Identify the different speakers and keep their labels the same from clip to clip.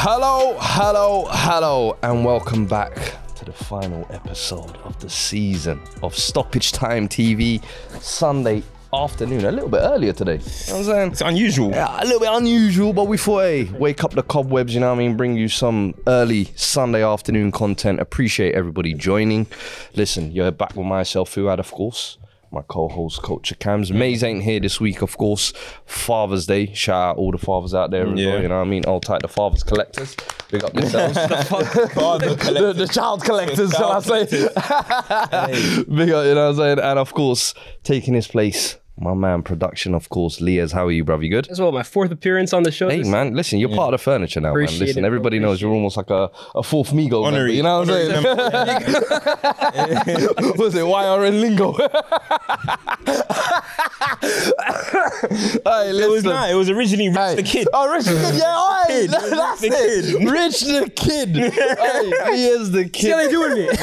Speaker 1: Hello, hello, hello, and welcome back to the final episode of the season of Stoppage Time TV Sunday afternoon, a little bit earlier today. You know what I'm saying?
Speaker 2: It's unusual.
Speaker 1: Yeah, a little bit unusual, but we thought, hey, wake up the cobwebs, you know what I mean? Bring you some early Sunday afternoon content. Appreciate everybody joining. Listen, you're back with myself, Fuad, of course. My co-host, Culture Cams. Maze ain't here this week, of course. Father's Day. Shout out all the fathers out there as
Speaker 2: Yeah.
Speaker 1: well, you know what I mean? Old tight the fathers collectors. Big up yourselves.
Speaker 2: Father
Speaker 1: the, the child collectors, shall I say? Big up, you know what I'm saying? And of course, taking his place, my man, production, of course. Leah's, how are you, bruv? You good?
Speaker 3: as well. My fourth appearance on the show.
Speaker 1: Hey
Speaker 3: This-
Speaker 1: man, listen, you're part of the furniture now, man.
Speaker 3: Appreciate
Speaker 1: Listen,
Speaker 3: it,
Speaker 1: everybody knows you're almost like a, a fourth Migo. member,
Speaker 2: Honorary-
Speaker 1: you know what I'm saying? Was it YRN lingo? hey,
Speaker 2: It was
Speaker 1: listen.
Speaker 2: not. It was originally Rich
Speaker 1: Hey.
Speaker 2: the Kid.
Speaker 1: Oh, Rich the Kid. Yeah, all right.
Speaker 2: Kid.
Speaker 1: That's
Speaker 2: Rich the
Speaker 1: it.
Speaker 2: Kid.
Speaker 1: Rich the Kid. hey, he is the kid.
Speaker 3: See how they doing it.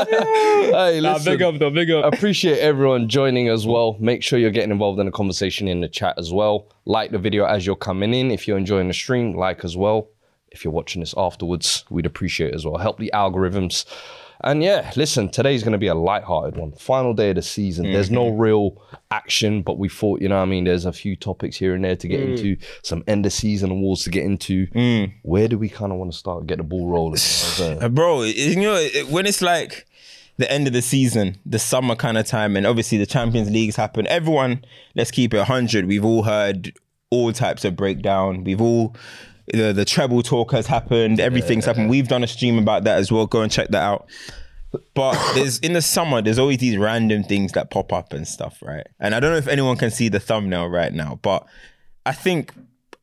Speaker 1: hey, listen.
Speaker 3: Nah, big up though, big up.
Speaker 1: appreciate everyone joining as well. Make sure you're getting involved in the conversation in the chat as well. Like the video as you're coming in. If you're enjoying the stream, like as well. If you're watching this afterwards, we'd appreciate it as well. Help the algorithms. And yeah, listen, today's going to be a light-hearted one. Final day of the season. There's no real action, but we thought, you know what I mean? There's a few topics here and there to get into, some end of season awards to get into. Where do we kind of want to start? Get the ball rolling. you know what I'm saying?
Speaker 2: Uh, Bro, it- you know, it- when it's like the end of the season, the summer kind of time, and obviously the Champions League's happen, everyone, let's keep it 100. We've all heard all types of breakdown. We've all, the, the treble talk has happened, everything's happened. We've done a stream about that as well. Go and check that out. But there's in the summer, there's always these random things that pop up and stuff, right? And I don't know if anyone can see the thumbnail right now, but I think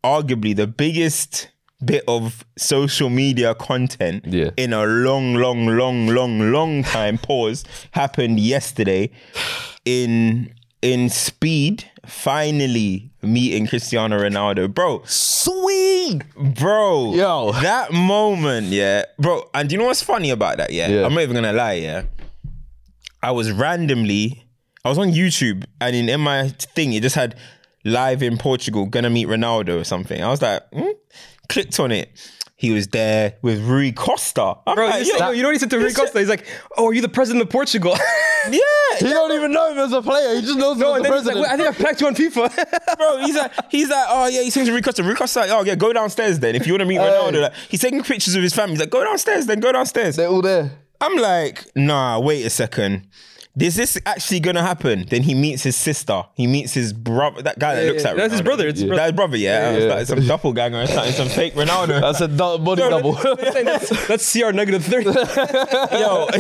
Speaker 2: arguably the biggest bit of social media content
Speaker 1: Yeah.
Speaker 2: in a long, long, long, long, long time pause happened yesterday in in speed finally meeting Cristiano Ronaldo. Bro,
Speaker 1: Sweet.
Speaker 2: bro,
Speaker 1: Yo.
Speaker 2: that moment, yeah, bro. And do you know what's funny about that? Yeah,
Speaker 1: Yeah.
Speaker 2: I'm not even gonna lie. Yeah, I was randomly, I was on YouTube, and in, in my thing, it just had live in Portugal, gonna meet Ronaldo or something. I was like, hmm? clicked on it. He was there with Rui Costa. I'm
Speaker 3: Bro,
Speaker 2: like,
Speaker 3: you,
Speaker 2: yo,
Speaker 3: said, you know what he said to Rick Costa? He's like, "Oh, are you the president of Portugal?"
Speaker 2: yeah,
Speaker 1: He don't even know him as a player. He just knows him
Speaker 3: no,
Speaker 1: as
Speaker 3: and
Speaker 1: the
Speaker 3: then he's like,
Speaker 1: president.
Speaker 3: "Wait, I think I placked you on FIFA.
Speaker 2: bro. He's like, he's like, oh yeah, he sings Rico. So Rico's like, oh yeah, go downstairs then if you want to meet Ronaldo. Like, he's taking pictures of his family. He's like, go downstairs then, go downstairs.
Speaker 1: They're all there.
Speaker 2: I'm like, nah, wait a second. Is this actually gonna happen? Then he meets his sister. He meets his brother. That guy that looks
Speaker 3: yeah.
Speaker 2: like
Speaker 3: That's his
Speaker 2: Ronaldo.
Speaker 3: brother, it's his brother.
Speaker 2: That's his brother. Yeah,
Speaker 1: yeah.
Speaker 2: It's like some doppelganger or something, some fake Ronaldo.
Speaker 1: That's a dou- body double.
Speaker 3: let's, let's see our negative thirty.
Speaker 2: yo.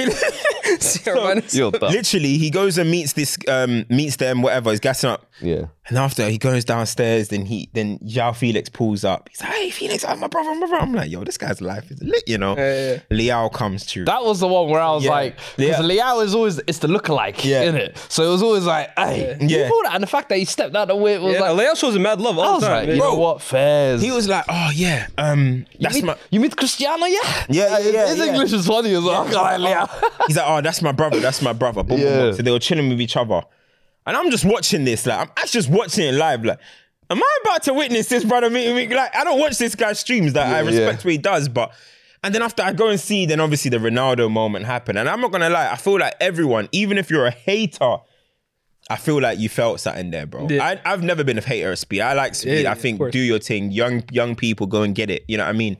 Speaker 3: See our minus.
Speaker 1: You're done.
Speaker 2: Literally, he goes and meets this, um, meets them, whatever. He's gassing up.
Speaker 1: Yeah.
Speaker 2: And after he goes downstairs, then he then Yao Felix pulls up. He's like, "Hey Felix, I'm my brother, my brother." I'm like, "Yo, this guy's life is lit," you know.
Speaker 3: Yeah,
Speaker 2: Liao comes to.
Speaker 1: That was the one where I was
Speaker 2: Yeah.
Speaker 1: like, because
Speaker 2: Yeah.
Speaker 1: Liao is always it's the lookalike,
Speaker 2: Yeah.
Speaker 1: in it? So it was always like, hey,
Speaker 2: Yeah.
Speaker 1: you bought that, and the fact that he stepped out the way it was
Speaker 3: Yeah,
Speaker 1: like,
Speaker 3: Leao shows him mad love
Speaker 1: I
Speaker 3: all
Speaker 1: was
Speaker 3: the time.
Speaker 1: like, you
Speaker 3: man.
Speaker 1: know what, fairs.
Speaker 2: he was like, "Oh yeah, um,
Speaker 1: you
Speaker 2: that's
Speaker 1: meet,
Speaker 2: my."
Speaker 1: you meet Cristiano, yeah?
Speaker 2: Yeah,
Speaker 1: Like,
Speaker 2: yeah, yeah,
Speaker 1: His
Speaker 2: yeah.
Speaker 1: English is funny as well. Like, Liao.
Speaker 2: He's like, "Oh, that's my brother, that's my brother." Boom, boom,
Speaker 1: Yeah.
Speaker 2: boom. So they were chilling with each other, and I'm just watching this. Like, I'm actually just watching it live. Like, am I about to witness this brother meeting me? Like, I don't watch this guy's streams. That I
Speaker 1: Yeah,
Speaker 2: respect
Speaker 1: yeah.
Speaker 2: what he does, but. And then after I go and see, then obviously the Ronaldo moment happened. And I'm not gonna lie, I feel like everyone, even if you're a hater, I feel like you felt something there, bro.
Speaker 3: Yeah.
Speaker 2: I, I've never been a hater of speed. I like speed.
Speaker 3: yeah,
Speaker 2: I
Speaker 3: of
Speaker 2: think
Speaker 3: course.
Speaker 2: do your thing. Young young people go and get it. You know what I mean?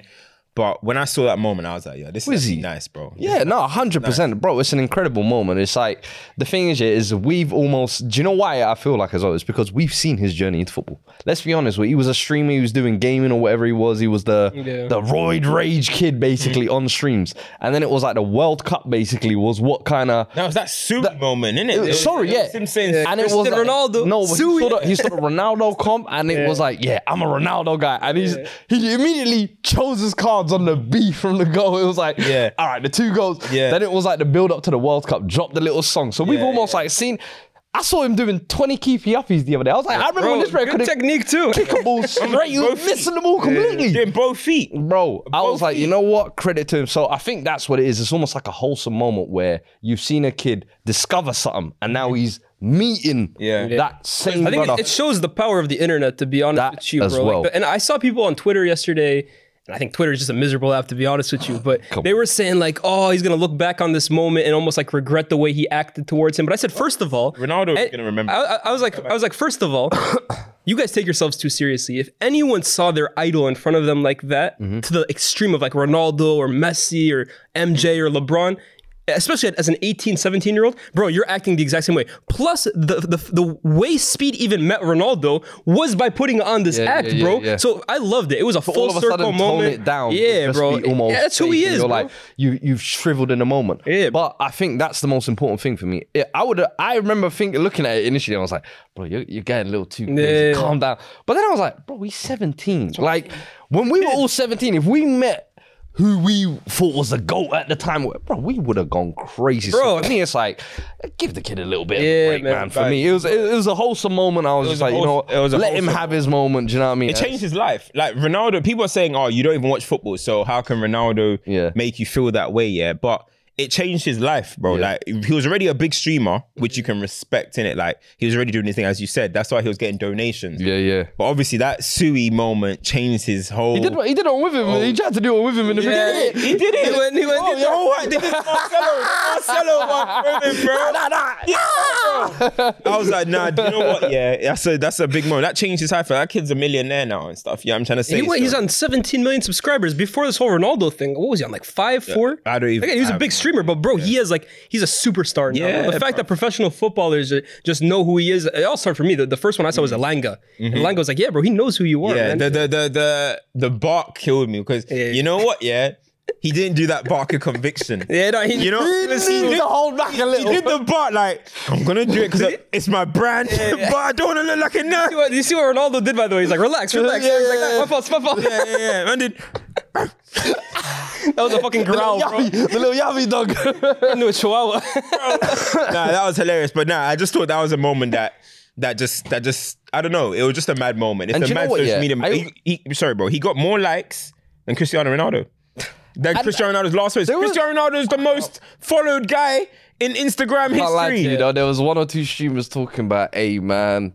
Speaker 2: But when I saw that moment, I was like, yeah, this is
Speaker 1: he?
Speaker 2: actually nice, bro.
Speaker 1: Yeah, no, hundred percent, bro. It's an incredible moment. It's like the thing is, yeah, is we've almost. Do you know why I feel like as well? It's because we've seen his journey into football. Let's be honest. He was a streamer. He was doing gaming or whatever he was. He was the
Speaker 3: Yeah.
Speaker 1: the roid rage kid basically on streams, and then it was like the World Cup basically was what kind of.
Speaker 2: That was that super moment, innit? It was-
Speaker 1: Sorry,
Speaker 2: it
Speaker 1: yeah,
Speaker 2: was Him saying,
Speaker 1: and it was
Speaker 3: Cristiano Ronaldo,
Speaker 1: No, but he
Speaker 3: sue
Speaker 1: saw,
Speaker 3: you.
Speaker 1: the, he saw the Ronaldo comp, and it was like, yeah, I'm a Ronaldo guy, and he's he immediately chose his cards on the B from the goal. It was like,
Speaker 2: Yeah.
Speaker 1: all right, the two goals.
Speaker 2: Yeah.
Speaker 1: Then it was like the build up to the World Cup, dropped the little song. So we've
Speaker 2: Yeah,
Speaker 1: almost like seen. I saw him doing 20 keepy uppies the other day. I was like, I remember when
Speaker 3: Bro,
Speaker 1: this record
Speaker 3: good
Speaker 1: could
Speaker 3: technique too.
Speaker 1: kick a ball straight. You were
Speaker 2: Both feet.
Speaker 1: missing the ball completely.
Speaker 2: doing both feet.
Speaker 1: Bro, I was
Speaker 2: Both
Speaker 1: like, you
Speaker 2: feet.
Speaker 1: know what? Credit to him. So I think that's what it is. It's almost like a wholesome moment where you've seen a kid discover something and now he's meeting
Speaker 2: Yeah. Yeah.
Speaker 1: that same
Speaker 3: I think
Speaker 1: brother.
Speaker 3: it, it shows the power of the internet, to be honest
Speaker 1: That
Speaker 3: with you,
Speaker 1: as
Speaker 3: bro. Like,
Speaker 1: well.
Speaker 3: and I saw people on Twitter yesterday,
Speaker 4: And I think Twitter is just a miserable app, to be honest with you. But
Speaker 1: Come
Speaker 4: they were saying, like, oh, he's going to look back on this moment and almost like regret the way he acted towards him. But I said, first of all,
Speaker 2: Ronaldo is
Speaker 4: and-
Speaker 2: gonna remember.
Speaker 4: I, I- I was like, I was like, first of all, you guys take yourselves too seriously. If anyone saw their idol in front of them like that,
Speaker 1: Mm-hmm.
Speaker 4: to the extreme of like Ronaldo or Messi or MJ or LeBron, especially as an 18, 17 year old, bro, you're acting the exact same way. Plus, the the, the way Speed even met Ronaldo was by putting on this
Speaker 1: Yeah,
Speaker 4: act,
Speaker 1: yeah,
Speaker 4: bro.
Speaker 1: yeah, yeah.
Speaker 4: So I loved it. It was a full
Speaker 1: all of a
Speaker 4: circle
Speaker 1: sudden
Speaker 4: moment.
Speaker 1: tone it down.
Speaker 4: yeah,
Speaker 1: just
Speaker 4: bro.
Speaker 1: be almost
Speaker 4: Yeah, that's who he
Speaker 1: fake and
Speaker 4: is.
Speaker 1: You're
Speaker 4: bro.
Speaker 1: like you you've shriveled in a moment.
Speaker 4: Yeah.
Speaker 1: But I think that's the most important thing for me. Yeah, I would I remember thinking looking at it initially, I was like, bro, you're, you're getting a little too crazy.
Speaker 4: Yeah.
Speaker 1: Calm down. But then I was like, bro, he's 17. Like when we were all 17, if we met who we thought was the goat at the time, bro, we would have gone crazy. So
Speaker 4: Bro.
Speaker 1: for me, it's like, give the kid a little bit of
Speaker 4: Yeah,
Speaker 1: a break,
Speaker 4: man.
Speaker 1: man. For me, it was it, it was a wholesome moment. I was,
Speaker 2: was
Speaker 1: just
Speaker 2: a
Speaker 1: like, you know,
Speaker 2: wholesome- it was a
Speaker 1: what? let him
Speaker 2: wholesome
Speaker 1: have his moment. Do you know what I mean?
Speaker 2: It changed his life. Like Ronaldo, people are saying, "Oh, you don't even watch football, so how can Ronaldo
Speaker 1: Yeah.
Speaker 2: make you feel that way?" Yeah, but it changed his life, bro. Like he was already a big streamer, which you can respect in it. Like he was already doing his thing, as you said. That's why he was getting donations.
Speaker 1: Yeah, yeah.
Speaker 2: But obviously, that Sui moment changed his whole.
Speaker 1: He did, he did it with him. He tried to do it with him in the
Speaker 4: Yeah.
Speaker 1: video.
Speaker 2: Oh. He did it.
Speaker 4: He went- he went-
Speaker 2: Bro,
Speaker 4: he
Speaker 2: you know what? They did Marcelo. Marcelo, my friend, bro. I was like, nah, do you know what? Yeah, that's a that's a big moment. That changed his life. That kid's a millionaire now and stuff. Yeah, I'm trying to say.
Speaker 4: He went,
Speaker 2: so.
Speaker 4: he's on 17 million subscribers before this whole Ronaldo thing. What was he on? Like five, four?
Speaker 2: I don't even-
Speaker 4: Again, he was
Speaker 2: I
Speaker 4: a
Speaker 2: have
Speaker 4: big streamer, but bro, he is like he's a superstar now.
Speaker 2: Yeah,
Speaker 4: the fact that professional footballers uh, just know who he is, it all started for me. The, the first one I saw was Alanga. And Alanga was like, yeah, bro, he knows who you are.
Speaker 2: Mm-hmm. Yeah,
Speaker 4: man.
Speaker 2: the the the the the bark killed me because you know what? Yeah, he didn't do that bark of conviction.
Speaker 4: yeah, no, he,
Speaker 2: You know,
Speaker 4: he was-
Speaker 2: he did-
Speaker 1: hold back a
Speaker 2: he did the bark like I'm gonna do it because it's my brand, but I don't want to look like a nerd.
Speaker 4: you see what- you see what Ronaldo did, by the way? He's like, relax, relax.
Speaker 1: Yeah,
Speaker 4: He's like,
Speaker 1: yeah,
Speaker 4: "Nah,
Speaker 1: yeah.
Speaker 4: my fault, my fault.
Speaker 2: Yeah, yeah, yeah. Man, did
Speaker 4: That was a fucking growl, bro.
Speaker 1: Yavi, the little Yavi dog.
Speaker 4: Into a chihuahua.
Speaker 2: nah, that was hilarious. But nah, I just thought that was a moment that that just that just I don't know. It was just a mad moment. It's
Speaker 1: And
Speaker 2: a
Speaker 1: do you know
Speaker 2: mad
Speaker 1: what,
Speaker 2: social
Speaker 1: yeah?
Speaker 2: media.
Speaker 1: I-
Speaker 2: he, he- sorry, bro. He got more likes than Cristiano Ronaldo. Than Cristiano Ronaldo's last race.
Speaker 1: was-
Speaker 2: Cristiano Ronaldo is the most followed guy in Instagram
Speaker 1: I lied to
Speaker 2: history.
Speaker 1: you though. There was one or two streamers talking about, hey man,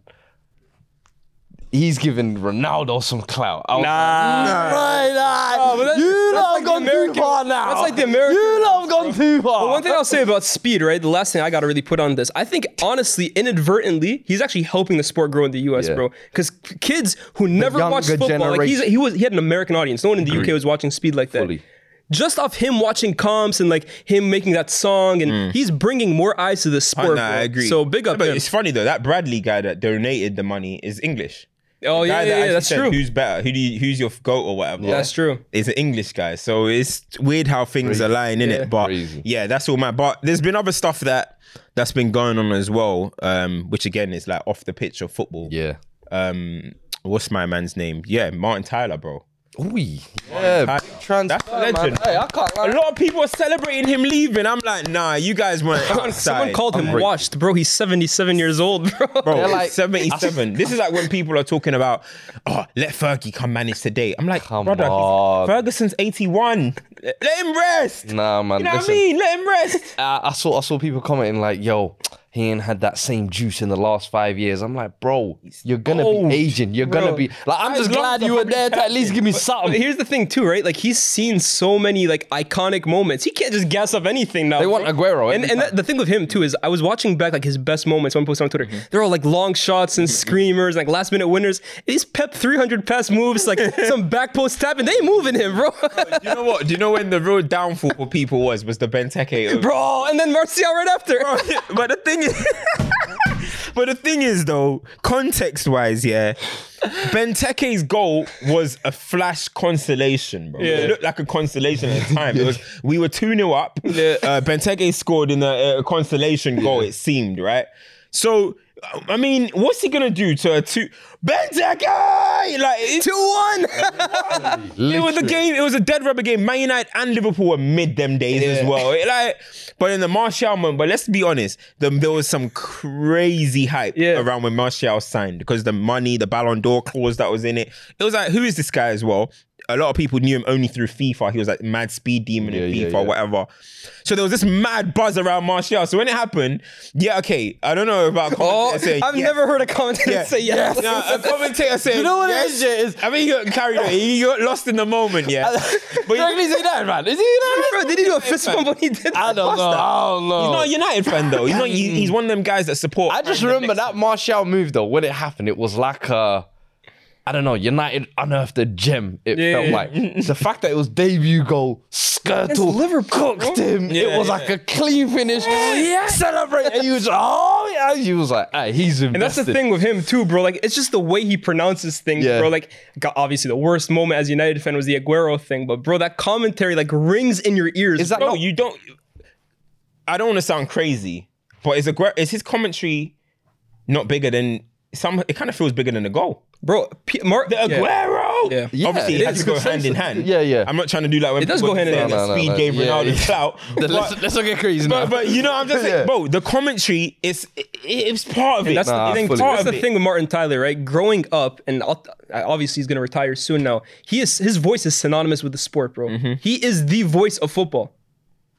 Speaker 1: he's giving Ronaldo some clout. I was
Speaker 4: Nah.
Speaker 1: like, right, nah. Ah,
Speaker 4: but that's-
Speaker 1: you
Speaker 4: that's
Speaker 1: lot
Speaker 4: like
Speaker 1: have
Speaker 4: the
Speaker 1: gone too
Speaker 4: American-
Speaker 1: far now.
Speaker 4: that's like the American
Speaker 1: You lot have gone too far.
Speaker 4: One thing I'll say about speed, right? The last thing I got to really put on this, I think honestly, inadvertently, he's actually helping the sport grow in the U.S.,
Speaker 1: Yeah.
Speaker 4: bro. Because kids who never
Speaker 1: younger
Speaker 4: watched football, like he's,
Speaker 1: generation.
Speaker 4: he was, he had an American audience. No one in the U.K. was watching speed like that.
Speaker 1: Fully.
Speaker 4: Just off him watching comps and like him making that song, and
Speaker 1: Mm.
Speaker 4: he's bringing more eyes to the sport.
Speaker 2: Oh, Nah,
Speaker 4: bro.
Speaker 2: I agree.
Speaker 4: So big up
Speaker 2: No, but
Speaker 4: him.
Speaker 2: it's funny though. That Bradley guy that donated the money is English.
Speaker 4: Oh
Speaker 2: The guy
Speaker 4: yeah,
Speaker 2: that
Speaker 4: yeah, yeah,
Speaker 2: actually
Speaker 4: that's
Speaker 2: said,
Speaker 4: true.
Speaker 2: Who's better? Who do you, who's your f- goat or whatever?
Speaker 4: That's true.
Speaker 2: It's an English guy, so it's weird how things are lying in it. But
Speaker 1: Crazy.
Speaker 2: yeah, that's all my. But there's been other stuff that that's been going on as well, um, which again is like off the pitch of football.
Speaker 1: yeah.
Speaker 2: Um, what's my man's name? Yeah, Martin Tyler, bro.
Speaker 1: Ooh. Yeah.
Speaker 2: Tyler.
Speaker 1: Trans.
Speaker 2: That's a legend.
Speaker 1: Hey, I can't
Speaker 2: A
Speaker 1: lie.
Speaker 2: lot of people are celebrating him leaving. I'm like, nah, you guys weren't.
Speaker 4: Someone
Speaker 2: outside.
Speaker 4: called him washed, bro. He's seventy-seven years old, bro.
Speaker 2: Bro,
Speaker 1: They're like-
Speaker 2: 77. this is like when people are talking about, oh, let Fergie come manage today. I'm like,
Speaker 1: Come
Speaker 2: brother, he's-
Speaker 1: on.
Speaker 2: Ferguson's 81. Let let him rest. You
Speaker 1: Nah, man.
Speaker 2: know what I
Speaker 1: listen.
Speaker 2: mean? Let him rest.
Speaker 1: I I saw I saw people commenting like, "Yo, he ain't had that same juice in the last five years." I'm like, "Bro, you're gonna
Speaker 4: old,
Speaker 1: be aging. You're
Speaker 4: bro.
Speaker 1: gonna be like, I'm just
Speaker 2: lungs
Speaker 1: glad
Speaker 2: are
Speaker 1: you were
Speaker 2: probably
Speaker 1: there to at least give me
Speaker 4: But
Speaker 1: something."
Speaker 4: here's the thing too, right? Like he's seen so many like iconic moments. He can't just gas up anything now. They
Speaker 1: want Aguero
Speaker 4: and
Speaker 1: every
Speaker 4: and that, the thing with him too is I was watching back like his best moments. One posted on Twitter,
Speaker 1: Mm-hmm.
Speaker 4: they're all like long shots and screamers, like last minute winners. These Pep 300 pass moves, like some back post tap, and they ain't moving him, bro.
Speaker 2: Do you know what? Do you know when the real downfall for people was? Was the Benteke.
Speaker 4: bro, and then Martial right after.
Speaker 2: but the thing is. But the thing is, though, context-wise, yeah, Benteke's goal was a flash consolation, bro. It looked like a consolation at the time. It was we were two 0 up. Uh, Benteke scored in a, a consolation goal. It seemed right. So, I mean, what's he gonna do to a two? Benteke, like two one. It was a game. It was a dead rubber game. Man United and Liverpool were mid them days as well. It like, but in the Martial moment. But let's be honest, the, there was some crazy hype
Speaker 4: Yeah.
Speaker 2: around when Martial signed because the money, the Ballon d'Or clause that was in it. It was like, who is this guy as well? a lot of people knew him only through FIFA. He was like mad speed demon in
Speaker 1: Yeah, yeah,
Speaker 2: FIFA,
Speaker 1: yeah.
Speaker 2: whatever. So there was this mad buzz around Martial. So when it happened, yeah, okay, I don't know about
Speaker 4: Oh,
Speaker 2: commentators saying,
Speaker 4: I've
Speaker 2: yeah,
Speaker 4: never heard a commentator
Speaker 2: yeah.
Speaker 4: say yes.
Speaker 2: No, a commentator saying,
Speaker 5: You know what
Speaker 2: yes.
Speaker 5: it is, yeah, is-
Speaker 2: I mean, he got carried away. He got lost in the moment, yeah. But
Speaker 5: Did he
Speaker 2: he's
Speaker 5: say that, man? Is he that?
Speaker 4: Bro, did he do a fist bump when he did that?
Speaker 5: I don't know. I don't know.
Speaker 2: not a United fan though. He's not. he- He's one of them guys that support.
Speaker 1: Mm. I just remember that Martial move though. When it happened, it was like I I don't know, United unearthed a gem. It
Speaker 4: Yeah.
Speaker 1: felt like the fact that it was debut goal, Skirtle
Speaker 4: Liverpool,
Speaker 1: cooked him.
Speaker 2: Yeah,
Speaker 1: it was
Speaker 2: yeah.
Speaker 1: like a clean finish. Celebrate, and he was oh yeah, he was like, hey, he's invested.
Speaker 4: And that's the thing with him too, bro. Like it's just the way he pronounces things,
Speaker 1: Yeah.
Speaker 4: bro. Like got- obviously the worst moment as a United fan was the Aguero thing, but bro, that commentary like rings in your ears.
Speaker 1: Is that
Speaker 2: No,
Speaker 1: not
Speaker 2: you don't. I don't want to sound crazy, but is Aguero, is his commentary not bigger than some? It kind of feels bigger than the goal.
Speaker 4: bro? P- Mar-
Speaker 2: The Aguero,
Speaker 4: Yeah.
Speaker 1: Yeah,
Speaker 2: obviously it
Speaker 1: it
Speaker 2: has
Speaker 1: is
Speaker 2: to go
Speaker 1: good
Speaker 2: hand in
Speaker 1: sense.
Speaker 2: hand.
Speaker 1: Yeah, yeah.
Speaker 2: I'm not trying to do like when it
Speaker 4: does go hand in hand.
Speaker 1: No, no,
Speaker 2: Speed
Speaker 1: no,
Speaker 2: Dave
Speaker 1: no. Yeah,
Speaker 2: Ronaldo
Speaker 1: yeah.
Speaker 2: clout,
Speaker 1: Let's,
Speaker 2: but-
Speaker 1: let's not get crazy now.
Speaker 2: But, but you know, I'm just saying,
Speaker 1: Yeah.
Speaker 2: bro. The commentary is it, it's part of it.
Speaker 4: That's
Speaker 1: Nah,
Speaker 4: the thing.
Speaker 1: fully.
Speaker 4: That's
Speaker 2: Part of
Speaker 4: the
Speaker 2: it.
Speaker 4: thing with Martin Tyler, right? Growing up, and I'll- obviously he's gonna retire soon now. He is his voice is synonymous with the sport, bro.
Speaker 1: Mm-hmm.
Speaker 4: He is the voice of football,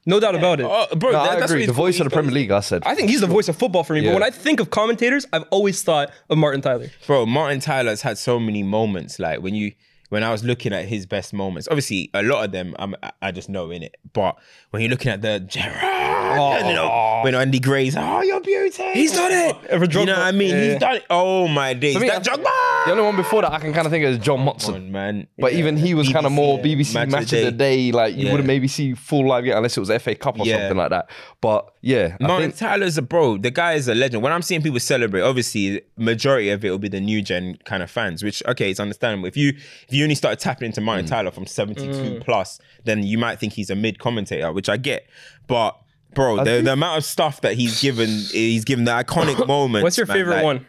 Speaker 4: no doubt about it.
Speaker 2: Oh, bro,
Speaker 1: No,
Speaker 2: that-
Speaker 1: I
Speaker 2: that's what
Speaker 1: agree.
Speaker 2: he's
Speaker 1: The voice of
Speaker 2: called.
Speaker 1: the Premier League, I said.
Speaker 4: I think he's the voice of football for me. But
Speaker 1: Yeah.
Speaker 4: when I think of commentators, I've always thought of Martin Tyler.
Speaker 2: bro martin tyler's had so many moments like when you when i was looking at his best moments obviously a lot of them I'm, I- i just know in it but when you're looking at the gerard you know, when andy gray's oh you're beautiful he's
Speaker 4: done it! Ever
Speaker 2: you
Speaker 4: drunk-
Speaker 2: know what i mean
Speaker 4: Yeah.
Speaker 2: he's done it oh my days
Speaker 1: me,
Speaker 2: that
Speaker 1: I-
Speaker 2: Drogba!
Speaker 1: the only one before that I can kind of think of is John Motson.
Speaker 2: Come on, man
Speaker 1: But even he was kind of more BBC match, of the day. Like you
Speaker 2: Yeah.
Speaker 1: wouldn't maybe see full live yet unless it was FA Cup or
Speaker 2: Yeah.
Speaker 1: something like that. But yeah, I
Speaker 2: Martin
Speaker 1: think-
Speaker 2: Tyler's a bro. The guy is a legend. When I'm seeing people celebrate, obviously majority of it will be the new gen kind of fans, which okay, it's understandable. If you if you only start tapping into
Speaker 4: Mm.
Speaker 2: Martin Tyler from 72 plus, then you might think he's a mid commentator, which I get. But bro, the, the amount of stuff that he's given, he's given the iconic moments.
Speaker 4: What's your
Speaker 2: man,
Speaker 4: favorite
Speaker 2: like-
Speaker 4: one?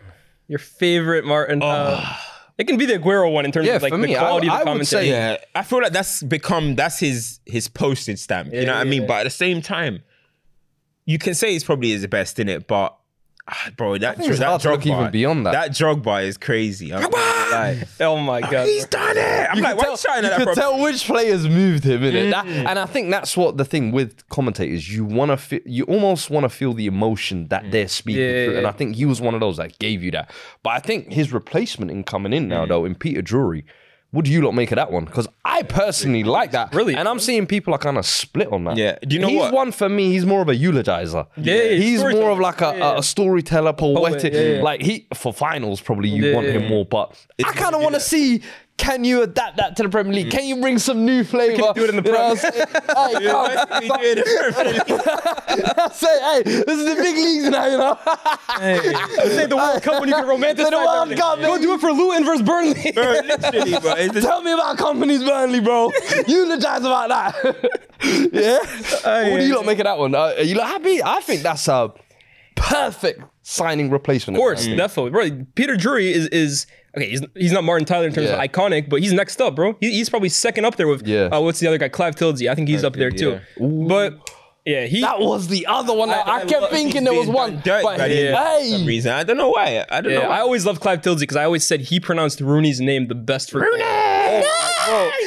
Speaker 4: Your favorite Martin? Uh, it can be the Aguero one in terms
Speaker 1: Yeah,
Speaker 4: of like
Speaker 1: for
Speaker 4: the
Speaker 1: me, I-
Speaker 4: quality
Speaker 1: I would
Speaker 4: of the commentary.
Speaker 1: say-
Speaker 2: Yeah, I feel like that's become that's his his postage stamp. you know what I mean? But at the same time, you can say he's probably is the best in it, but ah, bro, that
Speaker 1: it's
Speaker 2: that
Speaker 1: hard to
Speaker 2: drug
Speaker 1: look even
Speaker 2: bar,
Speaker 1: beyond that.
Speaker 2: That drug bar is crazy. I'm not gonna lie.
Speaker 4: Oh my god.
Speaker 2: he's done it. I'm like, why are you shouting
Speaker 1: you
Speaker 2: at that?
Speaker 1: could
Speaker 2: Bro?
Speaker 1: tell which players moved him in
Speaker 4: Mm.
Speaker 1: it, and I think that's what the thing with commentators. You want to, feel, you almost want to feel the emotion that they're speaking
Speaker 4: Mm. Yeah, yeah,
Speaker 1: through, and
Speaker 4: yeah.
Speaker 1: I think he was one of those that gave you that. But I think his replacement in coming in
Speaker 4: Mm.
Speaker 1: now, though, in Peter Drury, what do you lot make of that one? Because I personally like that,
Speaker 4: Really?
Speaker 1: and I'm seeing people are kind of split on that.
Speaker 2: Yeah. Do you know
Speaker 1: he's
Speaker 2: what?
Speaker 1: one for me. He's more of a eulogizer.
Speaker 4: Yeah, yeah,
Speaker 1: he's more
Speaker 4: storyteller.
Speaker 1: of like a,
Speaker 4: Yeah, yeah.
Speaker 1: a storyteller, poetic.
Speaker 4: yeah, yeah.
Speaker 1: Like he for finals, probably you
Speaker 4: Yeah,
Speaker 1: want
Speaker 4: yeah,
Speaker 1: him
Speaker 4: yeah.
Speaker 1: more, but I kind of want to see. Can you adapt that to the Premier League? Can you bring some new flavour?
Speaker 4: Mm. do it in the
Speaker 1: You know what I'm saying? hey, come,
Speaker 2: Basically doing it.
Speaker 1: I say, hey, this is the big leagues now, you know.
Speaker 4: Say the World Cup when you can
Speaker 1: Say
Speaker 4: romanticize
Speaker 1: the World
Speaker 4: everything.
Speaker 1: Cup,
Speaker 4: Go
Speaker 1: baby.
Speaker 4: do it for Luton versus Burnley.
Speaker 2: Bro, Literally, bro. It's just-
Speaker 1: Tell me about companies Burnley, bro. Eulogize about that. yeah. what do you lot make of that one? Uh, are you lot happy? I think that's a perfect signing replacement.
Speaker 4: Of course, definitely, bro. Peter Drury is is okay. He's, he's not Martin Tyler in terms
Speaker 1: Yeah.
Speaker 4: of iconic, but he's next up, bro. He, he's probably second up there with
Speaker 1: Yeah.
Speaker 4: uh, what's the other guy, Clive Tildsey. I think he's up there too. But yeah, he
Speaker 1: That was the other one. I, I,
Speaker 2: I
Speaker 1: kept
Speaker 2: love-
Speaker 1: thinking
Speaker 2: he's
Speaker 1: there was
Speaker 2: being
Speaker 1: one.
Speaker 2: done dirty
Speaker 1: But
Speaker 2: by him For some
Speaker 1: hey,
Speaker 2: reason, I don't know why. I don't know.
Speaker 4: Yeah,
Speaker 2: why.
Speaker 4: I always loved Clive Tildsey because I always said he pronounced Rooney's name the best for Rooney.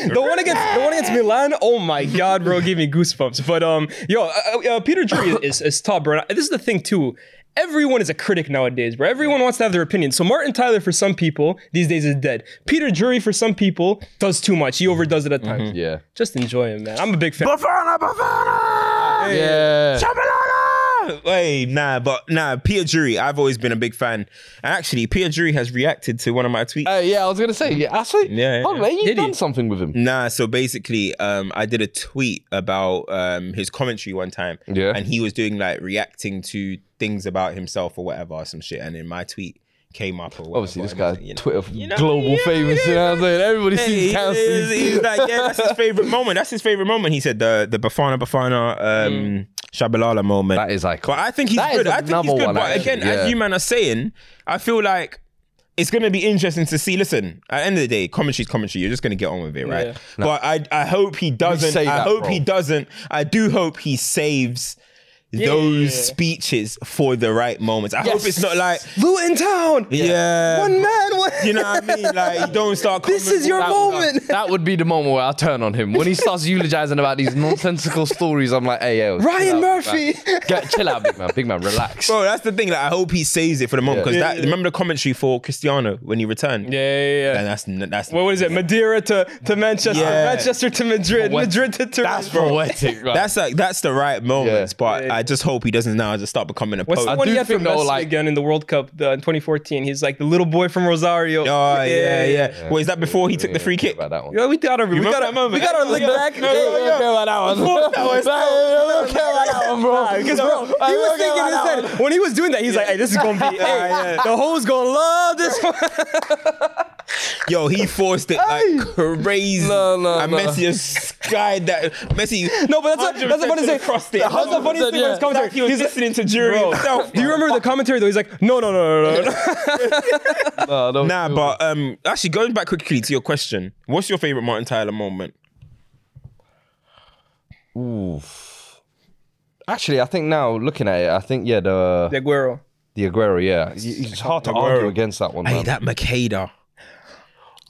Speaker 4: the one against the one against Milan. Oh my god, bro, gave me goosebumps. But um, yo, uh, uh, Peter Drury is, is is top, bro. This is the thing too. Everyone is a critic nowadays, bro. Everyone wants to have their opinion. So Martin Tyler, for some people, these days is dead. Peter Drury, for some people, does too much. He overdoes it at times.
Speaker 1: Mm-hmm. yeah.
Speaker 4: Just enjoy him, man. I'm a big fan.
Speaker 2: Bafana, Bafana.
Speaker 1: Yeah.
Speaker 2: Chabalala! Hey, nah, but nah, Peter Drury, I've always been a big fan. And actually, Peter Drury has reacted to one of my tweets.
Speaker 1: Uh, yeah, I was gonna say. Yeah, actually,
Speaker 2: Yeah, yeah,
Speaker 1: hold on, mate, you've
Speaker 4: Did he?
Speaker 1: done something with him.
Speaker 2: Nah, so basically, um, I did a tweet about um his commentary one time.
Speaker 1: Yeah.
Speaker 2: And he was doing like reacting to things about himself or whatever, or some shit. And in my tweet came up or whatever.
Speaker 1: Obviously, this guy's
Speaker 2: and, you know,
Speaker 1: Twitter
Speaker 2: know,
Speaker 1: global
Speaker 2: yeah,
Speaker 1: famous. You know what I'm saying? Everybody sees
Speaker 2: Yeah,
Speaker 1: Cam
Speaker 2: he- he's,
Speaker 1: Steve.
Speaker 2: he's like, yeah, that's his favorite moment. That's his favorite moment. He said the the Bafana Bafana um, Shabalala moment.
Speaker 1: Mm. That is iconic.
Speaker 2: But I think he's
Speaker 1: That is
Speaker 2: good. I think he's
Speaker 1: another
Speaker 2: good.
Speaker 1: one,
Speaker 2: but
Speaker 1: actually,
Speaker 2: again,
Speaker 1: yeah.
Speaker 2: as you man are saying, I feel like it's going to be interesting to see. Listen, at the end of the day, commentary's commentary. You're just going to get on with it, right?
Speaker 4: Yeah.
Speaker 2: But I I hope he doesn't.
Speaker 1: say
Speaker 2: I
Speaker 1: that,
Speaker 2: hope
Speaker 1: bro.
Speaker 2: he doesn't. I do hope he saves those speeches for the right moments. I hope it's not like
Speaker 4: Luton Town.
Speaker 2: yeah,
Speaker 4: One man. One.
Speaker 2: you know what I mean. Like you don't start.
Speaker 4: This is your
Speaker 2: commenting-
Speaker 4: moment.
Speaker 1: That would be the moment where I'll turn on him. When he starts eulogizing about these nonsensical stories, I'm like, hey, yo. chill
Speaker 4: Ryan
Speaker 1: out, big
Speaker 4: Murphy.
Speaker 1: man. Get- chill out, big man. Big man, relax.
Speaker 2: Bro, that's the thing. Like, I hope he saves it for the moment because that. Remember the commentary for Cristiano when he returned.
Speaker 4: yeah,
Speaker 2: and that's that's.
Speaker 4: What was it? Madeira to, to Manchester,
Speaker 2: Yeah.
Speaker 4: Manchester to Madrid, Madrid to Turin.
Speaker 2: That's bro.
Speaker 1: Poetic, right?
Speaker 2: That's like that's the right moments,
Speaker 1: Yeah.
Speaker 2: but I just hope he doesn't now just start becoming a
Speaker 4: What's
Speaker 2: poet.
Speaker 4: the one
Speaker 1: do
Speaker 4: he had from
Speaker 1: think though,
Speaker 4: Messi
Speaker 1: like-
Speaker 4: again in the World Cup the, in 2014? He's like the little boy from Rosario.
Speaker 2: Oh yeah, yeah. Well, is that before he took the free kick?
Speaker 1: about that one.
Speaker 4: Yeah, we got our we
Speaker 2: remember
Speaker 4: got our,
Speaker 2: that moment?
Speaker 4: we got our lick back. Because bro, he was thinking in his head when he was doing that, he's like, "Hey, this is gonna be hey, the hoes gonna love this one."
Speaker 2: Yo, he forced it like crazy.
Speaker 1: No, no,
Speaker 2: and
Speaker 1: no.
Speaker 2: Messi just skied that. Messi.
Speaker 4: No, but that's what, that's the funny thing.
Speaker 2: Crossed it.
Speaker 4: That's the funny thing.
Speaker 1: yeah.
Speaker 4: Yeah. Commentary.
Speaker 2: He was
Speaker 4: He's-
Speaker 2: listening to jury
Speaker 4: Bro,
Speaker 2: himself.
Speaker 4: do you remember the commentary though? He's like, no, no, no, no, no, no.
Speaker 1: Nah, don't
Speaker 2: Nah,
Speaker 1: do it.
Speaker 2: but um, actually, going back quickly to your question, what's your favorite Martin Tyler moment?
Speaker 6: Actually, I think now looking at it, I think yeah, the
Speaker 4: De Aguero.
Speaker 6: the Aguero, yeah, it's, it's hard to argue against that one.
Speaker 2: Hey,
Speaker 6: Man.
Speaker 2: that Makeda.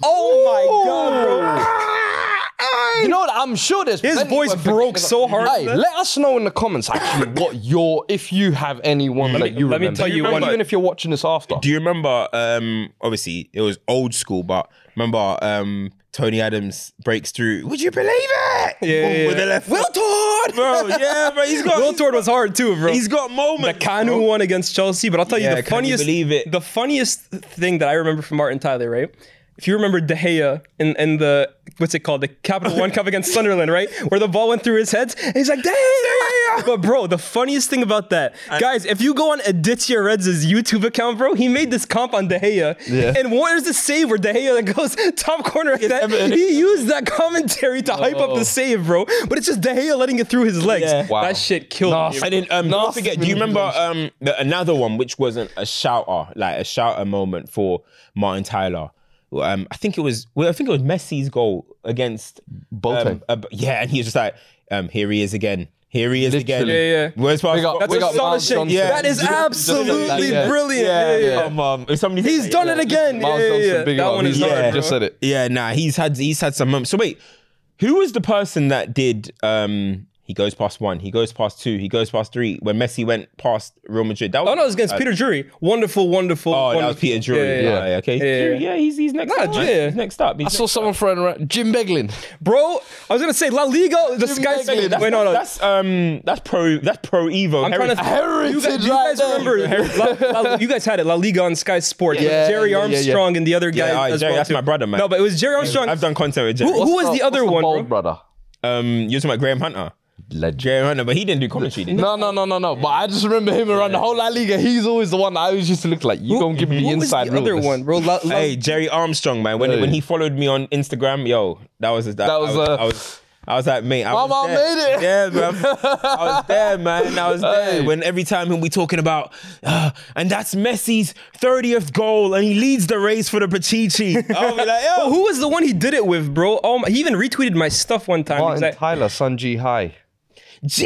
Speaker 4: Oh my god, bro.
Speaker 6: You know what? I'm sure there's
Speaker 4: His
Speaker 6: plenty
Speaker 4: voice
Speaker 6: of-
Speaker 4: broke so hard.
Speaker 6: Hey, let us know in the comments actually what your if you have anyone that you
Speaker 4: let me
Speaker 6: remember.
Speaker 4: tell you
Speaker 6: even
Speaker 4: one.
Speaker 6: if you're watching this after.
Speaker 2: Do you remember? Um, obviously it was old school, but remember um, Tony Adams breaks through. Would you believe it?
Speaker 4: Yeah,
Speaker 2: Boom,
Speaker 4: yeah,
Speaker 2: With
Speaker 4: yeah.
Speaker 2: the left, Wiltord, bro. Oh, Yeah, bro. He's got.
Speaker 4: Wiltord was hard too, bro.
Speaker 2: He's got
Speaker 4: the
Speaker 2: moments.
Speaker 4: Kanu one against Chelsea, but I'll tell
Speaker 2: Yeah,
Speaker 4: you the
Speaker 2: can you
Speaker 4: funniest
Speaker 2: believe it?
Speaker 4: the funniest thing that I remember from Martin Tyler, right? If you remember De Gea in, in the what's it called? The Capital One Cup against Sunderland, right? Where the ball went through his head. And he's like, damn! But bro, the funniest thing about that, guys, if you go on Aditya Reds' YouTube account, bro, he made this comp on De Gea. And where's the save where De Gea that goes top corner at that?
Speaker 2: evident.
Speaker 4: He used that commentary to hype up the save, bro. But it's just De Gea letting it through his legs.
Speaker 2: Yeah.
Speaker 6: Wow.
Speaker 4: That shit killed me.
Speaker 2: And then um, don't forget, do you remember um, the, another one which wasn't a shouter, like a shouter moment for Martin Tyler? Um, I think it was well, I think it was Messi's goal against
Speaker 6: Boateng.
Speaker 2: Um, uh, yeah, and he was just like, um, here he is again. Here he is again.
Speaker 6: Literally.
Speaker 4: Yeah, yeah.
Speaker 2: Where's my
Speaker 6: We got-
Speaker 4: That's
Speaker 6: we got Miles
Speaker 4: astonishing.
Speaker 6: Johnson.
Speaker 4: That is
Speaker 2: Yeah.
Speaker 4: absolutely
Speaker 6: Yeah.
Speaker 4: brilliant.
Speaker 2: yeah,
Speaker 4: Yeah, yeah, yeah.
Speaker 2: Um, um, if somebody
Speaker 4: He's done it again.
Speaker 6: Miles
Speaker 4: yeah, yeah,
Speaker 6: Johnson,
Speaker 4: yeah.
Speaker 6: big
Speaker 4: That
Speaker 6: up.
Speaker 4: one is
Speaker 6: He's-
Speaker 4: hard.
Speaker 2: yeah.
Speaker 4: bro.
Speaker 6: Just said it.
Speaker 2: Yeah, nah, he's had he's had some moments. So wait, who was the person that did um he goes past one, he goes past two, he goes past three when Messi went past Real Madrid? That was, uh,
Speaker 4: Oh no, it was against Peter Drury. Wonderful, wonderful.
Speaker 2: Oh, that was
Speaker 4: wonderful.
Speaker 2: Peter Drury.
Speaker 4: Yeah, yeah, yeah.
Speaker 2: Yeah, okay.
Speaker 4: Yeah,
Speaker 2: Drury,
Speaker 4: yeah.
Speaker 2: yeah, he's he's next
Speaker 4: Nah,
Speaker 2: up. man.
Speaker 4: yeah.
Speaker 2: He's next up. He's
Speaker 1: I saw someone throwing around Jim Beglin.
Speaker 4: Bro, I was gonna say La Liga. The Sky. Wait,
Speaker 2: that's,
Speaker 4: no, no.
Speaker 2: that's um that's pro that's pro Evo.
Speaker 4: I'm trying to.
Speaker 1: Heritage
Speaker 4: you guys, you
Speaker 1: right
Speaker 4: guys
Speaker 1: there.
Speaker 4: remember? La, La, you guys had it. La Liga on Sky Sports.
Speaker 1: Yeah,
Speaker 4: Jerry
Speaker 1: yeah, yeah, yeah.
Speaker 4: Armstrong and the other guy.
Speaker 2: Yeah, alright,
Speaker 4: as
Speaker 2: Jerry,
Speaker 4: well,
Speaker 2: that's
Speaker 4: too.
Speaker 2: my brother, man.
Speaker 4: No, but it was Jerry Armstrong.
Speaker 2: I've done content with Jerry.
Speaker 4: Who- who was the other
Speaker 6: what's
Speaker 4: one,
Speaker 6: bald
Speaker 4: bro?
Speaker 6: brother?
Speaker 2: Um, you're talking about Graham Hunter.
Speaker 6: Legend.
Speaker 2: Graham Hunter, but he didn't do commentary. Did he?
Speaker 1: No, no, no, no, no. But I just remember him around the whole La Liga. He's always the one that I always used to look like. You don't give me the
Speaker 4: What was the
Speaker 1: inside real.
Speaker 4: other one, bro? La, La,
Speaker 2: Hey, Jerry Armstrong, man. When,
Speaker 1: Hey.
Speaker 2: when he followed me on Instagram, yo, that was that,
Speaker 1: That was,
Speaker 2: I was,
Speaker 1: uh,
Speaker 2: I was I was like, mate, I
Speaker 1: Mama
Speaker 2: was there.
Speaker 1: made it.
Speaker 2: Yeah, bro. I was there, man. I was there.
Speaker 1: Hey.
Speaker 2: When every time he'll be talking about, "Ah, and that's Messi's 30th goal, and he leads the race for the Pachichi. I'll be like, yo,
Speaker 4: Oh, who was the one he did it with, bro? Oh, my, he even retweeted my stuff one time. He's
Speaker 6: Martin
Speaker 4: like,
Speaker 6: Tyler, Sanji High.
Speaker 2: G.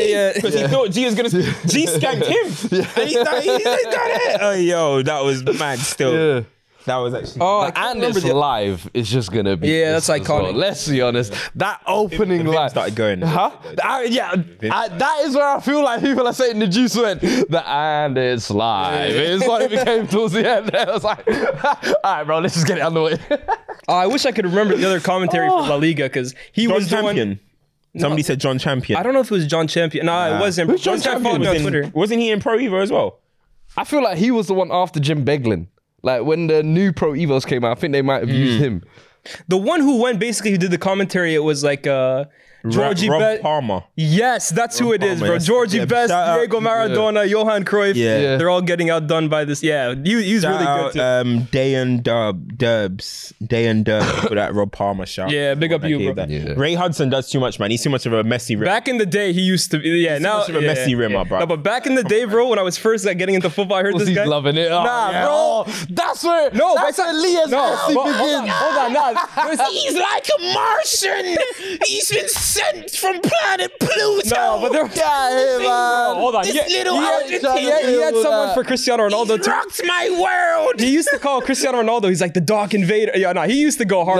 Speaker 4: yeah.
Speaker 2: Because he thought G was gonna G skanked him, and he's like, he's done it. Oh, yo, that was mad. Still,
Speaker 6: Yeah.
Speaker 2: that was actually.
Speaker 4: Oh, I can't
Speaker 1: And
Speaker 4: remember
Speaker 1: it's
Speaker 4: the-
Speaker 1: live. It's just gonna be.
Speaker 4: Yeah, that's
Speaker 1: this as well.
Speaker 4: iconic.
Speaker 1: Let's be honest. That opening
Speaker 2: the Vim
Speaker 1: line
Speaker 2: started going.
Speaker 1: Huh? I- yeah, I- that is where I feel like people are saying the juice went. The and it's live. It's what it became towards the end. I was like, all right, bro, let's just get it out of the way.
Speaker 4: Oh, I wish I could remember the other commentary for
Speaker 2: Oh.
Speaker 4: La Liga because he
Speaker 2: John
Speaker 4: was the one.
Speaker 2: Champion. Somebody said John Champion.
Speaker 4: I don't know if it was John Champion. No, it wasn't.
Speaker 2: Who's John
Speaker 4: One time I
Speaker 2: Champion?
Speaker 4: followed
Speaker 2: Was
Speaker 4: him on
Speaker 2: in-
Speaker 4: Twitter.
Speaker 2: Wasn't he in Pro Evo as well?
Speaker 1: I feel like he was the one after Jim Beglin. Like when the new Pro Evos came out, I think they might have used him.
Speaker 4: The one who went basically who did the commentary. It was like uh, Georgie
Speaker 2: Rob
Speaker 4: Best.
Speaker 2: Palmer.
Speaker 4: Yes, that's who it is,
Speaker 2: Palmer,
Speaker 4: bro.
Speaker 2: yes.
Speaker 4: Georgie
Speaker 2: Yeah,
Speaker 4: Best,
Speaker 2: shout out-
Speaker 4: Diego Maradona, Johan Cruyff.
Speaker 2: Yeah. Yeah.
Speaker 4: they're all getting outdone by this. Yeah, you, he's really good.
Speaker 2: Shout
Speaker 4: Too.
Speaker 2: out, um, Day and Dub, Dubs, Day and Dub for that Rob Palmer shout.
Speaker 4: Yeah, big up
Speaker 2: I
Speaker 4: you,
Speaker 2: gave
Speaker 4: bro.
Speaker 2: that.
Speaker 1: Yeah.
Speaker 2: Ray Hudson does too much, man. He's too much of a messy rip.
Speaker 4: Back in the day, he used to be. Yeah, now
Speaker 2: much of a
Speaker 4: yeah,
Speaker 2: messy rimmer, bro.
Speaker 4: No, but back in the day, bro, when I was first like, getting into football, I heard this
Speaker 1: He's
Speaker 4: guy.
Speaker 1: loving it. Oh,
Speaker 4: Nah,
Speaker 1: yeah.
Speaker 4: bro.
Speaker 1: Oh, that's where.
Speaker 4: No,
Speaker 1: that's
Speaker 4: but
Speaker 1: where Leah's
Speaker 4: no,
Speaker 1: messy
Speaker 4: but hold on,
Speaker 1: begins.
Speaker 4: hold on, nah. There's-
Speaker 2: He's like a Martian. He's been sent from planet Pluto.
Speaker 4: No, but there-
Speaker 7: Yeah, hey, man.
Speaker 4: Hold on.
Speaker 2: This
Speaker 4: yeah,
Speaker 2: little
Speaker 4: he had,
Speaker 7: Argentine
Speaker 4: he had- he had
Speaker 7: little,
Speaker 4: someone
Speaker 7: uh,
Speaker 4: for Cristiano Ronaldo
Speaker 2: He's
Speaker 4: too.
Speaker 2: rocked my world.
Speaker 4: He used to call Cristiano Ronaldo. He's like the Dark Invader. Yeah, no, he used to go hard.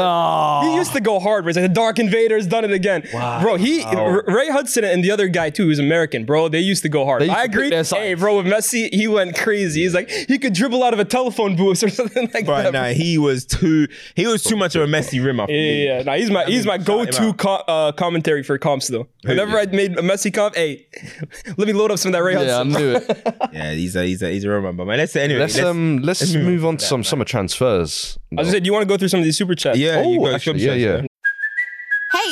Speaker 4: He used to go hard. where He's like the Dark Invader's done it again. Bro, he R- Ray Hudson and the other guy too, who's American, bro. They used to go hard.
Speaker 7: They used
Speaker 4: I
Speaker 7: to pick
Speaker 4: agree.
Speaker 7: their sides.
Speaker 4: Hey, bro, with Messi, he went crazy. He's like he could dribble out of a telephone booth or something like
Speaker 2: But
Speaker 4: that.
Speaker 2: nah, he was too. He was too much of a messy rimmer.
Speaker 4: Yeah, yeah, yeah. Nah, he's my he's my
Speaker 2: shout him
Speaker 4: go-to
Speaker 2: out.
Speaker 4: co- uh, commentary for comps though. Whenever I made a messy comp, hey, let me load up some of that Ray
Speaker 1: Yeah, I
Speaker 4: Hudson.
Speaker 1: knew it.
Speaker 2: yeah, he's a he's a he's a rimmer. But man, let's anyway.
Speaker 1: Let's um, let's move on to some summer transfers.
Speaker 4: I was gonna say, do you want to go through some of these super chats?
Speaker 2: Yeah, you
Speaker 1: Oh,
Speaker 2: go,
Speaker 1: actually,
Speaker 2: Shubsha.
Speaker 1: yeah, yeah.
Speaker 8: Hey,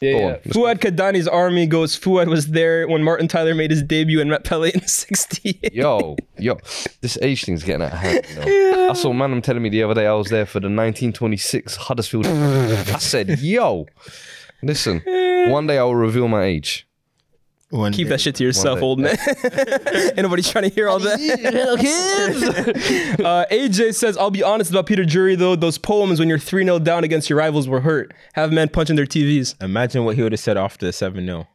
Speaker 4: Yeah,
Speaker 1: Go
Speaker 4: yeah.
Speaker 1: on, let's
Speaker 4: Fuad Kadani's army goes. Fuad was there when Martin Tyler made his debut and met Pele in '68.
Speaker 1: Yo, yo, this age thing's getting out of hand. You know? I saw Manum telling me the other day I was there for the 1926 Huddersfield. I said, yo, listen, one day I will reveal my age.
Speaker 2: One
Speaker 4: Keep
Speaker 2: day.
Speaker 4: that shit to yourself,
Speaker 1: day.
Speaker 4: old man. Ain't nobody trying to hear all that. uh, AJ says, "I'll be honest about Peter Drury though. Those poems when you're three 0 down against your rivals were hurt. Have men punching their TVs.
Speaker 2: Imagine what he would have said after seven 0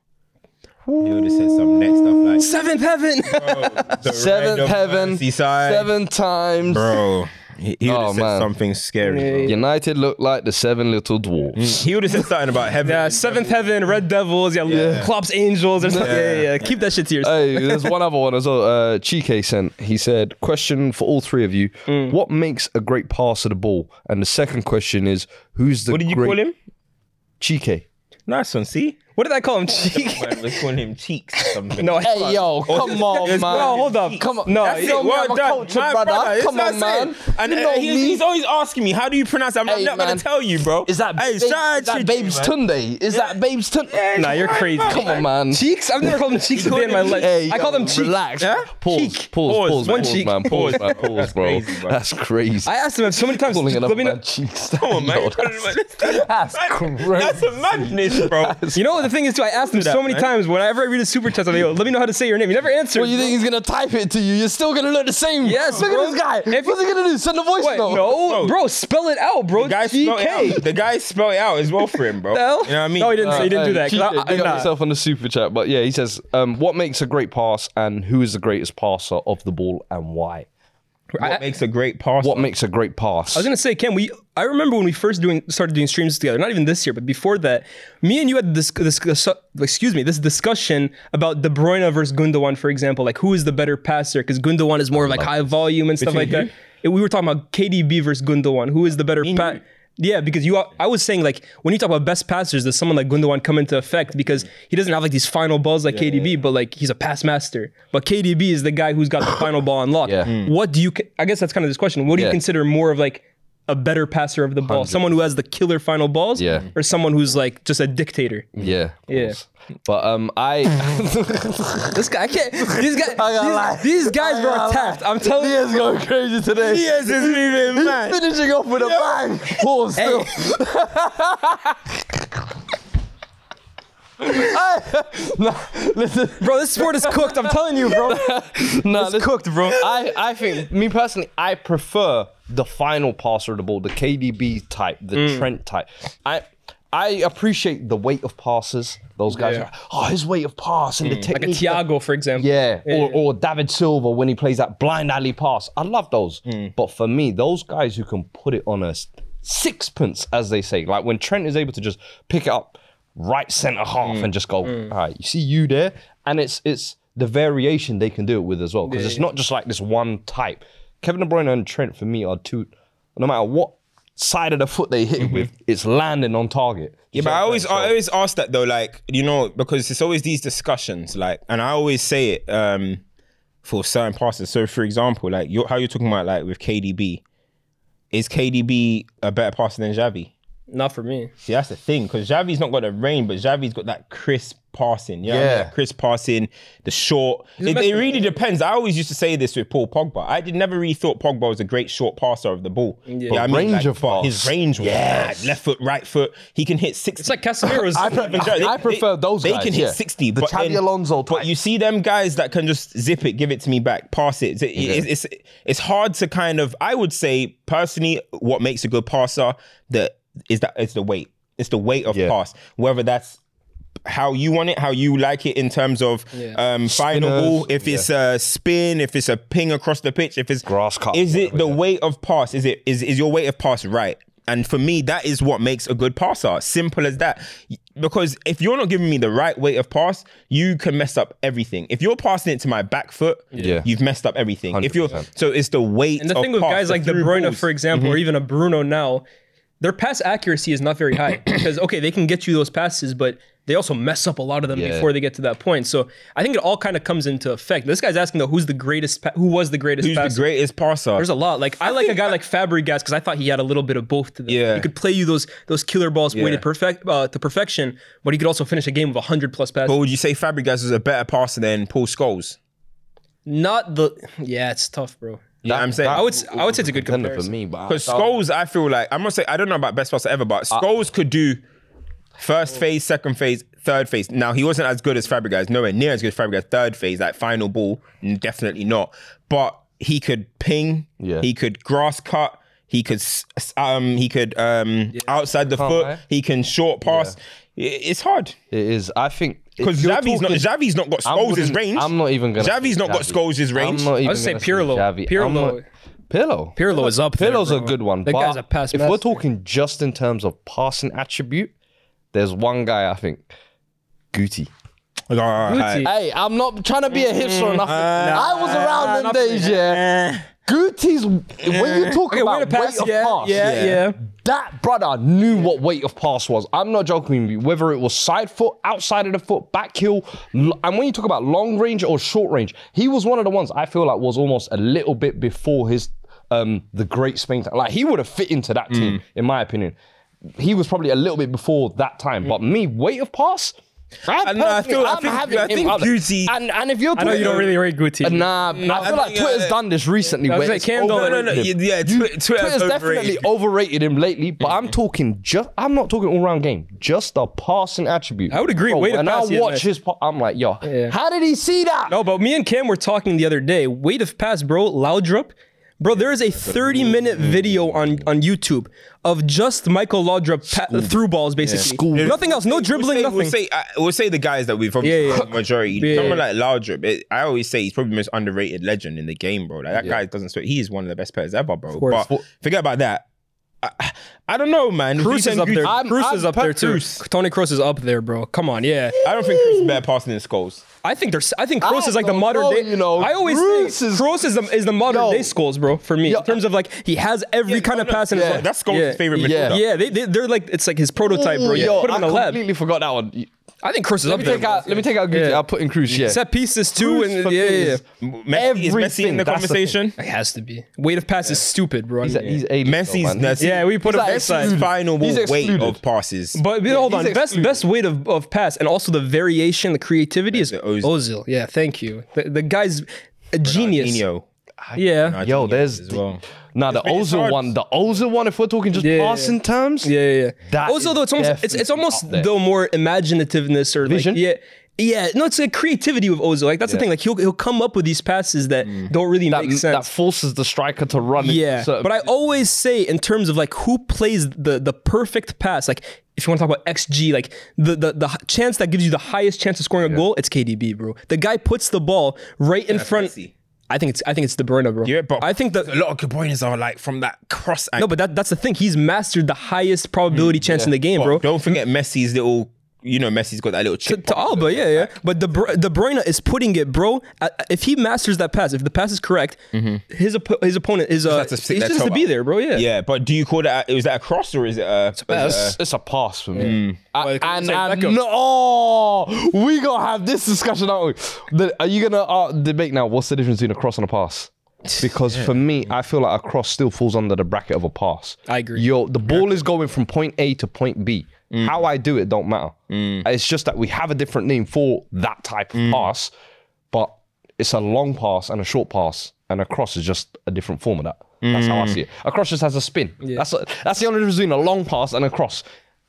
Speaker 2: He would have said some next stuff
Speaker 4: Seventh heaven.
Speaker 2: like the
Speaker 1: Seventh
Speaker 2: Red of
Speaker 1: heaven,
Speaker 2: Merseyside.
Speaker 1: seven times.
Speaker 2: bro. He, he would have
Speaker 1: Oh,
Speaker 2: said
Speaker 1: man.
Speaker 2: something scary. bro.
Speaker 1: United look like the seven little dwarfs.
Speaker 2: He would have said something about heaven.
Speaker 4: yeah, seventh heaven. Red Devils. Yeah, Klopp's Angels. Or something. Yeah. yeah, yeah. Keep that shit to yourself.
Speaker 1: hey, there's one other one as well. Uh, Chike sent. He said, "Question for all three of you:
Speaker 2: Mm.
Speaker 1: What makes a great passer of the ball?" And the second question is, "Who's the
Speaker 2: What did
Speaker 1: Uh,
Speaker 2: you
Speaker 1: great
Speaker 2: call him?
Speaker 1: Chike?"
Speaker 2: Nice one. See,
Speaker 4: what did I call him? Cheek.
Speaker 2: man was calling him cheeks. Or something.
Speaker 4: no,
Speaker 7: Hey, yo, come
Speaker 2: Oh,
Speaker 7: on, man.
Speaker 4: No, hold up.
Speaker 7: Come on.
Speaker 4: No,
Speaker 7: That's
Speaker 4: you
Speaker 7: it.
Speaker 4: don't
Speaker 7: Well
Speaker 4: have a
Speaker 7: done.
Speaker 4: culture,
Speaker 7: My
Speaker 4: brother.
Speaker 7: brother.
Speaker 2: It's
Speaker 7: Come
Speaker 2: not
Speaker 7: on, man.
Speaker 2: said. And
Speaker 7: You
Speaker 2: uh,
Speaker 7: know
Speaker 2: he-
Speaker 7: me.
Speaker 2: he's always asking me, "How do you pronounce that?" I'm
Speaker 7: Hey,
Speaker 2: not
Speaker 7: man.
Speaker 2: gonna tell you, bro.
Speaker 7: Is that,
Speaker 2: Hey,
Speaker 7: babe,
Speaker 2: try
Speaker 7: is
Speaker 2: and
Speaker 7: that
Speaker 2: cheat
Speaker 7: Babes
Speaker 2: you, man.
Speaker 7: Tunde? Is that Babes Tunde?
Speaker 4: Nah, you're crazy.
Speaker 7: Come on, man.
Speaker 4: Cheeks? I've never called him cheeks a day in my life.
Speaker 1: Hey,
Speaker 4: I call them
Speaker 1: yo,
Speaker 4: cheeks.
Speaker 1: Relax. Pause, pause,
Speaker 2: Pause.
Speaker 1: pause, pause,
Speaker 2: One
Speaker 4: cheek.
Speaker 1: man. Pause,
Speaker 2: Pause.
Speaker 1: man. Pause,
Speaker 2: That's
Speaker 1: bro.
Speaker 2: crazy, bro.
Speaker 1: That's crazy.
Speaker 4: I asked him so many times.
Speaker 1: Pulling
Speaker 4: Let
Speaker 1: another
Speaker 4: me know-
Speaker 1: man's cheeks.
Speaker 2: Come on, man.
Speaker 1: Yo,
Speaker 7: That's
Speaker 2: That's
Speaker 7: crazy.
Speaker 2: a madness, bro.
Speaker 4: You know the thing is too. I asked him so
Speaker 2: that,
Speaker 4: many
Speaker 2: man.
Speaker 4: times. Whenever I read a super chat, I'm like, "Yo, let me know how to say your name. You never answered.
Speaker 7: What you think he's gonna type it to you? You're still gonna look the same.
Speaker 4: Yes,
Speaker 7: Look
Speaker 4: bro.
Speaker 7: at this guy.
Speaker 4: If-
Speaker 7: What's he gonna do? Send a voice
Speaker 4: Wait,
Speaker 7: note.
Speaker 4: no, bro, spell it out, bro.
Speaker 2: The guy spelled it out. The guy spelled it out as well for him, bro.
Speaker 4: The hell?
Speaker 2: You know what I mean?
Speaker 4: No, he didn't.
Speaker 2: Uh,
Speaker 4: he didn't do that. 'cause
Speaker 1: He
Speaker 4: I- I-
Speaker 1: got
Speaker 4: nah.
Speaker 1: himself on the super chat, but yeah, he says, um, "What makes a great pass, and who is the greatest passer of the ball, and why?
Speaker 2: What makes a great pass?
Speaker 1: What makes a great pass?"
Speaker 4: I was gonna say, Ken, we I remember when we first doing started doing streams together. Not even this year, but before that, me and you had this, this excuse me this discussion about De Bruyne versus Gundogan, for example. Like who is the better passer? Because Gundogan is more like high volume and stuff like that. And we were talking about KDB versus Gundogan. Who is the better pa- yeah, because you, are, I was saying like when you talk about best passers, does someone like Gundogan come into effect because he doesn't have like these final balls like KDB, but like he's a pass master. But KDB is the guy who's got the final ball on lock.
Speaker 1: Yeah. Mm.
Speaker 4: What do you? c- I guess that's kind of this question. What do you
Speaker 1: Yeah.
Speaker 4: consider more of like a better passer of the ball, someone who has the killer final balls,
Speaker 1: Yeah. Hmm.
Speaker 4: or someone who's like just a dictator?
Speaker 1: yeah, of
Speaker 4: Yeah.
Speaker 1: course. But um, I
Speaker 4: This guy, I can't. These guys,
Speaker 7: lie.
Speaker 4: these, these guys
Speaker 7: I gotta
Speaker 4: were tapped. I'm telling you.
Speaker 7: Diaz going crazy today.
Speaker 2: Yes, it's leaving, man.
Speaker 7: Finishing off with a bang. Pause. Still.
Speaker 4: Bro, this sport is cooked. I'm telling you, bro.
Speaker 1: no, this-
Speaker 4: cooked, bro.
Speaker 1: I, I think me personally, I prefer the final passer of the ball, the KDB type, the
Speaker 4: Mm.
Speaker 1: Trent type. I I appreciate the weight of passes. Those guys, are, oh, his weight of pass and the
Speaker 4: Mm. Like a
Speaker 1: technique.
Speaker 4: Thiago, for example.
Speaker 1: yeah, or, or David Silva when he plays that blind alley pass. I love those.
Speaker 2: Hmm.
Speaker 1: But for me, those guys who can put it on a s- sixpence, as they say, like when Trent is able to just pick it up right centre
Speaker 2: Hmm.
Speaker 1: half and just go, all right, you see you there, and it's it's the variation they can do it with as well because it's not just like this one type. Kevin De Bruyne and Trent for me are two. No matter what side of the foot they hit it with, it's landing on target.
Speaker 2: Mm-hmm. Yeah, but I always, I always ask that though, like you know, because it's always these discussions, like, and I always say it um, for certain passes. So, for example, like you're, how you're talking about, like with KDB, is KDB a better passer than Xavi?
Speaker 4: Not for me.
Speaker 2: See, that's the thing because Xavi's not got the range, but Xavi's got that crisp passing. You know yeah,
Speaker 7: Yeah.
Speaker 2: that crisp passing, the short. It, it
Speaker 4: messing-
Speaker 2: really depends. I always used to say this with Paul Pogba. I did never really thought Pogba was a great short passer of the ball. Yeah, I
Speaker 7: range of
Speaker 2: but
Speaker 7: pass.
Speaker 2: His range was
Speaker 7: Yes.
Speaker 2: mad. left foot, right foot. He can hit six.
Speaker 4: It's like Casemiro's.
Speaker 7: I prefer, I, I prefer those
Speaker 2: They
Speaker 7: guys.
Speaker 2: can hit
Speaker 7: yeah.
Speaker 2: 60.
Speaker 7: The
Speaker 2: but
Speaker 7: Xabi
Speaker 2: then-
Speaker 7: Alonso.
Speaker 2: But
Speaker 7: type.
Speaker 2: you see them guys that can just zip it, give it to me back, pass it. It's, it's, it's, it's hard to kind of, I would say personally, what makes a good passer that is that it's the weight. It's the weight of
Speaker 7: Yeah.
Speaker 2: pass. Whether that's how you want it, how you like it in terms of um, final
Speaker 7: Spinners,
Speaker 2: ball, if it's a spin, if it's a ping across the pitch, if it's
Speaker 1: Grass cut,
Speaker 2: Is it
Speaker 1: whatever,
Speaker 2: the
Speaker 1: yeah.
Speaker 2: weight of pass? Is it is is your weight of pass right? And for me, that is what makes a good passer. Simple as that. Because if you're not giving me the right weight of pass, you can mess up everything. If you're passing it to my back foot,
Speaker 1: Yeah.
Speaker 2: you've messed up everything. If you're
Speaker 1: 100%.
Speaker 2: so it's the weight.
Speaker 4: And the
Speaker 2: of
Speaker 4: thing with
Speaker 2: pass,
Speaker 4: guys like De
Speaker 2: through
Speaker 4: Bruyne,
Speaker 2: balls.
Speaker 4: for example, or even a Bruno now, their pass accuracy is not very high because okay, they can get you those passes, but they also mess up a lot of them
Speaker 1: Yeah.
Speaker 4: before they get to that point. So I think it all kind of comes into effect. This guy's asking though, who's the greatest? Pa- who was the greatest?
Speaker 2: who's the
Speaker 4: passer?
Speaker 2: greatest passer?
Speaker 4: There's a lot. Like I, like a guy like Fabregas because I thought he had a little bit of both to them.
Speaker 2: Yeah.
Speaker 4: He could play you those those killer balls
Speaker 2: Yeah.
Speaker 4: weighted perfect uh, to perfection, but he could also finish a game with hundred plus passes.
Speaker 2: but would you say Fabregas is a better passer than Paul Scholes?
Speaker 4: Not the yeah, it's tough, bro.
Speaker 2: You know what I'm saying?
Speaker 4: I would s- I would say it's a good
Speaker 1: Contender
Speaker 4: comparison.
Speaker 1: for me, but
Speaker 2: Because Skulls, I feel like I'm gonna say I don't know about best passer ever, but
Speaker 1: Uh,
Speaker 2: Skulls could do first phase, second phase, third phase. Now he wasn't as good as Fabregas, nowhere near as good as Fabregas. Third phase, like final ball, n- definitely not. But he could ping,
Speaker 1: Yeah.
Speaker 2: he could grass cut, he could s- s- um, he could um, outside the foot,
Speaker 1: lie.
Speaker 2: he can short pass. I- It's hard
Speaker 1: it is. I think if
Speaker 2: because
Speaker 1: you're
Speaker 2: Xavi's not
Speaker 1: talking-
Speaker 2: Xavi's not got
Speaker 1: I
Speaker 2: Skulls'
Speaker 1: wouldn't-
Speaker 2: range.
Speaker 1: I'm not even gonna.
Speaker 2: Xavi's
Speaker 1: say
Speaker 2: not got
Speaker 1: Xavi.
Speaker 2: Skulls' range.
Speaker 1: I'm not even
Speaker 4: would say
Speaker 1: gonna
Speaker 4: Pirlo.
Speaker 1: Xavi.
Speaker 4: Pirlo.
Speaker 1: I'm not- Pirlo.
Speaker 4: Pirlo is up there,
Speaker 1: Pirlo's a
Speaker 4: bro.
Speaker 1: good one.
Speaker 4: That
Speaker 1: but
Speaker 4: guy's a pass
Speaker 1: If we're
Speaker 4: master.
Speaker 1: talking just in terms of passing attribute, there's one guy I think. Guti.
Speaker 2: Like, all right, all right.
Speaker 4: Guti.
Speaker 7: Hey, I'm not trying to be a hipster or nothing.
Speaker 2: Uh,
Speaker 7: I was around them days, yeah. Guti's when you talk about weight, of pass,
Speaker 4: yeah.
Speaker 7: that brother
Speaker 1: Knew what weight of pass was. I'm not joking with you. Whether it was side foot, outside of the foot, back heel, l- and when you talk about long range or short range, he was one of the ones I feel like was almost a little bit before his um the great Spain. time. Like he would have fit into
Speaker 2: Mm.
Speaker 1: that team, in my opinion. He was probably a little bit before that time. But me, weight of pass. I,
Speaker 2: I know, I feel- I
Speaker 1: am
Speaker 2: think-
Speaker 1: having
Speaker 2: I
Speaker 1: him
Speaker 2: think
Speaker 1: up there.
Speaker 2: Guti-
Speaker 1: and and if you're
Speaker 4: I know you don't really rate
Speaker 2: Uh,
Speaker 4: Guti.
Speaker 1: Nah, I feel
Speaker 2: Mm. I
Speaker 1: like
Speaker 2: think,
Speaker 1: Twitter's
Speaker 2: uh,
Speaker 1: done this recently.
Speaker 4: was
Speaker 1: where
Speaker 4: like,
Speaker 1: it's
Speaker 4: Cam don't-
Speaker 2: oh, No, no,
Speaker 1: overrated
Speaker 2: no.
Speaker 1: him.
Speaker 2: Yeah, yeah, Twi- Twitter's
Speaker 1: Twitter's
Speaker 2: overrated.
Speaker 1: definitely overrated him lately, but I'm talking just I'm not talking all round game, just the passing attribute.
Speaker 4: I would agree, way to
Speaker 1: and I
Speaker 4: pass, yeah,
Speaker 1: watch
Speaker 4: nice.
Speaker 1: his pa- I'm like, yo, how did he see that?
Speaker 4: No, but me and Cam were talking the other day. Weight of pass, bro. Laudrup. Bro, there is a 30 minute video on, on YouTube of just Michael Laudrup pa- through balls, basically. Nothing else, no
Speaker 2: we'll say,
Speaker 4: dribbling, nothing.
Speaker 2: We'll say, uh, we'll say the guys that we've obviously
Speaker 4: Yeah,
Speaker 2: the
Speaker 4: yeah.
Speaker 2: majority.
Speaker 4: Yeah,
Speaker 2: Someone
Speaker 4: yeah.
Speaker 2: like Laudrup, it, I always say he's probably the most underrated legend in the game, bro. Like that guy doesn't sweat. He is one of the best players ever, bro.
Speaker 4: course.
Speaker 2: But forget about that. I, I don't know, man. If you
Speaker 4: Cruz is
Speaker 2: send
Speaker 4: up there.
Speaker 2: Cruz-
Speaker 4: Cruz is up there too.
Speaker 2: Cruz.
Speaker 4: Tony Cruz is up there, bro. Come on, yeah.
Speaker 2: I don't think Cruz is better passing than Skulls.
Speaker 4: I think there's. I think Kroos
Speaker 1: I
Speaker 4: is like the
Speaker 1: don't
Speaker 4: modern
Speaker 1: know,
Speaker 4: day.
Speaker 1: you know.
Speaker 4: I always
Speaker 1: Kroos
Speaker 4: think
Speaker 1: is-
Speaker 4: Kroos is the is the modern
Speaker 1: Yo.
Speaker 4: day Scholes, bro. For me,
Speaker 1: Yo.
Speaker 4: in terms of like he has every kind of pass in his
Speaker 1: yeah.
Speaker 4: life.
Speaker 2: That's Scholes' favorite
Speaker 4: Yeah,
Speaker 2: midfielder.
Speaker 4: yeah. They, they they're like it's like his prototype, bro.
Speaker 1: Ooh,
Speaker 4: You
Speaker 1: Mm, yo,
Speaker 4: put him
Speaker 1: I
Speaker 4: in the lab.
Speaker 1: completely forgot that one.
Speaker 4: I think Kroos is
Speaker 1: Let
Speaker 4: up
Speaker 1: me
Speaker 4: there.
Speaker 1: take out let me take out Gucci.
Speaker 4: Yeah.
Speaker 1: I'll put in Cruz, yeah.
Speaker 4: set pieces too,
Speaker 1: Cruz
Speaker 4: and
Speaker 1: for
Speaker 4: yeah,
Speaker 1: me
Speaker 4: yeah.
Speaker 1: is-
Speaker 2: Messi, is Messi in
Speaker 1: Everything,
Speaker 2: the
Speaker 1: that's the thing.
Speaker 2: conversation?
Speaker 4: It has to be. Weight of pass is stupid, bro.
Speaker 1: He's, he's alien, though,
Speaker 2: Messi's
Speaker 1: man.
Speaker 2: Messi.
Speaker 4: yeah, we put him
Speaker 2: Messi's
Speaker 4: outside.
Speaker 2: final
Speaker 1: He's
Speaker 2: weight
Speaker 1: excluded.
Speaker 2: of passes.
Speaker 4: But you know, hold on,
Speaker 1: he's
Speaker 4: best
Speaker 1: excluded.
Speaker 4: best weight of, of pass and also the variation, the creativity is
Speaker 2: the Ozil.
Speaker 4: Ozil. Yeah, thank you. The, the guy's a genius.
Speaker 2: Ronaldinho.
Speaker 4: Yeah.
Speaker 1: Yo,
Speaker 2: Ronaldinho
Speaker 1: there's
Speaker 2: as
Speaker 1: the-
Speaker 2: well.
Speaker 1: Nah, the
Speaker 2: been- it's
Speaker 1: Ozil
Speaker 2: hard.
Speaker 1: one, the Ozil one. If we're talking just
Speaker 4: Yeah, yeah,
Speaker 1: passing terms,
Speaker 4: Yeah, yeah. yeah.
Speaker 1: That
Speaker 4: Also,
Speaker 1: is
Speaker 4: though, it's almost it's, it's
Speaker 1: definitely
Speaker 4: almost
Speaker 1: up there.
Speaker 4: though more imaginativeness or
Speaker 1: Vision?
Speaker 4: like yeah. Yeah, no, it's like creativity with Ozil. Like that's the thing. Like he'll he'll come up with these passes that don't really
Speaker 1: Mm. that,
Speaker 4: make
Speaker 1: that
Speaker 4: sense.
Speaker 1: forces the striker to run. in
Speaker 4: yeah,
Speaker 1: certain-
Speaker 4: but I always say in terms of like who plays the the perfect pass. Like if you want to talk about xG, like the the, the h- chance that gives you the highest chance of scoring a goal, it's KDB, bro. The guy puts the ball right in front.
Speaker 2: Messi.
Speaker 4: I think it's I think it's De Bruyne, bro.
Speaker 2: Yeah, but
Speaker 4: I think that
Speaker 2: a lot of De Bruyne's are like from that cross angle.
Speaker 4: no, but that that's the thing. He's mastered the highest
Speaker 1: Mm,
Speaker 4: probability chance in the game, bro.
Speaker 2: But Don't forget Messi's little. You know, Messi's got that little
Speaker 4: to,
Speaker 2: chip.
Speaker 4: to Alba, yeah, yeah. But De, Bru- De Bruyne is putting it, bro. Uh, If he masters that pass, if the pass is correct,
Speaker 2: Mm-hmm.
Speaker 4: his op- his opponent is uh,
Speaker 2: has to
Speaker 4: he's
Speaker 2: stick their
Speaker 4: just
Speaker 2: toe
Speaker 4: to be
Speaker 2: out.
Speaker 4: there, bro. Yeah.
Speaker 2: Yeah, but do you call that? Is that a cross or is it a? It's
Speaker 1: It's, it's a pass for me. I-
Speaker 4: Well, it's
Speaker 1: and
Speaker 4: like
Speaker 1: and
Speaker 4: Beckham.
Speaker 1: no, oh, we gonna have this discussion, aren't we? The- are you gonna uh, debate now? What's the difference between a cross and a pass? because for me, I feel like a cross still falls under the bracket of a pass. I agree. Yo, the ball is going from point A to point B.
Speaker 2: Mm.
Speaker 1: How I do it don't matter. It's just that we have a different name for that type
Speaker 2: Mm.
Speaker 1: of pass, but it's a long pass and a short pass, and a cross is just a different form of that. That's how I
Speaker 2: Mm.
Speaker 1: see it. A cross just has a spin. That's that's the only difference between a long pass and a cross.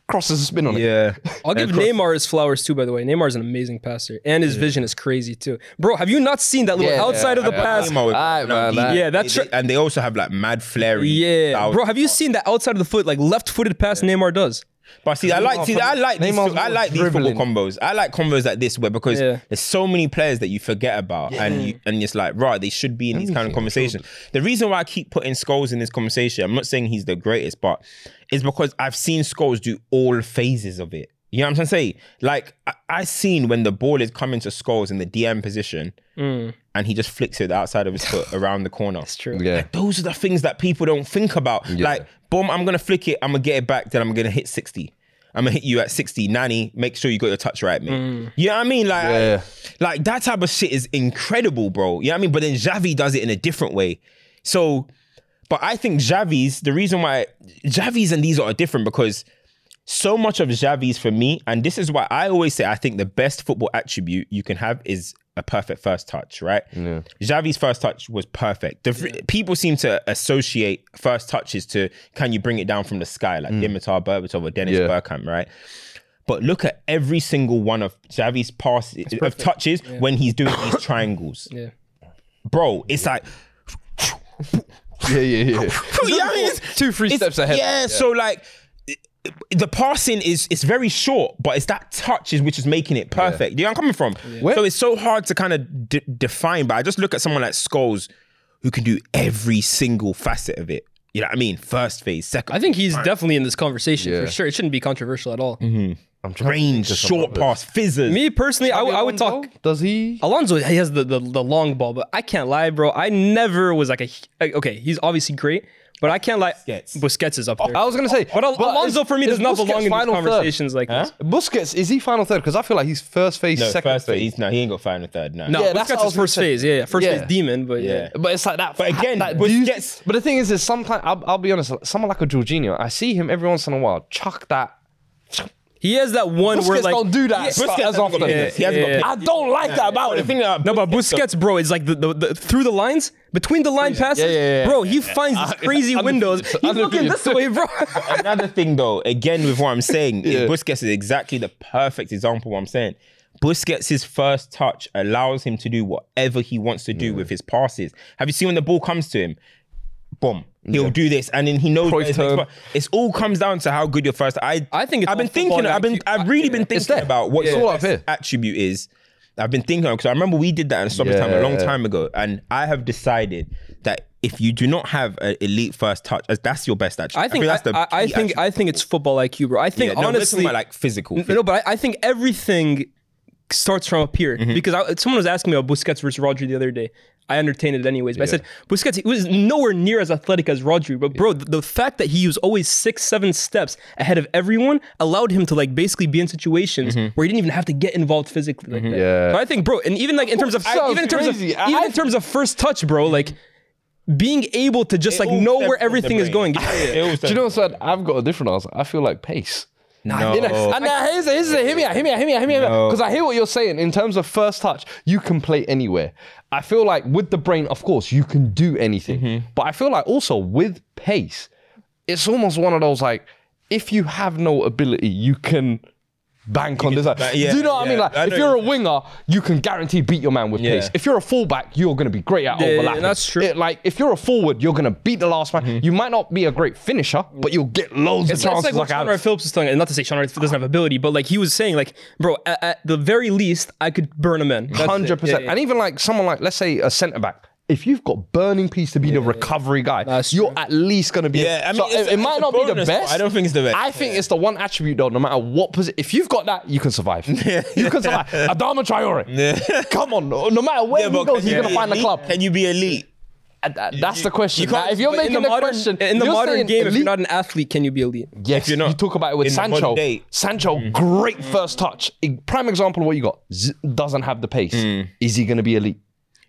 Speaker 1: Cross has a spin on it.
Speaker 2: Yeah.
Speaker 4: I'll give
Speaker 2: cross-
Speaker 4: Neymar his flowers too, by the way. Neymar's an amazing passer, and his vision is crazy too. Bro, have you not seen that little outside of the pass?
Speaker 2: Neymar with-
Speaker 1: Aight, man,
Speaker 2: he-
Speaker 1: that-
Speaker 4: Yeah, that's
Speaker 2: they-
Speaker 4: right.
Speaker 2: And they also have like mad flary.
Speaker 4: Yeah,
Speaker 2: styles.
Speaker 4: bro, have you seen that outside of the foot, like left-footed pass Neymar does?
Speaker 2: But see, I like see, I like these,
Speaker 1: Neymar's
Speaker 2: I like these football
Speaker 1: dribbling.
Speaker 2: combos. I like combos like this where because
Speaker 4: Yeah.
Speaker 2: there's so many players that you forget about and you, and it's like right, they should be in these kind of conversations. The reason why I keep putting Scholes in this conversation, I'm not saying he's the greatest, but is because I've seen Scholes do all phases of it. You know what I'm saying? Like I, I seen when the ball is coming to Scholes in the DM position. And he just flicks it outside of his foot around the corner. That's true.
Speaker 1: Yeah.
Speaker 2: Like, those are the things that people don't think about. Like, boom, I'm gonna flick it, I'm gonna get it back, then I'm gonna hit 60. I'm gonna hit you at 60. Nanny, make sure you got your touch right, mate. You know what I mean? Like,
Speaker 1: Yeah.
Speaker 2: like that type of shit is incredible, bro. You know what I mean? But then Xavi does it in a different way. So, but I think Xavi's, the reason why Xavi's and these are different because so much of Xavi's for me, and this is why I always say I think the best football attribute you can have is a perfect first touch, right? Xavi's first touch was perfect. The, fr- People seem to associate first touches to can you bring it down from the sky, like Dimitar Berbatov or Dennis
Speaker 1: Mm. Yeah.
Speaker 2: Bergkamp, right? But look at every single one of Xavi's passes of touches when he's doing these triangles.
Speaker 4: Yeah.
Speaker 2: Bro, it's like
Speaker 1: Yeah, yeah, yeah.
Speaker 2: yeah, I mean, it's-
Speaker 1: Two, three
Speaker 2: it's-
Speaker 1: steps ahead.
Speaker 2: Yeah, so like it- it- the passing is it's very short, but it's that touch is which is making it perfect. You know where I'm coming from. So it's so hard to kind of d- define. But I just look at someone like Scholes, who can do every single facet of it. You know what I mean? First phase, second.
Speaker 4: I think he's definitely in this conversation for sure. It shouldn't be controversial at all.
Speaker 2: Mm-hmm. range, short pass, fizzers.
Speaker 4: Me personally, I, w- I would
Speaker 1: Alonso?
Speaker 4: talk.
Speaker 1: Does he?
Speaker 4: Alonso, he has the, the the long ball, but I can't lie, bro. I never was like a like, okay. He's obviously great, but I can't lie.
Speaker 2: Busquets.
Speaker 4: Busquets is up there.
Speaker 1: Oh, I was gonna say,
Speaker 4: but, Al-
Speaker 1: but
Speaker 4: Alonso
Speaker 1: is-
Speaker 4: for me
Speaker 1: is
Speaker 4: does not
Speaker 1: Busquets
Speaker 4: belong in these
Speaker 1: final third?
Speaker 4: conversations like this.
Speaker 1: Busquets is he final third? Because I feel like he's first phase,
Speaker 2: no,
Speaker 1: second
Speaker 2: first phase.
Speaker 1: phase.
Speaker 2: No, he ain't got final third. No.
Speaker 4: No,
Speaker 1: Yeah, that's what
Speaker 4: Busquets
Speaker 1: I
Speaker 4: is
Speaker 1: was
Speaker 4: first
Speaker 1: gonna say.
Speaker 4: phase. Yeah, yeah. first
Speaker 1: Yeah.
Speaker 4: phase demon, but yeah.
Speaker 2: Yeah.
Speaker 1: But it's like that.
Speaker 2: But again,
Speaker 1: that
Speaker 2: Busquets-
Speaker 1: youth- But the thing is, is sometimes I'll, I'll be honest. Someone like a Jorginho, I see him every once in a while chuck that.
Speaker 4: He has that one where
Speaker 1: Busquets
Speaker 4: like
Speaker 1: don't do that
Speaker 2: Busquets
Speaker 1: as
Speaker 2: hasn't got
Speaker 1: often.
Speaker 2: pace. He hasn't got
Speaker 4: yeah.
Speaker 2: pace.
Speaker 1: I don't like that about
Speaker 2: The
Speaker 1: him.
Speaker 2: thing about
Speaker 4: No, but
Speaker 2: Busquets, though,
Speaker 4: Busquets, bro, is like the, the, the through the lines between the line passes,
Speaker 1: yeah, yeah, yeah.
Speaker 4: bro. He finds these crazy windows. He's looking
Speaker 1: undefeated.
Speaker 4: this way, bro.
Speaker 2: Another thing, though, again with what I'm saying, is
Speaker 1: Yeah.
Speaker 2: Busquets is exactly the perfect example. of What I'm saying, Busquets' first touch allows him to do whatever he wants to do with his passes. Have you seen when the ball comes to him? Boom. He'll do this, and then he knows. where his next
Speaker 1: turn.
Speaker 2: pa- It's all comes down to how good your first. I
Speaker 4: I think it's
Speaker 2: I've been
Speaker 4: all football
Speaker 2: thinking. I've been.
Speaker 4: IQ.
Speaker 2: I've really been thinking
Speaker 1: there.
Speaker 2: about what
Speaker 1: It's
Speaker 2: your
Speaker 1: all up
Speaker 2: best
Speaker 1: here.
Speaker 2: attribute is. I've been thinking because I remember we did that in Summertime time a long time ago, and I have decided that if you do not have an elite first touch, that's your best attribute.
Speaker 4: I think I, I, I
Speaker 2: key
Speaker 4: think I think it's football IQ, bro. I think
Speaker 2: yeah, no, we're talking
Speaker 4: honestly,
Speaker 2: about, like physical.
Speaker 4: No, but I, I think everything starts from up here because I, someone was asking me about Busquets versus Rodri the other day. I entertained it anyways, but I said Busquets he was nowhere near as athletic as Rodri. But bro, the, the fact that he was always six, seven steps ahead of everyone allowed him to like basically be in situations where he didn't even have to get involved physically. Like that.
Speaker 1: Yeah.
Speaker 4: So I think, bro, and even like in terms of
Speaker 1: Sounds
Speaker 4: even in terms
Speaker 1: crazy.
Speaker 4: of even
Speaker 1: I-
Speaker 4: in terms of first touch, bro, like being able to just like
Speaker 2: all
Speaker 4: know
Speaker 2: stems from
Speaker 4: where
Speaker 2: the
Speaker 4: everything is
Speaker 2: brain.
Speaker 4: going. Yeah, yeah.
Speaker 2: It was
Speaker 1: Do you know what's sad? I've got a different answer. I feel like pace.
Speaker 2: No.
Speaker 1: You know, and now here's, here's the, hear me out, hear me out, hear me out, hear me out. Because I hear what you're saying in terms of first touch, you can play anywhere. I feel like with the brain, of course, you can do anything.
Speaker 2: Mm-hmm.
Speaker 1: But I feel like also with pace, it's almost one of those like, if you have no ability, you can bank on this. Like,
Speaker 2: like, yeah,
Speaker 1: do you know what I mean?
Speaker 2: yeah.
Speaker 1: Like,
Speaker 2: I
Speaker 1: if
Speaker 2: know
Speaker 1: you're a
Speaker 2: you-
Speaker 1: winger, you can guarantee beat your man with
Speaker 2: Yeah.
Speaker 1: pace. If you're a fullback, you're going to be great at
Speaker 4: yeah,
Speaker 1: overlapping.
Speaker 4: that's true.
Speaker 1: It- like, if you're a forward, you're going to beat the last man.
Speaker 2: Mm-hmm.
Speaker 1: You might not be a great finisher, but you'll get loads
Speaker 4: It's
Speaker 1: of
Speaker 4: like,
Speaker 1: chances.
Speaker 4: it's like what
Speaker 1: I-
Speaker 4: Sean Ryan Phillips was telling, and not to say Sean Ryan doesn't have ability, but like he was saying, like, bro, at, at the very least, I could burn him in. That's it.
Speaker 1: hundred percent.
Speaker 4: Yeah, yeah.
Speaker 1: And even like someone like let's say a centre back. If you've got burning piece to be the recovery guy, you're at least going to be.
Speaker 2: Yeah, I mean,
Speaker 1: so
Speaker 2: it's-
Speaker 1: it, it might
Speaker 2: it's a
Speaker 1: not be the
Speaker 2: bonus, but
Speaker 1: best.
Speaker 2: I don't think it's the best.
Speaker 1: I think it's the one attribute though. No matter what position, if you've got that, you can survive. you can survive. Adama Traore, come on! No no matter where he goes, he's
Speaker 2: you
Speaker 1: going
Speaker 2: be
Speaker 1: to find the
Speaker 2: elite?
Speaker 1: club.
Speaker 2: Can you be elite?
Speaker 1: And that- That's the question.
Speaker 2: you can't-
Speaker 1: Now, if you're
Speaker 2: but in
Speaker 1: making
Speaker 4: in the
Speaker 1: the
Speaker 4: modern,
Speaker 1: question,
Speaker 4: in the
Speaker 1: you're
Speaker 4: modern
Speaker 1: saying
Speaker 4: game, if you're
Speaker 1: elite-
Speaker 4: not an athlete, can you be elite?
Speaker 1: Yes,
Speaker 2: you're not
Speaker 1: you talk about it with
Speaker 2: in the modern
Speaker 1: Sancho.
Speaker 2: day. Mm.
Speaker 1: Sancho, great
Speaker 2: Mm.
Speaker 1: first touch. A Prime example of what you got. Z- doesn't have the pace. Is he going to be elite?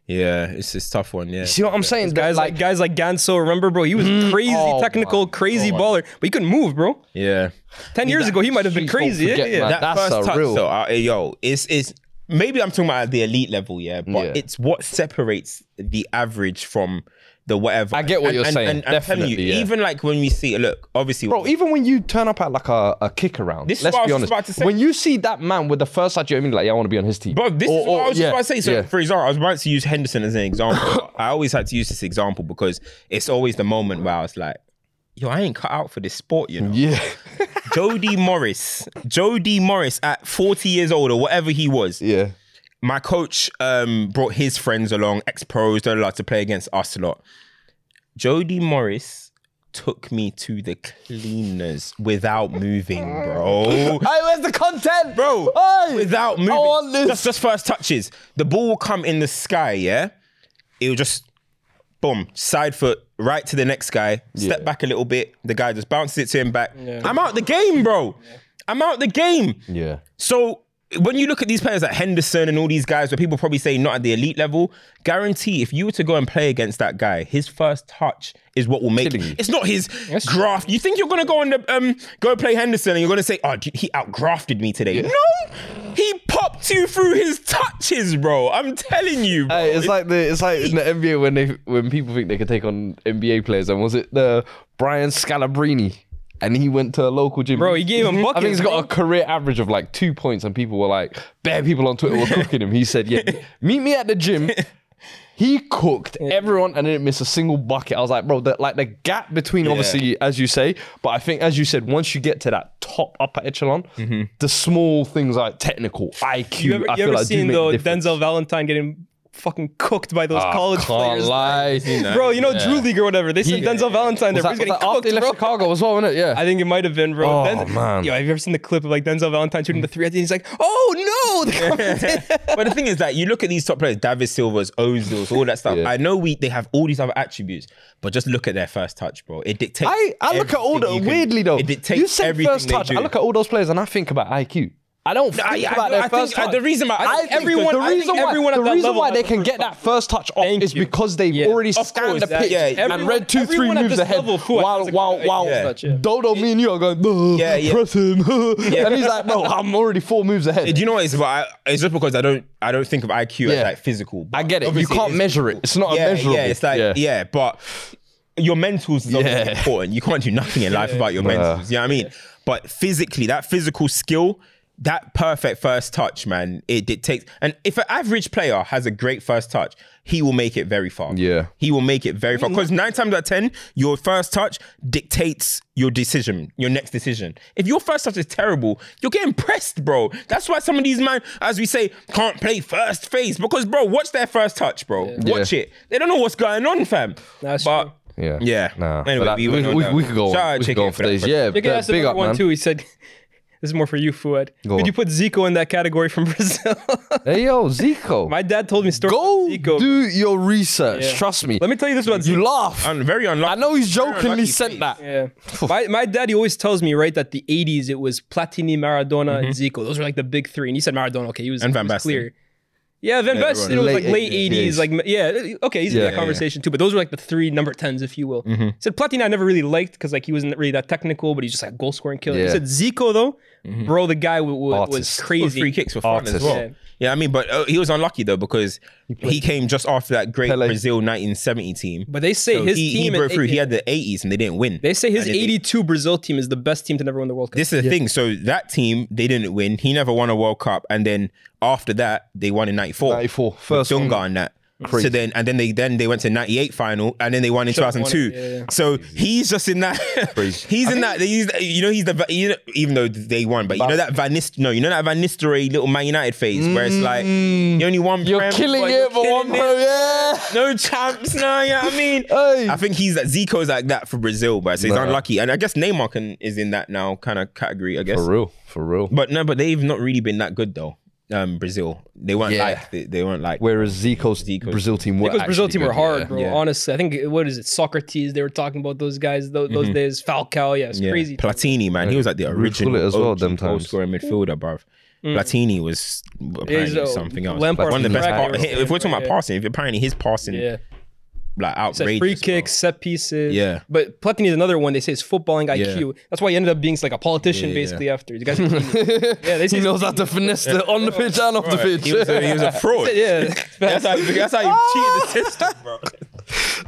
Speaker 2: Yeah, it's it's tough one. Yeah.
Speaker 1: See what I'm saying?
Speaker 4: Guys like, guys like Ganso, remember, bro, he was crazy
Speaker 1: Oh,
Speaker 4: technical,
Speaker 1: my
Speaker 4: crazy
Speaker 1: God.
Speaker 4: baller, but he couldn't move, bro.
Speaker 2: Yeah.
Speaker 4: Ten years ago, he might have been
Speaker 1: Jeez, don't
Speaker 4: crazy. Yeah,
Speaker 1: forget,
Speaker 4: yeah.
Speaker 1: man.
Speaker 2: That
Speaker 1: That's
Speaker 2: first
Speaker 1: a
Speaker 2: touch,
Speaker 1: real-
Speaker 2: though, uh, yo, it's it's maybe I'm talking about at the elite level, yeah, but
Speaker 1: Yeah.
Speaker 2: it's what separates the average from the whatever.
Speaker 1: I get what
Speaker 2: And-
Speaker 1: you're
Speaker 2: and-
Speaker 1: saying,
Speaker 2: And, I'm telling you,
Speaker 1: definitely, yeah.
Speaker 2: even like when we see, look, obviously,
Speaker 1: Bro, even when you turn up at like a, a kick around,
Speaker 2: This is
Speaker 1: let's
Speaker 2: what I
Speaker 1: be
Speaker 2: was just
Speaker 1: honest.
Speaker 2: about to say.
Speaker 1: When you see that man with the first touch, you know what I mean like, yeah, I want to be on his team.
Speaker 2: But this
Speaker 1: Or-
Speaker 2: is what
Speaker 1: or-
Speaker 2: I was
Speaker 1: yeah,
Speaker 2: just about to say. So,
Speaker 1: yeah.
Speaker 2: for example, I was about to use Henderson as an example. I always had to use this example because it's always the moment where I was like, yo, I ain't cut out for this sport, you know?
Speaker 1: yeah.
Speaker 2: Jody Morris, Jody Morris at 40 years old or whatever he was,
Speaker 1: Yeah.
Speaker 2: my coach um, brought his friends along, ex pros, they're allowed to play against us a lot. Jody Morris took me to the cleaners without moving, bro.
Speaker 1: Hey, where's the content,
Speaker 2: bro,
Speaker 1: Hey,
Speaker 2: without moving.
Speaker 1: I want this.
Speaker 2: That's just first touches. The ball will come in the sky, yeah? It'll just boom, side foot, right to the next guy, step back a little bit. The guy just bounces it to him back. I'm out the game, bro. I'm out the game.
Speaker 1: Yeah.
Speaker 2: So when you look at these players like Henderson and all these guys, where people probably say not at the elite level, guarantee if you were to go and play against that guy, his first touch is what will make.
Speaker 1: Killing you.
Speaker 2: It's not his graft. You think you're gonna go on the um go play Henderson and you're gonna say, oh, d- he outgrafted me today? No, he popped you through his touches, bro. I'm telling you. Bro.
Speaker 1: Hey, it's like the it's like in the NBA when they when people think they can take on NBA players. And was it the Brian Scalabrine? And he went to a local gym.
Speaker 4: Bro, he gave him
Speaker 1: I think he's
Speaker 4: buckets,
Speaker 1: got a career average of like two points, and people were like, bare people on Twitter were cooking him. He said, "Yeah, meet me at the gym." He cooked everyone and didn't miss a single bucket. I was like, bro, the, like the gap between obviously, as you say, but I think as you said, once you get to that top upper echelon, the small things like technical IQ.
Speaker 4: Mm-hmm. You ever,
Speaker 1: I
Speaker 4: you
Speaker 1: feel
Speaker 4: ever
Speaker 1: like do
Speaker 4: seen
Speaker 1: make a
Speaker 4: though
Speaker 1: difference. Ah,
Speaker 4: Denzel Valentine getting fucking cooked by those college
Speaker 1: Can't
Speaker 4: players?
Speaker 1: lie.
Speaker 4: Bro, you know Drew League or whatever. They sent Denzel Valentine there.
Speaker 1: Was that,
Speaker 4: bro.
Speaker 1: was
Speaker 4: He's getting
Speaker 1: that after
Speaker 4: cooked,
Speaker 1: he left
Speaker 4: bro.
Speaker 1: Chicago as well, wasn't it? Yeah.
Speaker 4: I think it might have been, bro.
Speaker 1: Oh,
Speaker 4: Denz-
Speaker 1: man.
Speaker 4: Yo, have you ever seen the clip of like Denzel Valentine shooting the three at the end? He's like, oh no! The commentator-
Speaker 2: but the thing is that you look at these top players, David Silvers, Ozils, all that stuff. I know we they have all these other attributes, but just look at their first touch, bro. It dictates.
Speaker 1: I, I look at all the
Speaker 2: everything you can-
Speaker 1: weirdly though.
Speaker 2: It dictates
Speaker 1: you said
Speaker 2: everything
Speaker 1: first
Speaker 2: they
Speaker 1: touch. I
Speaker 2: do.
Speaker 1: look at all those players and I think about IQ. I don't think
Speaker 2: I- I-
Speaker 1: about
Speaker 2: I
Speaker 1: their
Speaker 2: think-
Speaker 1: first
Speaker 2: uh,
Speaker 1: touch.
Speaker 2: the reason why- I think everyone-
Speaker 1: the
Speaker 2: I think
Speaker 1: reason why,
Speaker 4: everyone at
Speaker 1: the
Speaker 4: that
Speaker 1: reason
Speaker 4: level
Speaker 1: why
Speaker 4: has
Speaker 1: they
Speaker 4: a
Speaker 1: can
Speaker 4: first
Speaker 1: get that first touch off
Speaker 4: Thank
Speaker 1: is
Speaker 4: you.
Speaker 1: because they've
Speaker 4: Yeah.
Speaker 1: already
Speaker 4: Of
Speaker 1: scanned
Speaker 4: course,
Speaker 1: the
Speaker 4: that-
Speaker 1: pitch
Speaker 2: yeah,
Speaker 1: and
Speaker 4: everyone-
Speaker 1: read two, three
Speaker 4: everyone at
Speaker 1: moves
Speaker 4: this
Speaker 1: ahead.
Speaker 4: level, Fuad
Speaker 1: While
Speaker 4: has a
Speaker 1: while
Speaker 4: great
Speaker 1: while
Speaker 4: touch, yeah.
Speaker 1: Dodo, me and you are going. "Ugh,
Speaker 2: Yeah, yeah.
Speaker 1: Press him. And he's like, no, I'm already four moves ahead.
Speaker 2: Do you know what it's about? I- It's just because I don't I don't think of IQ
Speaker 1: Yeah.
Speaker 2: as like physical. but
Speaker 1: I get it. You
Speaker 2: obviously
Speaker 1: can't
Speaker 2: is
Speaker 1: measure it.
Speaker 2: physical.
Speaker 1: It's not
Speaker 2: yeah,
Speaker 1: measurable.
Speaker 2: Yeah, it's like yeah, but your mentals is obviously
Speaker 1: Yeah.
Speaker 2: important. You can't do nothing in life without your mentals. You know what I mean? But physically, that physical skill, that perfect first touch, man, it dictates. And if an average player has a great first touch, he will make it very far.
Speaker 1: Yeah.
Speaker 2: He will make it very
Speaker 4: Mm.
Speaker 2: far. Because nine times out of 10, your first touch dictates your decision, your next decision. If your first touch is terrible, you're getting pressed, bro. That's why some of these men, as we say, can't play first phase. Because, bro, watch their first touch, bro. Watch
Speaker 1: Yeah.
Speaker 2: it. They don't know what's going on, fam.
Speaker 4: That's true.
Speaker 1: Yeah.
Speaker 2: Yeah.
Speaker 1: Nah.
Speaker 2: Anyway,
Speaker 1: but that-
Speaker 2: we
Speaker 1: we,
Speaker 2: went on
Speaker 1: we,
Speaker 2: that.
Speaker 1: we could go
Speaker 2: Shout
Speaker 1: on.
Speaker 2: out
Speaker 1: We could go
Speaker 2: Chicken
Speaker 1: on
Speaker 2: for
Speaker 1: for
Speaker 2: that
Speaker 1: days.
Speaker 2: question.
Speaker 1: Yeah.
Speaker 4: You can ask
Speaker 1: Big
Speaker 4: another
Speaker 1: up,
Speaker 4: one
Speaker 1: man.
Speaker 4: too. He said, "This is more for you, Fuad.
Speaker 1: Go
Speaker 4: Could
Speaker 1: on.
Speaker 4: you put Zico in that category from Brazil?"
Speaker 1: Hey, yo, Zico.
Speaker 4: My dad told me a story.
Speaker 1: Go
Speaker 4: about Zico.
Speaker 1: do your research.
Speaker 4: Yeah.
Speaker 1: Trust me.
Speaker 4: Let me tell you this about Zico.
Speaker 1: You laugh.
Speaker 2: Un- very unlucky.
Speaker 1: I know he's
Speaker 2: Very
Speaker 1: jokingly
Speaker 2: unlucky
Speaker 1: sent
Speaker 2: face.
Speaker 1: that.
Speaker 4: Yeah. my, my daddy always tells me, right, that the 80s, it was Platini, Maradona, and Zico. Those were like the big three. And he said Maradona, okay, he was,
Speaker 2: And Van
Speaker 4: he was
Speaker 2: Basten.
Speaker 4: clear. Yeah, Van Basten, it was
Speaker 1: Late
Speaker 4: like late
Speaker 1: 80s,
Speaker 4: 80s.
Speaker 1: yes.
Speaker 4: Like, yeah, okay, he's in
Speaker 1: Yeah,
Speaker 4: that
Speaker 1: yeah,
Speaker 4: conversation too. But those were like the three number 10s, if you will. He said Platini, I never really liked because like he wasn't really that technical, but he's just like goal scoring killer. He
Speaker 1: Yeah.
Speaker 4: said Zico, though, bro, the guy w- w- was
Speaker 1: Artist.
Speaker 2: Those
Speaker 4: crazy.
Speaker 2: Free kicks were fun as
Speaker 1: Artist.
Speaker 2: well.
Speaker 4: Yeah.
Speaker 2: Yeah. I mean, but uh, he was unlucky though because he came just after that great
Speaker 1: Pele.
Speaker 2: Brazil 1970 team.
Speaker 4: But they say
Speaker 2: So
Speaker 4: his
Speaker 2: he, he
Speaker 4: team.
Speaker 2: broke
Speaker 4: in-
Speaker 2: through. He had the 80s and they didn't win.
Speaker 4: they say his
Speaker 2: And they-
Speaker 4: 82 Brazil team is the best team to never win the World Cup.
Speaker 2: This is the thing. So that team they didn't win. He never won a World Cup, and then after that they won in '94.
Speaker 1: 94,
Speaker 2: With
Speaker 1: first one.
Speaker 2: Dunga and that. So then, and then they then they went to '98 final, and then they won in 2002. So he's just in that. he's in that. He's you know he's the you know, even though they won, but you know that Van Nist, no, you know that Van Nistelrooy little Man United phase where it's like you only one.
Speaker 1: Mm. You're
Speaker 2: Prem,
Speaker 1: killing
Speaker 2: but
Speaker 1: it,
Speaker 2: you're
Speaker 1: but one Uh,
Speaker 2: killing it.
Speaker 1: bro. Yeah.
Speaker 2: No champs, no, you know what I mean?
Speaker 1: Hey.
Speaker 2: I think he's like Zico's like that for Brazil, but so he's
Speaker 1: Nah.
Speaker 2: unlucky. And I guess Neymar can, is in that now kind of category, I guess.
Speaker 1: For real. For real.
Speaker 2: But no, but they've not really been that good though. Um, Brazil, they weren't
Speaker 1: Yeah.
Speaker 2: like they, they weren't like.
Speaker 1: Whereas Zico's
Speaker 2: Zico's-
Speaker 1: Brazil team were
Speaker 4: Because Brazil
Speaker 1: actually
Speaker 4: team were
Speaker 1: good,
Speaker 4: hard,
Speaker 1: yeah.
Speaker 4: bro.
Speaker 2: Yeah.
Speaker 4: Honestly, I think what is it? Socrates. They were talking about those guys tho-
Speaker 1: Mm-hmm.
Speaker 4: those days. Falcao, yeah, it's
Speaker 2: yeah.
Speaker 4: crazy.
Speaker 2: Platini, man, he was like the
Speaker 1: we would call
Speaker 2: original
Speaker 1: it as well
Speaker 2: OG
Speaker 1: them
Speaker 2: goal
Speaker 1: times.
Speaker 2: scoring midfielder, bruv. Platini was apparently
Speaker 4: Mm. uh,
Speaker 2: something else.
Speaker 4: Lampard's
Speaker 2: one of the best.
Speaker 4: crack
Speaker 2: pa-
Speaker 4: era.
Speaker 2: if we're talking about
Speaker 4: Yeah.
Speaker 2: passing, if apparently his passing
Speaker 4: Yeah.
Speaker 2: like
Speaker 4: Set
Speaker 2: outrageous.
Speaker 4: free
Speaker 2: bro.
Speaker 4: kicks, set pieces.
Speaker 2: Yeah.
Speaker 4: But Platini is another one. They say it's footballing IQ. That's why he ended up being like a politician
Speaker 2: Yeah, yeah.
Speaker 4: basically after. The guy's a genius. yeah, they say
Speaker 1: He knows how to finesse the on the pitch and off the pitch.
Speaker 2: He was a, he was a fraud.
Speaker 4: Yeah.
Speaker 2: That's how, you- that's how you cheated the system, bro.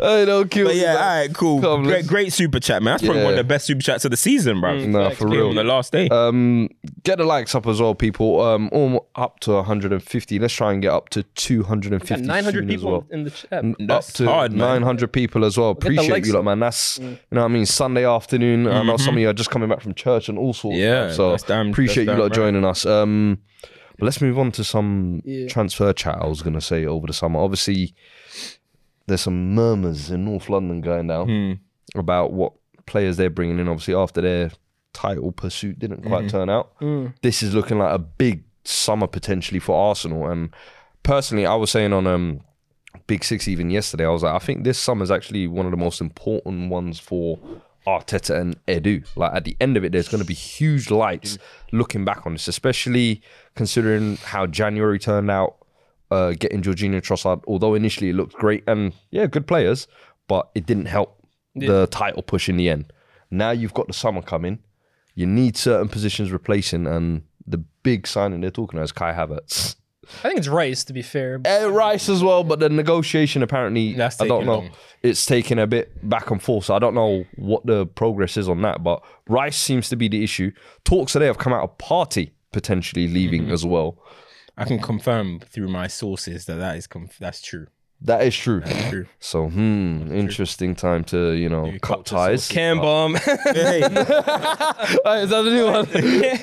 Speaker 1: I don't kill
Speaker 2: But
Speaker 1: you,
Speaker 2: yeah, all
Speaker 1: man.
Speaker 2: right, cool.
Speaker 1: Come,
Speaker 2: great,
Speaker 1: let's-
Speaker 2: great super chat, man. That's probably
Speaker 1: Yeah.
Speaker 2: one of the best super chats of the season, bro.
Speaker 4: Mm,
Speaker 1: Nah, for
Speaker 2: Came
Speaker 1: real.
Speaker 2: on the last day.
Speaker 4: Uh,
Speaker 1: Um, get the likes up as well, people. Um, almo- up to 150. Let's try and get up to 250
Speaker 4: Nine hundred
Speaker 1: soon as
Speaker 4: people
Speaker 1: well.
Speaker 4: in the chat.
Speaker 1: N-
Speaker 2: That's
Speaker 1: up to
Speaker 2: hard, man.
Speaker 1: 900 people as well.
Speaker 4: the
Speaker 1: Appreciate
Speaker 4: likes
Speaker 1: you, lot, man. That's you know what I mean. Sunday afternoon. I know some of you are just coming back from church and all sorts.
Speaker 2: Mm-hmm. Yeah,
Speaker 1: man. so
Speaker 2: that's damn-
Speaker 1: appreciate
Speaker 2: that's
Speaker 1: you lot
Speaker 2: damn right.
Speaker 1: joining us. Um, but let's move on to some transfer chat. I was gonna say over the summer. Obviously, there's some murmurs in North London going down
Speaker 2: Hmm.
Speaker 1: about what players they're bringing in. Obviously, after their title pursuit didn't quite
Speaker 2: Mm-hmm.
Speaker 1: turn out, this is looking like a big summer potentially for Arsenal. And personally, I was saying on um, Big Six even yesterday, I was like, I think this summer is actually one of the most important ones for Arteta and Edu. Like at the end of it, there's going to be huge lights looking back on this, especially considering how January turned out. Uh, getting Jorginho Trossard, although initially it looked great and yeah, good players, but it didn't help the title push in the end. Now you've got the summer coming, you need certain positions replacing, and the big signing they're talking about is Kai Havertz.
Speaker 4: I think it's Rice to be fair. but
Speaker 1: Uh, Rice as well, but the negotiation apparently
Speaker 2: That's
Speaker 1: I don't
Speaker 2: taking
Speaker 1: know.
Speaker 2: long.
Speaker 1: It's taking a bit back and forth, so I don't know what the progress is on that. But Rice seems to be the issue. Talks today have come out of party potentially leaving as well.
Speaker 2: I can confirm through my sources that that is conf- that's true.
Speaker 1: That is true.
Speaker 2: True.
Speaker 1: So, hmm, interesting time to you know cut ties.
Speaker 4: Cam bomb.
Speaker 1: uh, is that the new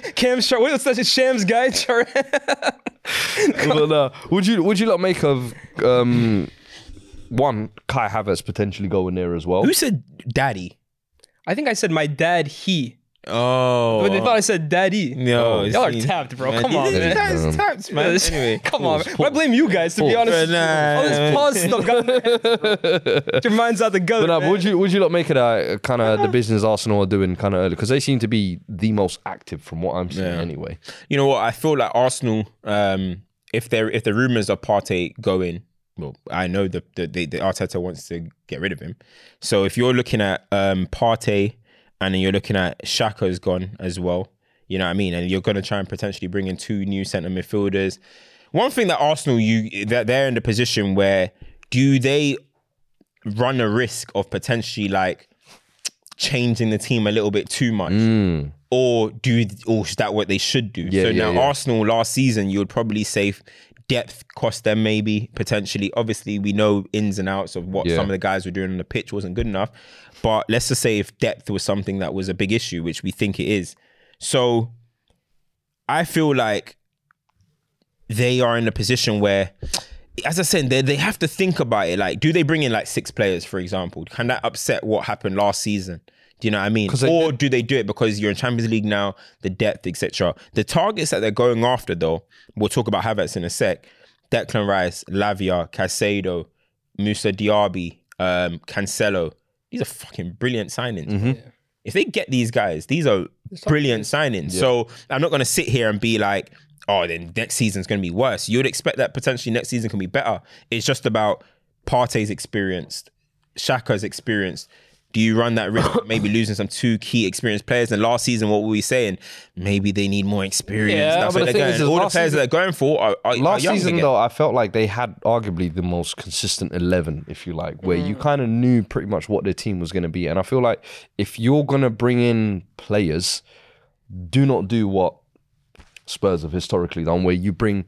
Speaker 1: one?
Speaker 4: Cam Shar. What's that? Shams guy. Char-
Speaker 1: but, uh, would you would you lot make of um, one Kai Havertz potentially going there as well?
Speaker 2: Who said daddy?
Speaker 4: I think I said my dad. He.
Speaker 2: Oh,
Speaker 4: But they thought I said daddy.
Speaker 2: no,
Speaker 4: Y'all are tapped, bro. Come on, man.
Speaker 2: That's tapped, man. Anyway,
Speaker 4: Come on. I blame you guys, to be
Speaker 1: Pause.
Speaker 4: honest.
Speaker 2: Nah,
Speaker 4: All this pause stuff got in my head, bro. Get your mind's out the gutter.
Speaker 1: But no, but
Speaker 4: man.
Speaker 1: would you would you not make it uh, kind of the business Arsenal are doing kind of early because they seem to be the most active from what I'm seeing anyway.
Speaker 2: you know what? I feel like Arsenal. Um, if there if the rumors of Partey going, well, I know the the, the, the Arteta wants to get rid of him. So if you're looking at um Partey, and then you're looking at Shaka's gone as well. You know what I mean? And you're going to try and potentially bring in two new centre midfielders. One thing that Arsenal you that they're in the position where do they run a risk of potentially like changing the team a little bit too much? or do or is that what they should do? so
Speaker 1: Mm. yeah,
Speaker 2: now
Speaker 1: yeah.
Speaker 2: Arsenal last season, you would probably say depth cost them maybe potentially. Obviously, we know ins and outs of what
Speaker 1: Yeah.
Speaker 2: some of the guys were doing on the pitch wasn't good enough. But let's just say if depth was something that was a big issue, which we think it is. So I feel like they are in a position where as I said, they, they have to think about it. Like, do they bring in like six players, for example? Can that upset what happened last season? Do you know what I mean?
Speaker 1: they-
Speaker 2: or do they do it because you're in Champions League now, the depth, etc. The targets that they're going after, though, we'll talk about Havertz in a sec. Declan Rice, Lavia, Casado, Musa Diaby, um, Cancelo. These are fucking brilliant signings. If they get these guys, these are brilliant signings. So I'm not going to sit here and be like, oh, then next season's going to be worse. You'd expect that potentially next season can be better. It's just about Partey's experienced, Shaka's experienced. Do you run that risk of maybe losing some two key experienced players? And last season, what were we saying? Maybe they need more experience.
Speaker 1: Yeah,
Speaker 2: That's
Speaker 1: but
Speaker 2: what
Speaker 1: the
Speaker 2: they're
Speaker 1: thing
Speaker 2: going.
Speaker 1: is, is
Speaker 2: All the
Speaker 1: last
Speaker 2: players that they're going for are, are,
Speaker 1: Last
Speaker 2: are young
Speaker 1: season
Speaker 2: again.
Speaker 1: though, I felt like they had arguably the most consistent eleven, if you like, where you kind of knew pretty much what their team was going to be. And I feel like if you're going to bring in players, do not do what Spurs have historically done, where you bring.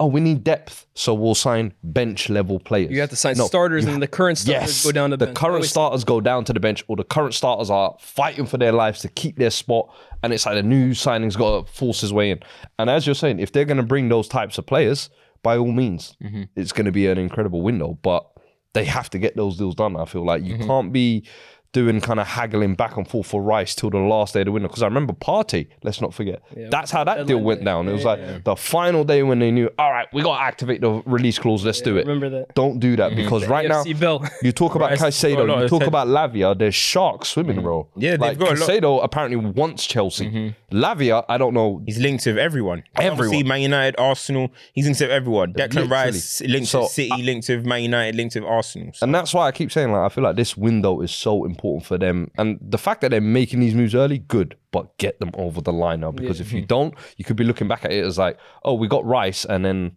Speaker 1: Oh, we need depth, so we'll sign bench level players.
Speaker 4: You have to sign
Speaker 1: No,
Speaker 4: starters, and the current starters
Speaker 1: Yes,
Speaker 4: go down to
Speaker 1: the
Speaker 4: bench.
Speaker 1: current
Speaker 4: Always-
Speaker 1: starters go down to the bench, or the current starters are fighting for their lives to keep their spot, and it's like the new signings got to force his way in. And as you're saying, if they're going to bring those types of players, by all means,
Speaker 4: Mm-hmm. Mm-hmm.
Speaker 1: it's going to be an incredible window. But they have to get those deals done. I feel like you can't be doing kind of haggling back and forth for Rice till the last day of the window. Because I remember Party, let's not forget. That's how that deal went down. It was like the final day when they knew, all right, we got to activate the release clause. Let's do it.
Speaker 4: remember that. Mm-hmm.
Speaker 1: Don't do that because right now,
Speaker 4: AFC bill.
Speaker 1: you talk about
Speaker 2: Rice-
Speaker 1: Caicedo,
Speaker 2: oh, no,
Speaker 1: you
Speaker 2: it's
Speaker 1: talk
Speaker 2: head-
Speaker 1: about Lavia, there's sharks swimming, bro.
Speaker 2: Mm. Yeah, they've
Speaker 1: like,
Speaker 2: got a lot- Mm-hmm.
Speaker 1: Caicedo apparently wants Chelsea. Lavia, I don't know.
Speaker 2: He's linked with everyone.
Speaker 1: Everyone.
Speaker 2: See, Man United, Arsenal. He's linked with everyone. Declan
Speaker 1: Literally.
Speaker 2: Rice linked
Speaker 1: So,
Speaker 2: with City, linked with Man United, linked with Arsenal. So,
Speaker 1: And that's why I keep saying, like, I feel like this window is so important for them. And the fact that they're making these moves early, good, but get them over the line now. Because if you don't, you could be looking back at it as like, oh, we got Rice, and then,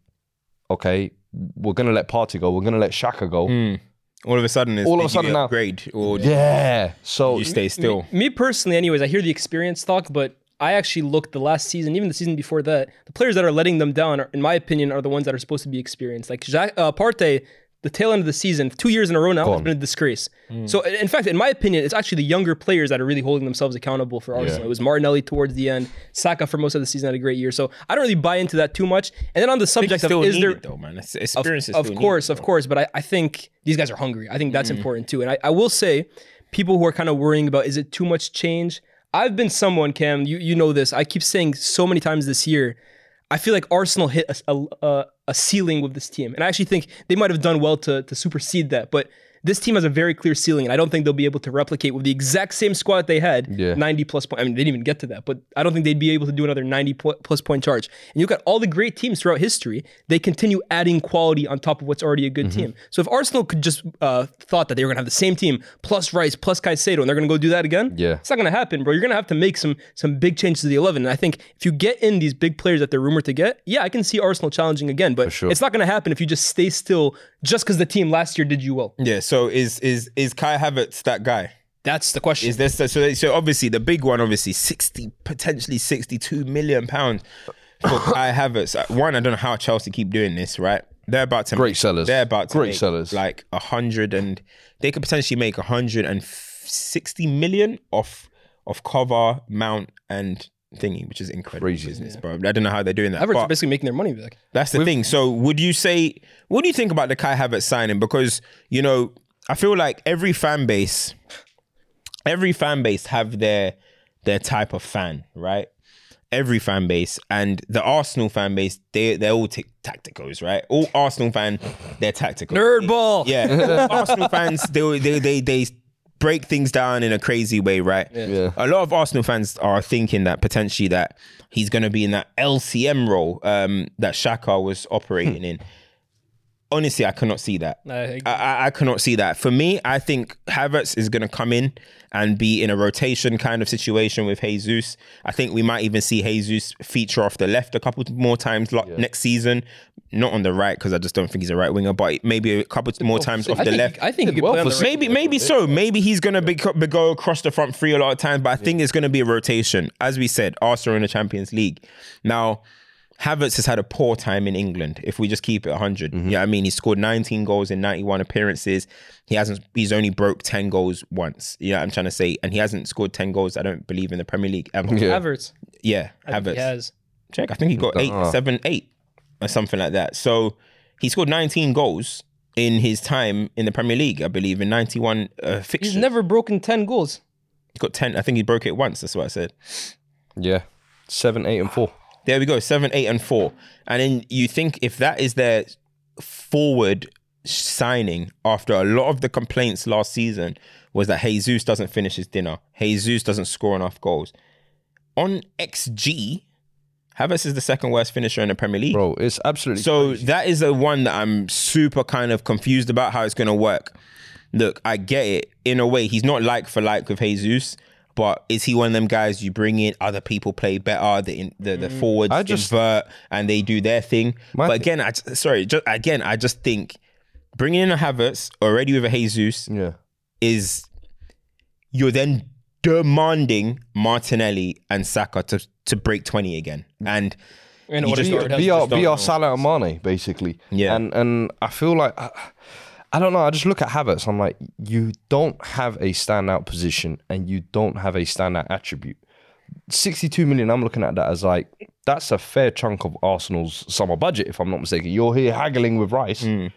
Speaker 1: okay, we're going to let Party go, we're going to let Shaka go.
Speaker 2: Mm. all of a sudden, it's,
Speaker 1: All of
Speaker 2: did
Speaker 1: a sudden
Speaker 2: you
Speaker 1: now-
Speaker 2: upgrade or
Speaker 1: Yeah. So
Speaker 2: you stay still.
Speaker 4: Me personally, anyways, I hear the experience talk, but I actually looked the last season, even the season before that. The players that are letting them down, are, in my opinion, are the ones that are supposed to be experienced. Like Jacques, uh, Partey, the tail end of the season, two years in a row now, has been a disgrace. So, in in fact, in my opinion, it's actually the younger players that are really holding themselves accountable for Arsenal. It was Martinelli towards the end, Saka for most of the season had a great year. So, I don't really buy into that too much. And then on the
Speaker 2: It's
Speaker 4: subject of
Speaker 2: still
Speaker 4: is there
Speaker 2: needed, though, man. It's,
Speaker 4: of,
Speaker 2: experience is
Speaker 4: of
Speaker 2: still
Speaker 4: course,
Speaker 2: needed,
Speaker 4: of course. But I, I think these guys are hungry. I think that's important too. And I, I will say, people who are kind of worrying about is it too much change? I've been someone, Cam. You you know this. I keep saying so many times this year. I feel like Arsenal hit a a- a, a ceiling with this team, and I actually think they might have done well to to supersede that, but. This team has a very clear ceiling, and I don't think they'll be able to replicate with the exact same squad they had.
Speaker 1: Yeah.
Speaker 4: 90 plus point. I mean, they didn't even get to that, but I don't think they'd be able to do another 90 po- plus point charge. And you've got all the great teams throughout history. They continue adding quality on top of what's already a good
Speaker 1: Mm-hmm.
Speaker 4: team. So if Arsenal could just uh, thought that they were going to have the same team plus Rice plus Caicedo and they're going to go do that again,
Speaker 1: Yeah.
Speaker 4: it's not going to happen, bro. You're going to have to make some some big changes to the 11. And I think if you get in these big players that they're rumored to get, yeah, I can see Arsenal challenging again, but it's not going to happen if you just stay still just because the team last year did you well.
Speaker 2: Yeah. So is is is Kai Havertz that guy?
Speaker 4: That's the question.
Speaker 2: Is this so? So obviously the big one, obviously sixty potentially sixty-two million pounds for Kai Havertz. Uh, One, I don't know how Chelsea keep doing this. Right, they're about to
Speaker 1: Great sellers.
Speaker 2: They're about to
Speaker 1: Great
Speaker 2: make,
Speaker 1: sellers.
Speaker 2: Like a hundred and they could potentially make a hundred and sixty million off of cover Mount and thingy, which is incredible business, bro. I don't know how they're doing that.
Speaker 4: Everett's
Speaker 2: but-
Speaker 4: basically making their money back.
Speaker 2: that's the thing. So, would you say, what do you think about the Kai Havertz signing? Because you know, I feel like every fan base, every fan base have their their type of fan, right? Every fan base and the Arsenal fan base, they they're all t- tacticals, right? All Arsenal fan, they're tactical.
Speaker 4: Nerd ball.
Speaker 2: Yeah, Arsenal fans they they they they break things down in a crazy way, right?
Speaker 1: Yeah.
Speaker 2: A lot of Arsenal fans are thinking that potentially that he's going to be in that LCM role um, that Shaka was operating in. Honestly, I cannot see that. I, I, I cannot see that. For me, I think Havertz is going to come in and be in a rotation kind of situation with Jesus. I think we might even see Jesus feature off the left a couple more times lo- next season, not on the right because I just don't think he's a right winger, but maybe a couple more times off
Speaker 4: I
Speaker 2: the
Speaker 4: think,
Speaker 2: left.
Speaker 4: I think he could
Speaker 1: well
Speaker 4: play on
Speaker 1: for
Speaker 4: the
Speaker 1: City.
Speaker 4: right.
Speaker 2: Maybe, maybe so. Maybe he's gonna be, be go across the front three a lot of times, but I think it's gonna be a rotation. As we said, Arsenal in the Champions League. Now, Havertz has had a poor time in England. If we just keep it 100, yeah, I mean, he scored 19 goals in 91 appearances. He hasn't. He's only broke 10 goals once. Yeah, I'm trying to say, and he hasn't scored 10 goals. I don't believe in the Premier League ever. Yeah,
Speaker 4: Havertz.
Speaker 2: Havertz
Speaker 4: He has.
Speaker 2: check. I think he got eight,
Speaker 4: "Ah."
Speaker 2: seven, eight, or something like that. So he scored 19 goals in his time in the Premier League, I believe, in 91 uh, fixtures.
Speaker 4: He's never broken 10 goals.
Speaker 2: He's got 10. I think he broke it once. That's what I said.
Speaker 1: yeah. Seven, eight, and four.
Speaker 2: There we go. Seven, eight, and four. And then you think if that is their forward signing after a lot of the complaints last season was that Jesus doesn't finish his dinner. Jesus doesn't score enough goals. On XG, Havertz is the second worst finisher in the Premier League.
Speaker 1: Bro, it's absolutely.
Speaker 2: So that is the one that I'm super kind of confused about how it's going to work. Look, I get it in a way. He's not like for like with Jesus, but is he one of them guys you bring in? Other people play better. The in, the, the forwards
Speaker 1: Mm. I just-
Speaker 2: invert and they do their thing.
Speaker 1: My
Speaker 2: but
Speaker 1: thi-
Speaker 2: again, I ju- sorry. Just, again, I just think bringing in a Havertz already with a Jesus
Speaker 1: yeah.
Speaker 2: is you're then demanding Martinelli and Saka to to break twenty again and.
Speaker 4: And
Speaker 2: You
Speaker 4: what
Speaker 2: just
Speaker 4: a
Speaker 2: don't-
Speaker 4: start.
Speaker 2: be
Speaker 1: be
Speaker 2: our-
Speaker 1: our
Speaker 2: just don't
Speaker 1: be
Speaker 2: know.
Speaker 1: our Salah and Mane basically.
Speaker 2: Yeah.
Speaker 1: and and I feel like I, I don't know. I just look at Havertz. I'm like, you don't have a standout position, and you don't have a standout attribute. 62 million. I'm looking at that as like that's a fair chunk of Arsenal's summer budget, if I'm not mistaken. You're here haggling with Rice.
Speaker 2: Hmm.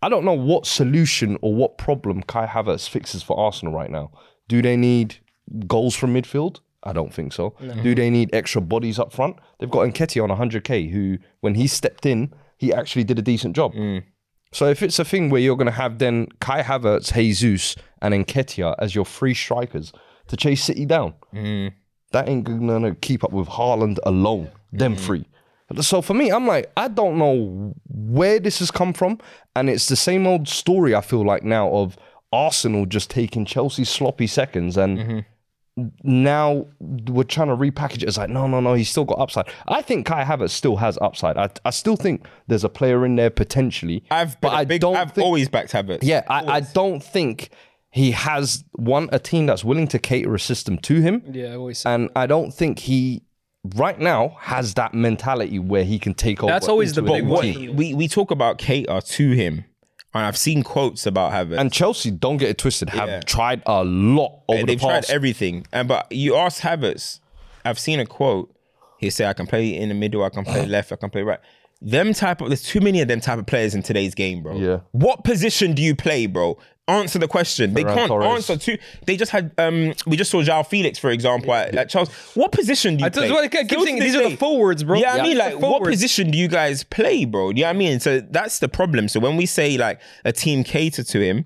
Speaker 1: I don't know what solution or what problem Kai Havertz fixes for Arsenal right now. Do they need goals from midfield? I don't think so. Do they need extra bodies up front? They've got Enketia on 100k, who when he stepped in, he actually did a decent job. So if it's a thing where you're going to have then Kai Havertz, Jesus, and Enketia as your three strikers to chase City down, that ain't going to keep up with Haaland alone, them three. So for me, I'm like, I don't know where this has come from. And it's the same old story I feel like now of Arsenal just taking Chelsea's sloppy seconds and
Speaker 2: Mm-hmm.
Speaker 1: now we're trying to repackage it. It's like, no, no, no, he's still got upside. I think Kai Havertz still has upside. I, I still think there's a player in there potentially.
Speaker 2: I've been
Speaker 1: but
Speaker 2: a
Speaker 1: I
Speaker 2: big,
Speaker 1: don't
Speaker 2: I've
Speaker 1: think,
Speaker 2: always backed Havertz.
Speaker 1: yeah, I, I don't think he has one a team that's willing to cater a system to him.
Speaker 4: Yeah, I always say.
Speaker 1: And I don't think he right now has that mentality where he can take over.
Speaker 4: That's always the
Speaker 1: into a
Speaker 4: big
Speaker 1: big
Speaker 2: What,
Speaker 1: team.
Speaker 2: we we talk about cater to him, and I've seen quotes about Havertz.
Speaker 1: And Chelsea, don't get it twisted, have
Speaker 2: Yeah.
Speaker 1: tried a lot over
Speaker 2: And
Speaker 1: the
Speaker 2: they've tried
Speaker 1: past.
Speaker 2: everything. And but you ask Havertz, I've seen a quote. He said, "I can play in the middle. I can
Speaker 1: Uh.
Speaker 2: play left. I can play right." Them type of there's too many of them type of players in today's game, bro.
Speaker 1: Yeah.
Speaker 2: What position do you play, bro? Answer the question. They
Speaker 1: Ferran
Speaker 2: can't
Speaker 1: Torres.
Speaker 2: answer two. They just had um. We just saw Joao Felix, for example, at, at Chelsea. What position do you
Speaker 4: I
Speaker 2: play?
Speaker 4: told you what I kept
Speaker 2: Still to
Speaker 4: saying.
Speaker 2: this
Speaker 4: These are
Speaker 2: day.
Speaker 4: the forwards, bro.
Speaker 2: Yeah, I mean,
Speaker 4: These are
Speaker 2: like,
Speaker 4: the
Speaker 2: what
Speaker 4: forwards.
Speaker 2: position do you guys play, bro? Do you know what I mean? So that's the problem. So when we say like a team cater to him,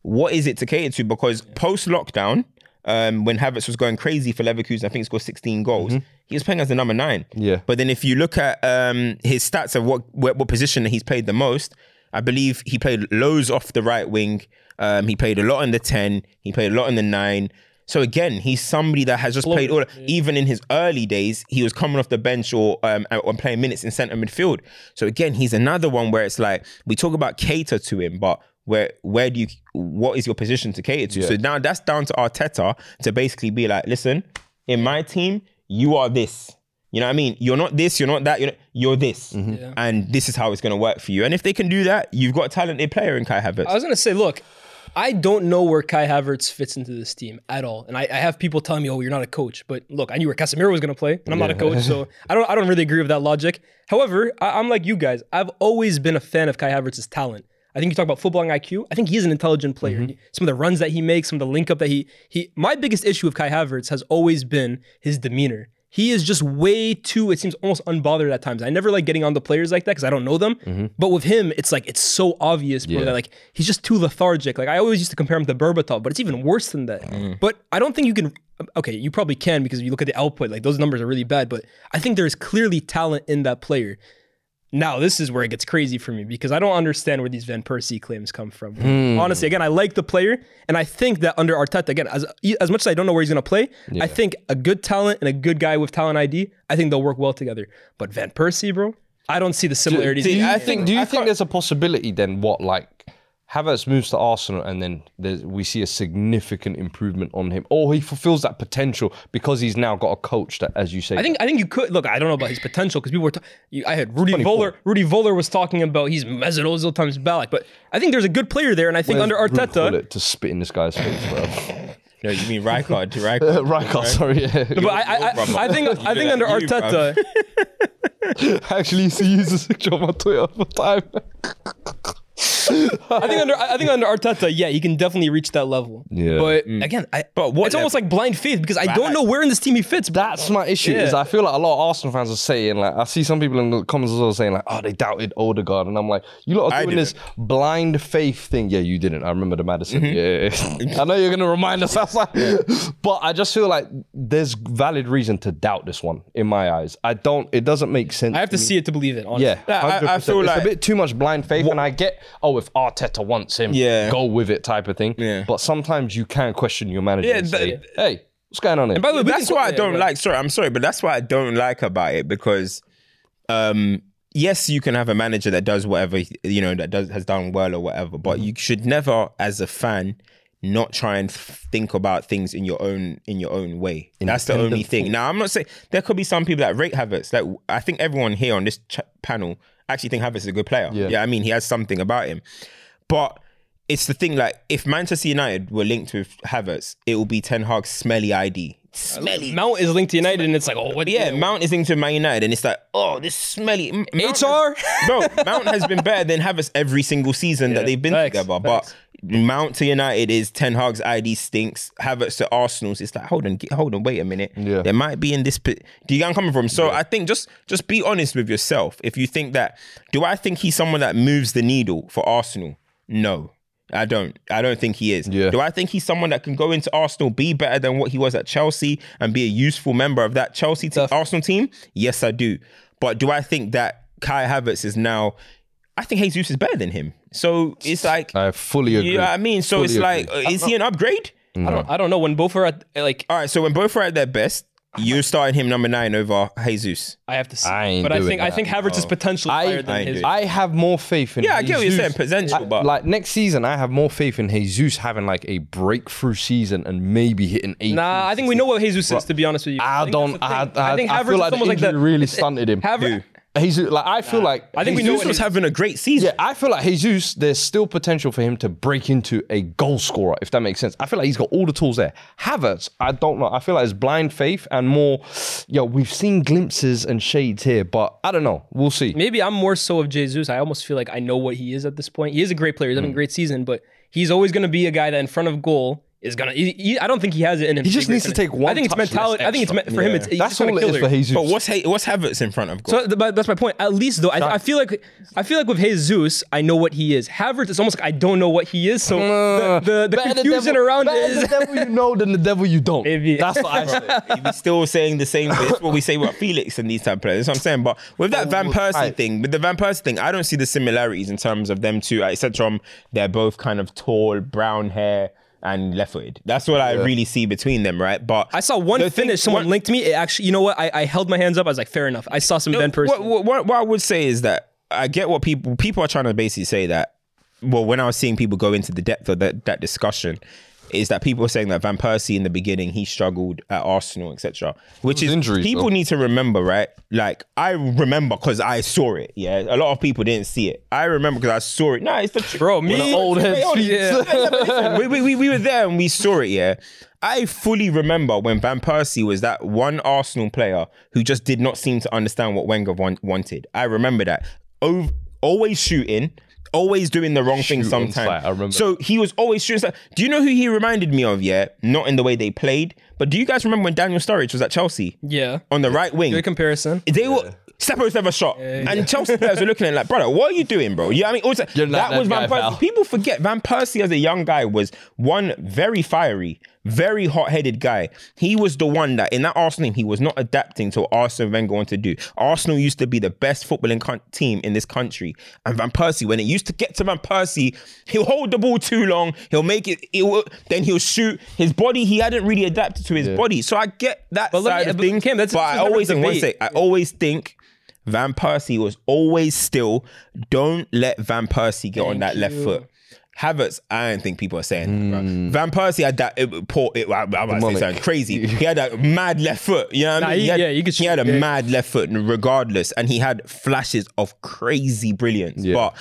Speaker 2: what is it to cater to? Because post lockdown, um, when Havertz was going crazy for Leverkusen, I think he scored 16 goals. He was playing as the number nine.
Speaker 1: Yeah.
Speaker 2: But then if you look at um, his stats of what, what what position he's played the most, I believe he played loads off the right wing. Um, he played a lot in the ten. He played a lot in the nine. So again, he's somebody that has just played all. Even in his early days, he was coming off the bench or um or playing minutes in centre midfield. So again, he's another one where it's like we talk about cater to him, but where where do you what is your position to cater to? So now that's down to Arteta to basically be like, listen, in my team, you are this. You know what I mean? You're not this, you're not that, you're, not, you're this.
Speaker 4: Mm-hmm.
Speaker 2: And this is how it's going to work for you. And if they can do that, you've got a talented player in Kai Havertz.
Speaker 4: I was gonna say, look, I don't know where Kai Havertz fits into this team at all, and I, I have people telling me, "Oh, you're not a coach," but look, I knew where Casemiro was gonna play, and I'm not a coach, so I don't, I don't really agree with that logic. However, I, I'm like you guys. I've always been a fan of Kai Havertz's talent. I think you talk about footballing IQ. I think he is an intelligent player. Some of the runs that he makes, some of the link up that he he. My biggest issue with Kai Havertz has always been his demeanor. He is just way too, it seems almost unbothered at times. I never like getting on the players like that because I don't know them. But with him, it's like, it's so obvious, bro, that like he's just too lethargic. Like I always used to compare him to Berbatov, but it's even worse than that. But I don't think you can, okay, you probably can because if you look at the output, like those numbers are really bad. But I think there is clearly talent in that player. Now, this is where it gets crazy for me because I don't understand where these Van Persie claims come from. Honestly, again, I like the player, and I think that under Arteta, again, as as much as I don't know where he's going to play, I think a good talent and a good guy with talent ID, I think they'll work well together. But Van Persie, bro, I don't see the similarities.
Speaker 1: Do you
Speaker 2: I
Speaker 1: think? Do you think there's a possibility then? What like Havertz moves to Arsenal and then there's, we see a significant improvement on him, or he fulfills that potential because he's now got a coach that, as you say,
Speaker 4: I think I think you could look. I don't know about his potential because people were. Ta- you, I had Rudy Voller. Rudy Voller was talking about he's Mesut Ozil times Balak, but I think there's a good player there, and I think under
Speaker 1: Ruud
Speaker 4: Arteta,
Speaker 1: Gullit to spit in this guy's face, bro.
Speaker 2: no, you mean Rijkaard. Rijkaard.
Speaker 1: Uh, Rijkaard, sorry.
Speaker 4: but I, I, I, I think I think under
Speaker 2: You, bruv.
Speaker 4: Arteta.
Speaker 1: actually used to use this picture on my Twitter for time.
Speaker 4: I think under I think under Arteta, yeah, he can definitely reach that level.
Speaker 1: Yeah.
Speaker 4: But again, I,
Speaker 2: But what
Speaker 4: it's almost like blind faith because I don't know where in this team he fits.
Speaker 1: That's my issue. Is
Speaker 4: Yeah.
Speaker 1: I feel like a lot of Arsenal fans are saying like I see some people in the comments as well saying like oh they doubted Odegaard and I'm like you lot
Speaker 2: I
Speaker 1: are doing this blind faith thing. Yeah, you didn't. I remember the Madison. Yeah, yeah, yeah. I know you're gonna remind us. I was like, but I just feel like there's valid reason to doubt this one in my eyes. I don't. It doesn't make sense.
Speaker 4: I have to see it to believe it. Honestly.
Speaker 1: Mm. Yeah,
Speaker 2: I- I
Speaker 1: 100%.
Speaker 2: feel
Speaker 1: it's
Speaker 2: like-
Speaker 1: a bit too much blind faith, and I get, oh, if Arteta wants him,
Speaker 2: Yeah.
Speaker 1: go with it type of thing.
Speaker 2: Yeah.
Speaker 1: But sometimes you can question your manager
Speaker 2: Yeah,
Speaker 1: and
Speaker 2: that-
Speaker 1: say, hey, what's going on here?
Speaker 4: By the way, we
Speaker 2: that's
Speaker 4: can-
Speaker 2: what I
Speaker 4: yeah,
Speaker 2: don't
Speaker 4: yeah.
Speaker 2: like. Sorry, I'm sorry, but that's what I don't like about it because, um, yes, you can have a manager that does whatever you know that does has done well or whatever, but you should never, as a fan, not try and think about things in your own in your own way. That's the only thing. Now, I'm not saying there could be some people that rate Havertz. Like I think everyone here on this ch- panel actually think Havertz is a good player. Yeah. I mean, he has something about him, but. It's the thing, like if Manchester United were linked with Havertz, it will be Ten Hag's smelly ID, smelly
Speaker 4: Mount is linked to United, and it's like, oh, what?
Speaker 2: yeah, Mount is into Man United, and it's like, oh, this smelly M- Mount-
Speaker 4: HR?
Speaker 2: bro. Mount has been better than Havertz every single season that they've been
Speaker 4: facts,
Speaker 2: together, but Mount to United is Ten Hag's ID stinks. Havertz to Arsenal's. It's like hold on, get, hold on, wait a minute.
Speaker 9: Yeah.
Speaker 2: There might be in this. p- Do you get where I'm coming from? So I think just just be honest with yourself. If you think that, do I think he's someone that moves the needle for Arsenal? No. I don't. I don't think he is.
Speaker 9: Yeah.
Speaker 2: Do I think he's someone that can go into Arsenal, be better than what he was at Chelsea, and be a useful member of that Chelsea te- Arsenal team? Yes, I do. But do I think that Kai Havertz is now? I think Jesus is better than him. So it's like
Speaker 9: I fully agree.
Speaker 2: you know what I mean? So
Speaker 9: Fully
Speaker 2: it's like,
Speaker 9: agree. Mm.
Speaker 2: uh, is he an upgrade?
Speaker 4: I don't, I don't know. When both are at, like,
Speaker 2: All right, so when both are at their best, you're starting him number nine over Jesus.
Speaker 4: I have to see.
Speaker 1: I ain't
Speaker 4: but I
Speaker 1: doing
Speaker 4: think I
Speaker 1: that.
Speaker 4: think Havertz is potentially
Speaker 1: I-
Speaker 4: higher
Speaker 2: I
Speaker 4: than
Speaker 2: ain't
Speaker 4: his.
Speaker 2: doing
Speaker 1: I have more faith in
Speaker 2: Yeah, I get what you're
Speaker 1: Jesus.
Speaker 2: saying, potential,
Speaker 1: I-
Speaker 2: but-
Speaker 1: like next season, I have more faith in Jesus having like a breakthrough season and maybe hitting eight.
Speaker 4: Nah, I think we know what Jesus is. To be honest with you,
Speaker 1: I
Speaker 4: think
Speaker 1: don't.
Speaker 4: that's the
Speaker 1: I,
Speaker 4: thing.
Speaker 1: I, I,
Speaker 4: think Havertz
Speaker 1: feel
Speaker 4: is
Speaker 1: like the
Speaker 4: almost like
Speaker 1: injury
Speaker 4: the
Speaker 1: really stunted him.
Speaker 4: Havertz.
Speaker 1: Jesus, like I feel like
Speaker 4: I think we know
Speaker 1: Jesus
Speaker 2: Jesus
Speaker 4: what
Speaker 2: was
Speaker 4: he-
Speaker 2: having a great season.
Speaker 1: Yeah, I feel like Jesus, there's still potential for him to break into a goal scorer, if that makes sense. I feel like he's got all the tools there. Havertz, I don't know. I feel like it's blind faith and more, yo, we've seen glimpses and shades here, but I don't know. We'll see.
Speaker 4: Maybe I'm more so of Jesus. I almost feel like I know what he is at this point. He is a great player. He's
Speaker 1: Mm.
Speaker 4: having a great season, but he's always going to be a guy that in front of goal is going to. I don't think he has it in him.
Speaker 1: He
Speaker 4: be a
Speaker 1: just
Speaker 4: great
Speaker 1: needs to
Speaker 4: finisher.
Speaker 1: take one
Speaker 4: I think it's
Speaker 1: touch less
Speaker 4: mentality. I think it's
Speaker 1: extra.
Speaker 4: meant for him. It's, he's
Speaker 1: That's
Speaker 4: just kinda
Speaker 1: all it is for
Speaker 4: killer.
Speaker 1: Jesus.
Speaker 2: But what's Ha- what's Havertz in front of? Goal?
Speaker 4: So th- but that's my point. At least though, I, I feel like I feel like with Jesus, I know what he is. Havertz, it's almost like I don't know what he is. So the, the, the
Speaker 1: Hmm. Better
Speaker 4: confusion
Speaker 1: devil,
Speaker 4: around it
Speaker 1: better
Speaker 4: is
Speaker 1: the devil you know than the devil you don't.
Speaker 4: Maybe.
Speaker 1: That's what I say.
Speaker 2: We're still saying the same thing. That's what we say about Felix and these type of players. That's what I'm saying. But with that Van Persie
Speaker 1: right.
Speaker 2: thing, with the Van Persie thing, I don't see the similarities in terms of them two. Except from they're both kind of tall, brown hair, and left-footed. That's what I really see between them, right? But
Speaker 4: I saw one
Speaker 2: the thing-
Speaker 4: finish. someone
Speaker 2: one-
Speaker 4: linked me. It actually, you know what? I, I held my hands up. I was like, fair enough. I saw some Ben Percy.
Speaker 2: What, what, what, what I would say is that I get what people people are trying to basically say that. Well, when I was seeing people go into the depth of that that discussion, is that people are saying that Van Persie in the beginning he struggled at Arsenal, etc. Which is
Speaker 9: injuries,
Speaker 2: people
Speaker 9: though.
Speaker 2: need to remember, right? Like I remember because I saw it. Yeah, a lot of people didn't see it. I remember because I saw it. No, it's the tr-
Speaker 4: Bro, me- With the old head
Speaker 2: Wait, hold on.
Speaker 4: speech. Yeah.
Speaker 2: Yeah, but listen, we, we, we, we were there and we saw it, yeah. I fully remember when Van Persie was that one Arsenal player who just did not seem to understand what Wenger wan- wanted. I remember that. Ov- always shooting, always doing the wrong thing sometimes.
Speaker 1: flat, I remember.
Speaker 2: So he was always shooting. sli- Do you know who he reminded me of, yeah? Not in the way they played, but do you guys remember when Daniel Sturridge was at Chelsea?
Speaker 4: Yeah.
Speaker 2: On the right wing
Speaker 4: Good comparison.
Speaker 2: they were Seppo's never shot, and Chelsea players were looking at it like, brother, what are you doing, bro? You know what I mean? Also,
Speaker 1: You're not
Speaker 2: that was
Speaker 1: that
Speaker 2: Van
Speaker 1: guy,
Speaker 2: Persie.
Speaker 1: pal.
Speaker 2: People forget Van Persie as a young guy was one very fiery, very hot-headed guy. He was the one that in that Arsenal team, he was not adapting to what Arsenal Wenger wanted to do. Arsenal used to be the best footballing con- team in this country, and Van Persie, when it used to get to Van Persie, he'll hold the ball too long, he'll make it, it will, then he'll shoot. His body, he hadn't really adapted to his body, so I get that
Speaker 4: But let
Speaker 2: side
Speaker 4: me-
Speaker 2: of
Speaker 4: but
Speaker 2: things.
Speaker 4: Cam, that's-
Speaker 2: but
Speaker 4: this
Speaker 2: I
Speaker 4: was never a
Speaker 2: always think one
Speaker 4: debate.
Speaker 2: sec, I always think Van Persie was always still. Don't let Van Persie get on that left foot. Havertz, I don't think people are saying that,
Speaker 4: Hmm.
Speaker 2: bruh. Van Persie had that it, poor. It, I, I was say
Speaker 1: Demonic.
Speaker 2: something crazy. He had a mad left foot. You know what I
Speaker 4: Nah,
Speaker 2: mean?
Speaker 4: he-
Speaker 2: had,
Speaker 4: yeah, you could
Speaker 2: he had a
Speaker 4: shoot, yeah.
Speaker 2: mad left foot, regardless, and he had flashes of crazy brilliance. But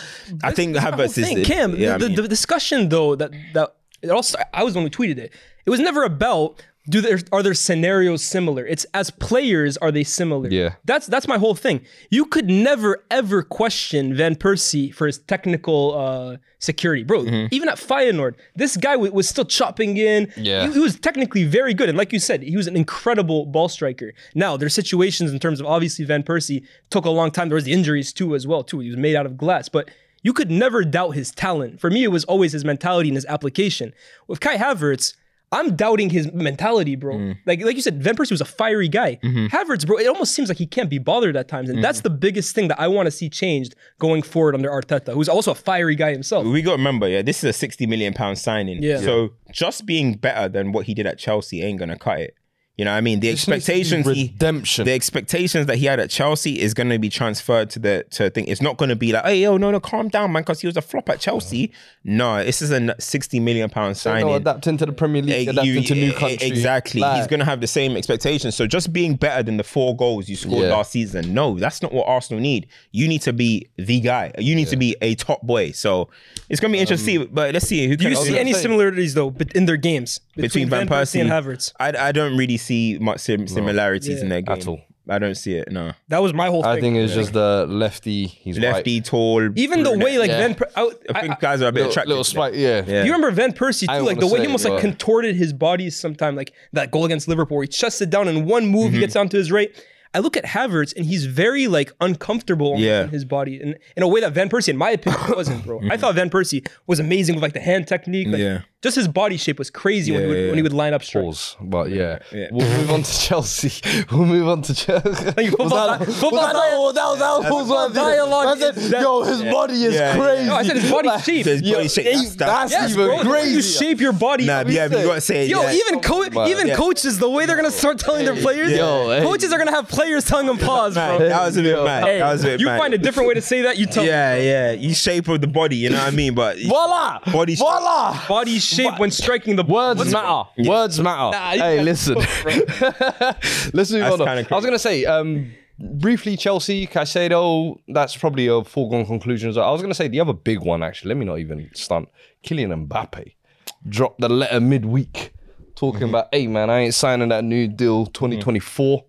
Speaker 2: I think Havertz is
Speaker 4: Thing, Cam,
Speaker 2: yeah, I
Speaker 4: the,
Speaker 2: mean-
Speaker 4: the, the discussion though that that it also I was the one who tweeted it. It was never about do there are there scenarios similar. It's as players are they similar?
Speaker 1: Yeah.
Speaker 4: That's that's my whole thing. You could never ever question Van Persie for his technical uh, security, bro.
Speaker 2: Mm-hmm.
Speaker 4: Even at Feyenoord, this guy wa- was still chopping in.
Speaker 1: Yeah.
Speaker 4: He, he was technically very good, and like you said, he was an incredible ball striker. Now there's situations in terms of obviously Van Persie took a long time. There was the injuries too, as well too. He was made out of glass, but you could never doubt his talent. For me, it was always his mentality and his application. With Kai Havertz. I'm doubting his mentality, bro.
Speaker 2: Mm.
Speaker 4: Like like you said, Van Persie was a fiery guy.
Speaker 2: Mm-hmm.
Speaker 4: Havertz, bro, it almost seems like he can't be bothered at times, and
Speaker 2: Mm.
Speaker 4: that's the biggest thing that I want to see changed going forward under Arteta, who's also a fiery guy himself.
Speaker 2: we got to remember, yeah, this is a 60 million pound signing.
Speaker 4: Yeah.
Speaker 2: So just being better than what he did at Chelsea ain't gonna cut it. You know what I mean? The
Speaker 1: needs to be
Speaker 2: expectations he-
Speaker 1: redemption.
Speaker 2: the expectations that he had at Chelsea is gonna be transferred to the to thing. It's not gonna be like, hey yo, no, no, calm down, man, because he was a flop at Chelsea. No, this is a n- 60 million pound signing.
Speaker 1: No, adapting to the Premier League,
Speaker 2: Eh,
Speaker 1: adapting
Speaker 2: you-
Speaker 1: to new
Speaker 2: eh,
Speaker 1: country.
Speaker 2: Exactly.
Speaker 1: Like,
Speaker 2: He's going to have the same expectations. So just being better than the four goals you scored
Speaker 1: Yeah.
Speaker 2: last season, no, that's not what Arsenal need. You need to be the guy. You need to be a top boy. So it's going to be
Speaker 1: Um,
Speaker 2: interesting. but let's see who
Speaker 4: Do
Speaker 2: can
Speaker 4: you see any similarities though bet- in their games
Speaker 2: between Van Persie
Speaker 4: and Havertz?
Speaker 2: I, I don't really see much sim- similarities in their game
Speaker 1: at all.
Speaker 2: I don't see it. No,
Speaker 4: That was my whole thing.
Speaker 1: I think it's just the lefty. He's
Speaker 2: lefty, tall.
Speaker 4: Even the way like
Speaker 1: Yeah.
Speaker 4: Van, per- I,
Speaker 2: I
Speaker 4: I-
Speaker 2: think guys are a bit
Speaker 1: white. Little,
Speaker 2: attracted.
Speaker 1: little
Speaker 2: to that.
Speaker 1: spike, yeah.
Speaker 2: Yeah.
Speaker 4: You remember Van Persie
Speaker 1: I
Speaker 4: too, like
Speaker 1: wanna
Speaker 4: the way
Speaker 1: say,
Speaker 4: he almost like
Speaker 1: but-
Speaker 4: contorted his body sometime, like that goal against Liverpool, where he chusts it down in one move,
Speaker 2: Mm-hmm.
Speaker 4: he gets onto his right. I look at Havertz and he's very like uncomfortable
Speaker 2: Yeah.
Speaker 4: in his body, and in a way that Van Persie, in my opinion, wasn't, bro. I thought Van Persie was amazing with like the hand technique, like,
Speaker 2: Yeah.
Speaker 4: just his body shape was crazy when, he would,
Speaker 2: Yeah, yeah,
Speaker 4: when he would line up straight.
Speaker 1: Balls, But yeah. we'll move on to Chelsea. We'll move on to Chelsea.
Speaker 4: Like,
Speaker 1: Was
Speaker 4: football di-
Speaker 1: was
Speaker 4: football
Speaker 1: that, that, that, that was
Speaker 4: football
Speaker 1: what I did.
Speaker 4: dialogue
Speaker 1: I
Speaker 4: is
Speaker 1: said,
Speaker 4: that-
Speaker 1: yo, his body is
Speaker 2: Yeah, yeah.
Speaker 1: crazy.
Speaker 4: No, I said his body's cheap.
Speaker 2: His body
Speaker 1: Yo,
Speaker 2: shape,
Speaker 1: they- that's,
Speaker 2: that's- that's-
Speaker 4: Yes,
Speaker 1: even
Speaker 4: bro, the way you
Speaker 1: crazy.
Speaker 4: shape your body.
Speaker 2: Nah, yeah, but you gotta say it.
Speaker 4: Yo,
Speaker 2: yeah.
Speaker 4: even co-
Speaker 1: my-
Speaker 4: even
Speaker 1: Yeah.
Speaker 4: coaches, the way they're gonna start telling their players,
Speaker 1: Yo, hey.
Speaker 4: coaches are gonna have players telling them pause,
Speaker 2: Man,
Speaker 4: bro.
Speaker 2: that was a bit mad.
Speaker 4: Hey,
Speaker 2: that was a bit
Speaker 4: you
Speaker 2: mad.
Speaker 4: find a different way to say that, you tell me.
Speaker 2: Yeah, yeah. You shape of the body, you know what I mean? But
Speaker 1: Voila!
Speaker 2: Body shape.
Speaker 1: Voila!
Speaker 4: Body shape when striking the ball.
Speaker 1: Words matter. Words matter.
Speaker 4: Nah, you
Speaker 1: hey,
Speaker 4: guys-
Speaker 1: listen. Let's move
Speaker 2: That's
Speaker 1: on. I
Speaker 2: kinda
Speaker 1: was
Speaker 2: crazy.
Speaker 1: going to say, um, briefly, Chelsea, Caicedo, that's probably a foregone conclusion. as well. I was going to say the other big one, actually. Let me not even stunt. Kylian Mbappe dropped the letter midweek talking about, hey, man, I ain't signing that new deal 2024.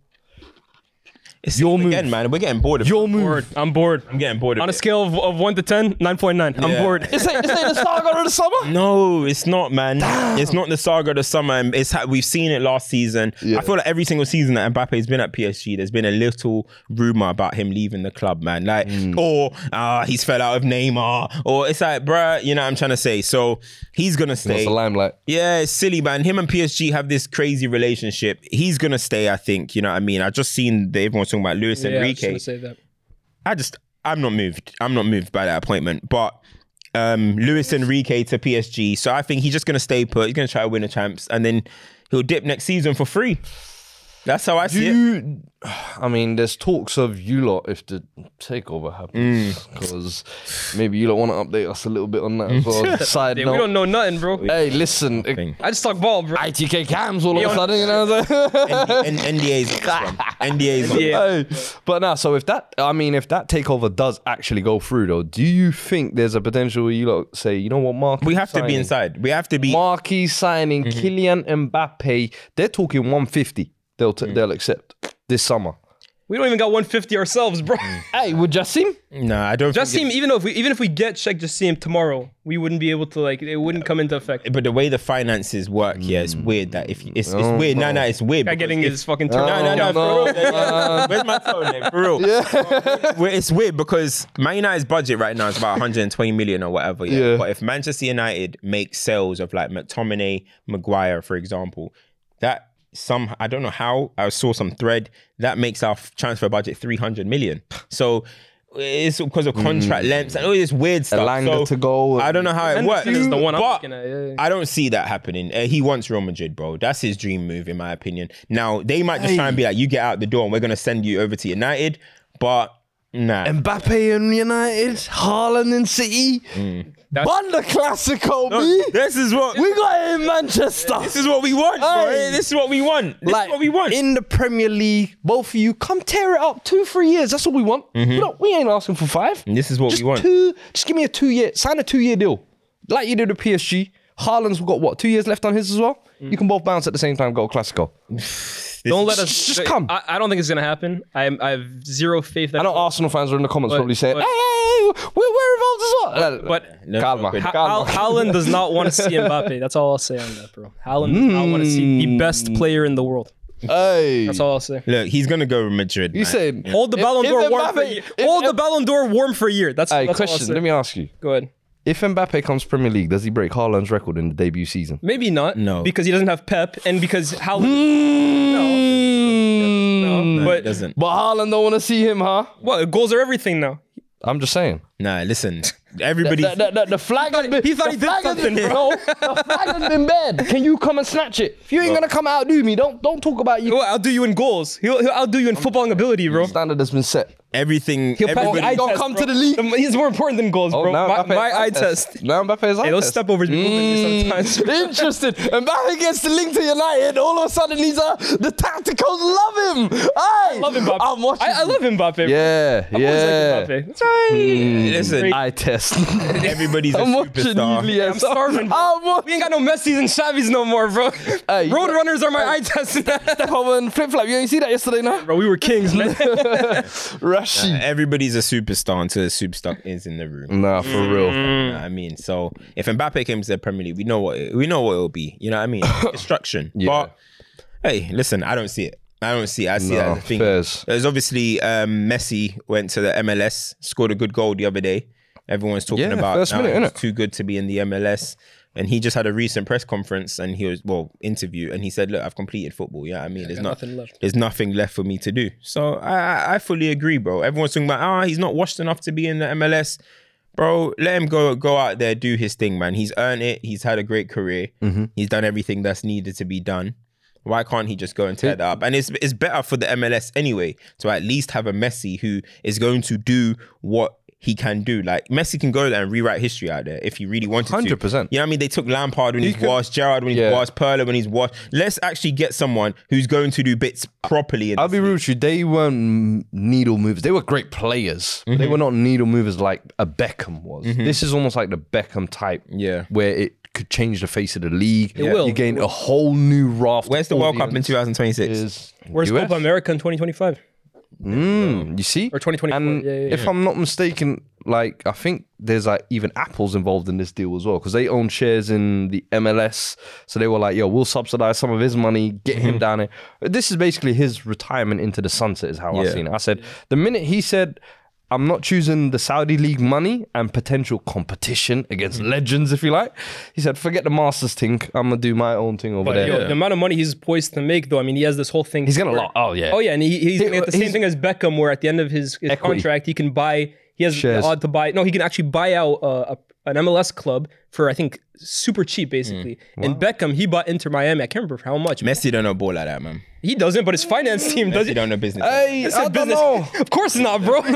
Speaker 2: it's
Speaker 1: your move.
Speaker 2: again, man. We're getting bored of
Speaker 1: Your move.
Speaker 4: Bored. I'm bored.
Speaker 2: I'm getting bored of
Speaker 4: On a
Speaker 2: it.
Speaker 4: scale of, of 1 to 10, 9.9. I'm
Speaker 2: Yeah.
Speaker 4: bored.
Speaker 1: This ain't, this ain't the saga of the summer.
Speaker 2: No, it's not, man. It's not the saga of the summer. Um, It's ha- we've seen it last season.
Speaker 1: Yeah.
Speaker 2: I feel like every single season that Mbappe's been at PSG, there's been a little rumor about him leaving the club, man. Like, or uh, he's fell out of Neymar, or it's like, bruh, you know what I'm trying to say. So he's gonna
Speaker 1: That's
Speaker 2: stay.
Speaker 1: the limelight.
Speaker 2: Yeah, it's silly, man. Him and PSG have this crazy relationship. He's gonna stay, I think. You know what I mean? I just seen that everyone's talking about Luis
Speaker 4: Yeah, I was
Speaker 2: Enrique.
Speaker 4: gonna say that.
Speaker 2: I just I'm not moved. I'm not moved by that appointment. But um Luis Enrique to PSG. So I think he's just gonna stay put. He's gonna try to win the champs and then he'll dip next season for free. That's how I see it.
Speaker 1: You, I mean, there's talks of you lot if the takeover happens, because maybe you lot want to update us a little bit on that as well. Side
Speaker 4: Yeah,
Speaker 1: note,
Speaker 4: we don't know nothing, bro.
Speaker 1: hey, listen,
Speaker 2: Nothing.
Speaker 4: I just talk ball, bro.
Speaker 1: ITK cams all of a
Speaker 4: Yeah.
Speaker 1: sudden, you know what I'm saying?
Speaker 2: N- N- NDA's on this one. NDA's on this.
Speaker 1: Hey, but now, so if that, I mean, if that takeover does actually go through, though, do you think there's a potential where you lot say, you know what, Mark?
Speaker 2: We have to be inside. We have to be
Speaker 1: Marquis signing Kylian Mbappe. They're talking 150. They'll t- they'll accept this summer.
Speaker 4: We don't even got 150 ourselves, bro.
Speaker 2: Mm.
Speaker 1: Hey, would Jassim?
Speaker 2: No, I don't think
Speaker 4: Jassim, even though if we even if we get check Jassim tomorrow, we wouldn't be able to like it wouldn't come into effect.
Speaker 2: it- but the way the finances work, yeah, it's weird that if it's, it's weird. No, no, it's weird.
Speaker 4: Hmm. Oh Guy
Speaker 2: because
Speaker 4: getting
Speaker 2: if-
Speaker 4: his fucking turn.
Speaker 2: No, no, no, for real. Where's my phone? eh? For real. Well, It's weird because Man United's budget right now is about 120 million or whatever. Yeah.
Speaker 1: Yeah.
Speaker 2: But if Manchester United make sales of like McTominay, Maguire, for example, that some I don't know how I saw some thread that makes our f- transfer budget 300 million. So. It's because of contract lengths and all this weird stuff.
Speaker 1: Elanga
Speaker 2: So,
Speaker 1: Mm. to go and-
Speaker 2: I don't know how it works.
Speaker 4: is the one I'm
Speaker 2: but
Speaker 4: looking at, yeah, yeah.
Speaker 2: I don't see that happening. Uh, he wants Real Madrid, bro. That's his dream move, in my opinion. Now they might just try and be like, "You get out the door, and we're gonna send you over to United." But nah,
Speaker 1: Mbappe and United, Haaland and City. Banda Classico, B.
Speaker 2: this is what
Speaker 1: We got it in Manchester.
Speaker 2: this is what we want, bro.
Speaker 1: Hey.
Speaker 2: This is what we want. This is what we want.
Speaker 1: In the Premier League, both of you, come tear it up. Two, three years. That's all we want. We, don't, we ain't asking for five.
Speaker 2: this is Mm-hmm. what
Speaker 1: just
Speaker 2: we want.
Speaker 1: Two, just give me a two year, sign a two year deal. Like you did with PSG. Haaland's got what, two years left on his as well?
Speaker 2: Mm.
Speaker 1: You can both bounce at the same time, go Classico.
Speaker 4: Don't let us
Speaker 1: Just- just come.
Speaker 4: I, I don't think it's gonna happen. I'm I have zero faith that
Speaker 1: I know Arsenal fans are in the comments
Speaker 4: But-
Speaker 1: probably saying,
Speaker 4: but-
Speaker 1: hey, hey, hey, we're, we're involved as well. No, no, no.
Speaker 4: but-
Speaker 2: No,
Speaker 1: calma,
Speaker 2: but-
Speaker 4: Ha-
Speaker 1: calma.
Speaker 4: Hal- Haaland does not want to see Mbappe. That's all I'll say on that, bro. Haaland does not want to see
Speaker 1: Hmm.
Speaker 4: the best player in the world.
Speaker 1: Hey.
Speaker 4: That's all I'll say.
Speaker 2: Look, he's gonna go with Madrid.
Speaker 1: You
Speaker 2: man.
Speaker 1: said,
Speaker 4: Hold the Ballon
Speaker 1: if
Speaker 4: d'Or warm
Speaker 1: Mbappe-
Speaker 4: for a year.
Speaker 1: if-
Speaker 4: Hold the
Speaker 1: if-
Speaker 4: Ballon d'Or warm for a year. That's,
Speaker 1: hey,
Speaker 4: that's
Speaker 1: question,
Speaker 4: all I'll
Speaker 1: let
Speaker 4: say.
Speaker 1: me ask you.
Speaker 4: Go ahead.
Speaker 1: If Mbappe comes Premier League, does he break Haaland's record in the debut season?
Speaker 4: Maybe not.
Speaker 2: No.
Speaker 4: Because he doesn't have Pep and because Haaland.
Speaker 1: Mm.
Speaker 4: No,
Speaker 2: but
Speaker 4: but
Speaker 2: doesn't.
Speaker 1: But Haaland don't want to see him, huh?
Speaker 4: what? Goals are everything now.
Speaker 1: I'm just saying.
Speaker 2: Nah, listen. Everybody,
Speaker 1: The, the, the, the flag has been.
Speaker 4: he thought
Speaker 1: the
Speaker 4: he did
Speaker 1: flag has
Speaker 4: something,
Speaker 1: been-
Speaker 4: bro.
Speaker 1: no, the flag has been bad. Can you come and snatch it? If you ain't gonna come out do me, don't don't talk about you.
Speaker 4: Well, I'll do you in goals. He'll, he'll outdo you in footballing ability, bro.
Speaker 1: Standard has been set.
Speaker 2: everything.
Speaker 4: He'll pass the
Speaker 2: everybody-
Speaker 4: eye
Speaker 1: Don't
Speaker 4: test,
Speaker 1: come
Speaker 4: bro.
Speaker 1: to the league.
Speaker 4: Um, He's more important than goals,
Speaker 1: Oh,
Speaker 4: bro. my my eye test.
Speaker 1: Now Mbappe Hmm. is eye
Speaker 4: Hey, those
Speaker 1: test.
Speaker 4: step overs be moving me sometimes.
Speaker 1: Interested. Mbappe gets the link to United. All of a sudden, he's a the tacticals love him. Aye. I
Speaker 4: love Mbappe.
Speaker 1: I'm watching.
Speaker 4: I, I love Mbappe.
Speaker 1: Yeah,
Speaker 4: Always
Speaker 1: yeah.
Speaker 4: liked Mbappe.
Speaker 2: Mm, Listen,
Speaker 1: Eye obsessed.
Speaker 2: Everybody's a
Speaker 1: I'm watching
Speaker 2: superstar.
Speaker 1: you, Lee,
Speaker 4: I'm starving. bro. we ain't got no Messis and Chavis no more, bro.
Speaker 1: Hey, you-
Speaker 4: Roadrunners are my eye test.
Speaker 1: flip flop. You ain't see that yesterday, no?
Speaker 4: bro, we were kings, man.
Speaker 1: Rashi.
Speaker 2: Everybody's a superstar until a superstar is in the room.
Speaker 1: Nah, for real.
Speaker 2: You know what I mean, so if Mbappe came to the Premier League, we know what it, we know what it'll be. You know what I mean? Destruction. But hey, listen, I don't see it. I don't see. It. I see that
Speaker 1: No,
Speaker 2: as a thing.
Speaker 1: fairs.
Speaker 2: There's obviously um, Messi went to the MLS, scored a good goal the other day. Everyone's talking
Speaker 1: Yeah,
Speaker 2: about
Speaker 1: first
Speaker 2: now
Speaker 1: minute,
Speaker 2: he's
Speaker 1: innit?
Speaker 2: too good to be in the MLS. And he just had a recent press conference and he was well interview and he said, "Look, I've completed football. Yeah, I mean, there's not,
Speaker 4: nothing left.
Speaker 2: there's nothing left for me to do." So I, I- I fully agree, bro. Everyone's talking about, "Ah, he's not washed enough to be in the MLS." bro, let him go go out there, do his thing, man. He's earned it. He's had a great career.
Speaker 1: Mm-hmm.
Speaker 2: He's done everything that's needed to be done. Why can't he just go and tear that up? And it's it's better for the MLS anyway to at least have a Messi who is going to do what he can do. Like Messi can go there and rewrite history out there if he really wanted to.
Speaker 1: 100%.
Speaker 2: You know what I mean? They took Lampard when he's
Speaker 1: could-
Speaker 2: washed, Gerrard when he's
Speaker 1: Yeah.
Speaker 2: washed, Perla when he's washed. Let's actually get someone who's going to do bits properly. In
Speaker 1: I'll be rude with you. They weren't needle movers. They were great players.
Speaker 2: Mm-hmm.
Speaker 1: but They were not needle movers like a Beckham was. This is almost like the Beckham type.
Speaker 2: Yeah.
Speaker 1: Where it could change the face of the league. It
Speaker 4: will.
Speaker 1: You gain a whole new raft.
Speaker 2: Where's the
Speaker 1: of
Speaker 2: World Cup in
Speaker 1: audience.
Speaker 2: 2026?
Speaker 1: Is
Speaker 4: Where's
Speaker 1: US?
Speaker 4: Copa America in 2025?
Speaker 1: Mm, you see?
Speaker 4: Or 2024,
Speaker 1: And
Speaker 4: yeah, yeah, yeah.
Speaker 1: if I'm not mistaken, like I think there's like even Apple's involved in this deal as well because they own shares in the MLS. So they were like, "Yo, we'll subsidize some of his money, get him down here." This is basically his retirement into the sunset, is how I
Speaker 2: Yeah.
Speaker 1: seen it. I said the minute he said. I'm not choosing the Saudi league money and potential competition against
Speaker 4: Hmm.
Speaker 1: legends, if you like. He said, "Forget the Masters thing. I'm gonna do my own thing over
Speaker 4: But
Speaker 1: there."
Speaker 4: yo, the amount of money he's poised to make, though, I mean, he has this whole thing.
Speaker 1: He's gonna
Speaker 4: where-
Speaker 1: lot. Oh yeah.
Speaker 4: Oh yeah, and he, he's
Speaker 1: He-
Speaker 4: gonna get the same
Speaker 1: he's-
Speaker 4: thing as Beckham, where at the end of his, his
Speaker 1: Equity.
Speaker 4: contract, he can buy. He has
Speaker 1: Shares.
Speaker 4: the odd to buy. No, he can actually buy out uh, a, an MLS club for I think super cheap, basically.
Speaker 1: Hmm.
Speaker 4: And Beckham, he bought Inter Miami. I can't remember for how much.
Speaker 2: Messi don't know ball like that, man.
Speaker 4: He doesn't, but his finance team does
Speaker 2: Messi
Speaker 4: it.
Speaker 2: don't know business.
Speaker 1: Hey,
Speaker 4: It's
Speaker 1: I
Speaker 4: a
Speaker 1: don't
Speaker 4: business.
Speaker 1: know.
Speaker 4: Of course not, bro. you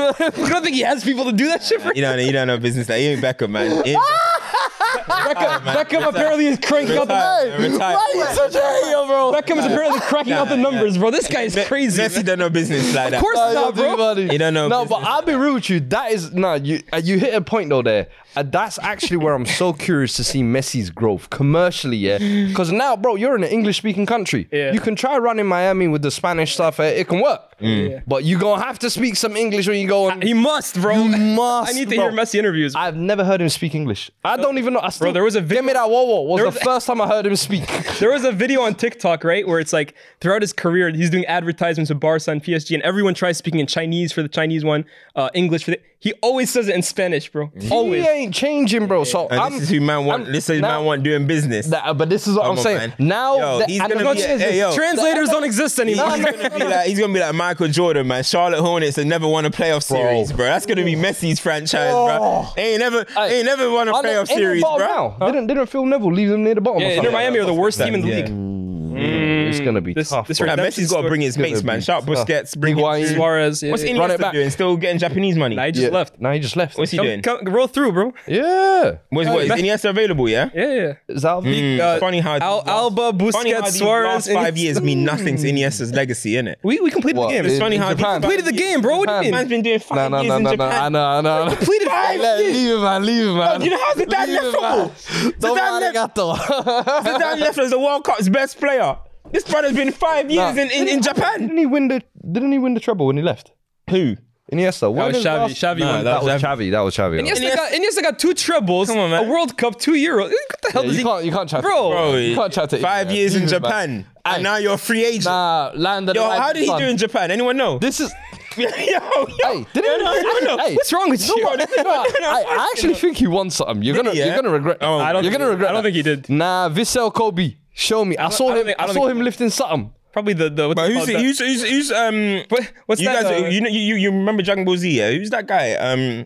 Speaker 4: don't think he has people to do that shit for
Speaker 2: You
Speaker 4: him?
Speaker 2: know, you don't know business. Like, you ain't Beckham, man. You ain't
Speaker 1: Ah,
Speaker 2: uh,
Speaker 4: Beckham, Beckham apparently is cranking out the.
Speaker 2: Beckham, retired.
Speaker 1: such a hater, bro?
Speaker 4: Beckham is apparently cracking out the numbers, bro. This guy is crazy.
Speaker 2: Messi don't know business like that.
Speaker 4: Of course
Speaker 1: Nah,
Speaker 4: not,
Speaker 1: you're
Speaker 4: bro.
Speaker 1: too funny.
Speaker 2: You don't know
Speaker 1: No, but
Speaker 2: business.
Speaker 1: I'll be real with you. That is no. You uh, you hit a point though there. And that's actually where I'm so curious to see Messi's growth commercially. Yeah, because now, bro, you're in an English speaking country.
Speaker 4: Yeah.
Speaker 1: You can try running Miami with the Spanish stuff. eh, It can work.
Speaker 2: Mm.
Speaker 1: But you gonna have to speak some English when you go on.
Speaker 4: He must, bro.
Speaker 1: You must,
Speaker 4: I need to
Speaker 1: bro.
Speaker 4: hear Messi interviews.
Speaker 1: I've never heard him speak English. I don't even know. I still,
Speaker 4: there was a
Speaker 1: give me that whoa whoa was,
Speaker 4: there
Speaker 1: the
Speaker 4: was-
Speaker 1: first time I heard him speak.
Speaker 4: There was a video on TikTok, right, where it's like throughout his career, he's doing advertisements with Barca and PSG, and everyone tries speaking in Chinese for the Chinese one, uh, English for the. He always says it in Spanish, bro. Always.
Speaker 1: He ain't changing, bro. So
Speaker 2: And
Speaker 1: I'm,
Speaker 2: this is who man want.
Speaker 1: I'm-
Speaker 2: this is
Speaker 1: now-
Speaker 2: man want doing business.
Speaker 1: Nah, but this is what
Speaker 2: Come
Speaker 1: I'm
Speaker 2: on,
Speaker 1: saying.
Speaker 2: man.
Speaker 1: Now
Speaker 2: Yo,
Speaker 1: the
Speaker 2: he's gonna be
Speaker 1: analogy
Speaker 2: a-
Speaker 1: is
Speaker 2: hey, yo.
Speaker 4: Translators don't exist anymore.
Speaker 2: He's gonna be like he's gonna be like Michael Jordan, man. Charlotte Hornets and never won a playoff series, bro. That's gonna be Messi's franchise, bro. They ain't never, they ain't never won a
Speaker 1: Aren't they-
Speaker 2: playoff
Speaker 1: ain't they
Speaker 2: series,
Speaker 1: bottom
Speaker 2: bro.
Speaker 1: Now. Didn't didn't Phil Neville leave them near the bottom? or
Speaker 4: Inter
Speaker 1: something?
Speaker 4: Miami are the worst team in the
Speaker 2: Yeah.
Speaker 4: league.
Speaker 1: It's gonna be
Speaker 4: This-
Speaker 1: tough.
Speaker 4: this
Speaker 1: bro.
Speaker 2: Nah,
Speaker 4: Redemption
Speaker 2: Messi's got to
Speaker 4: story.
Speaker 2: bring his mates, man. Shout Busquets, bring
Speaker 1: Higuain.
Speaker 2: him.
Speaker 4: Suarez.
Speaker 2: What's
Speaker 4: yeah,
Speaker 1: Run it
Speaker 2: Iniesta
Speaker 1: back.
Speaker 2: doing? Still getting Japanese money.
Speaker 4: I just left.
Speaker 1: Now he just left.
Speaker 2: What's he
Speaker 4: Come,
Speaker 2: doing?
Speaker 4: come, roll through, bro.
Speaker 1: Yeah.
Speaker 2: What's what? Is
Speaker 4: Messi-
Speaker 2: Iniesta available? Yeah.
Speaker 4: Yeah, yeah.
Speaker 1: Is that
Speaker 2: Mm,
Speaker 4: Uh,
Speaker 2: funny how
Speaker 4: Al-
Speaker 2: these
Speaker 4: Alba,
Speaker 2: funny how
Speaker 4: Busquets,
Speaker 2: these
Speaker 4: Suarez,
Speaker 2: last five
Speaker 4: Iniesta.
Speaker 2: years mean nothing to Iniesta's legacy, innit?
Speaker 4: We, we completed
Speaker 1: What,
Speaker 4: the game.
Speaker 1: in-
Speaker 4: It's funny
Speaker 2: in
Speaker 4: how
Speaker 2: Japan?
Speaker 4: completed the game, bro. What do you
Speaker 1: Japan.
Speaker 2: Man's
Speaker 4: mean?
Speaker 2: been doing
Speaker 1: No,
Speaker 2: five
Speaker 1: no,
Speaker 2: years
Speaker 1: no,
Speaker 2: in
Speaker 1: no, no, I
Speaker 2: Japan.
Speaker 1: know, I know. I know.
Speaker 4: Completed five
Speaker 1: Let-
Speaker 4: years.
Speaker 1: Leave it, man. Leave it, man.
Speaker 2: Do you know how Zidane
Speaker 1: Leave
Speaker 2: left
Speaker 1: it, man.
Speaker 2: football?
Speaker 1: Don't
Speaker 2: Zidane left, Zidane left as the World Cup's best player. This brother's been five years in, in, in Japan.
Speaker 1: Didn't he win the? Didn't he win the treble when he left?
Speaker 2: Who?
Speaker 1: Iniesta.
Speaker 4: That
Speaker 1: when
Speaker 4: was
Speaker 1: his
Speaker 4: Xavi.
Speaker 1: last-
Speaker 4: Xavi
Speaker 2: Nah,
Speaker 4: won.
Speaker 2: that
Speaker 1: That was
Speaker 2: was
Speaker 1: Xavi. That was Xavi. that was-
Speaker 4: Iniesta got, Iniesta got two trebles,
Speaker 2: Come on, man.
Speaker 4: a World Cup, two Euros. What the hell
Speaker 1: Yeah,
Speaker 4: does
Speaker 1: You
Speaker 4: he?
Speaker 1: can't. You can't chat. to-
Speaker 4: Bro. Bro,
Speaker 1: you can't chat to
Speaker 2: Five
Speaker 1: Iniesta.
Speaker 2: years in
Speaker 1: Leave it, man.
Speaker 2: Japan,
Speaker 1: Aye.
Speaker 2: and now you're a free agent.
Speaker 1: Nah, land.
Speaker 2: Yo, how did he do in Japan? Anyone know?
Speaker 1: This is.
Speaker 2: yo, yo.
Speaker 1: Hey, did he?
Speaker 2: No, no, no, no.
Speaker 1: Hey,
Speaker 4: What's wrong with you?
Speaker 1: No, I, I actually think he won something. You're gonna,
Speaker 2: he,
Speaker 1: you're
Speaker 2: yeah?
Speaker 1: gonna regret.
Speaker 2: Oh, I
Speaker 1: I don't
Speaker 2: don't
Speaker 1: you're gonna
Speaker 4: think-
Speaker 1: regret.
Speaker 4: I don't
Speaker 1: that.
Speaker 4: think he did.
Speaker 1: Nah, Vissel Kobe, show me. I, saw
Speaker 4: I don't
Speaker 1: him.
Speaker 4: think- I
Speaker 1: I,
Speaker 4: don't
Speaker 1: saw
Speaker 4: think-
Speaker 1: him lifting something.
Speaker 4: Probably the the. What
Speaker 2: But
Speaker 4: they
Speaker 2: who's,
Speaker 4: call that-
Speaker 2: who's, who's, who's, um,
Speaker 4: What- what's
Speaker 2: you
Speaker 4: that,
Speaker 2: guys,
Speaker 4: uh,
Speaker 2: you know, you, you- you remember Dragon Ball Z, yeah? Who's that guy? Um,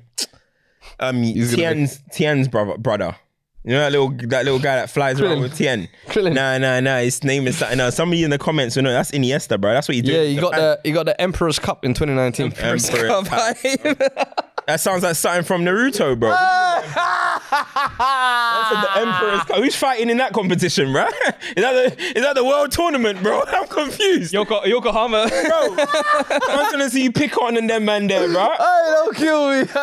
Speaker 2: um,
Speaker 1: gonna
Speaker 2: Tien's, Tien's brother, brother. You know that little, that little guy that flies around with Tien?
Speaker 1: Krillin.
Speaker 2: Nah, nah, nah, his name is something else. Somebody in the comments will know, that's Iniesta, bro. That's what you do.
Speaker 1: Yeah, he got the he got the Emperor's Cup in 2019.
Speaker 2: Emperor. That sounds like something from Naruto, bro. That's the Emperor's Cup. Who's fighting in that competition, bro? Is that the, is that the world tournament, bro? I'm confused.
Speaker 4: Yoko, Yokohama.
Speaker 1: Uh,
Speaker 2: Bro, I'm gonna see you pick on and them man there, bro.
Speaker 1: Hey, don't kill me.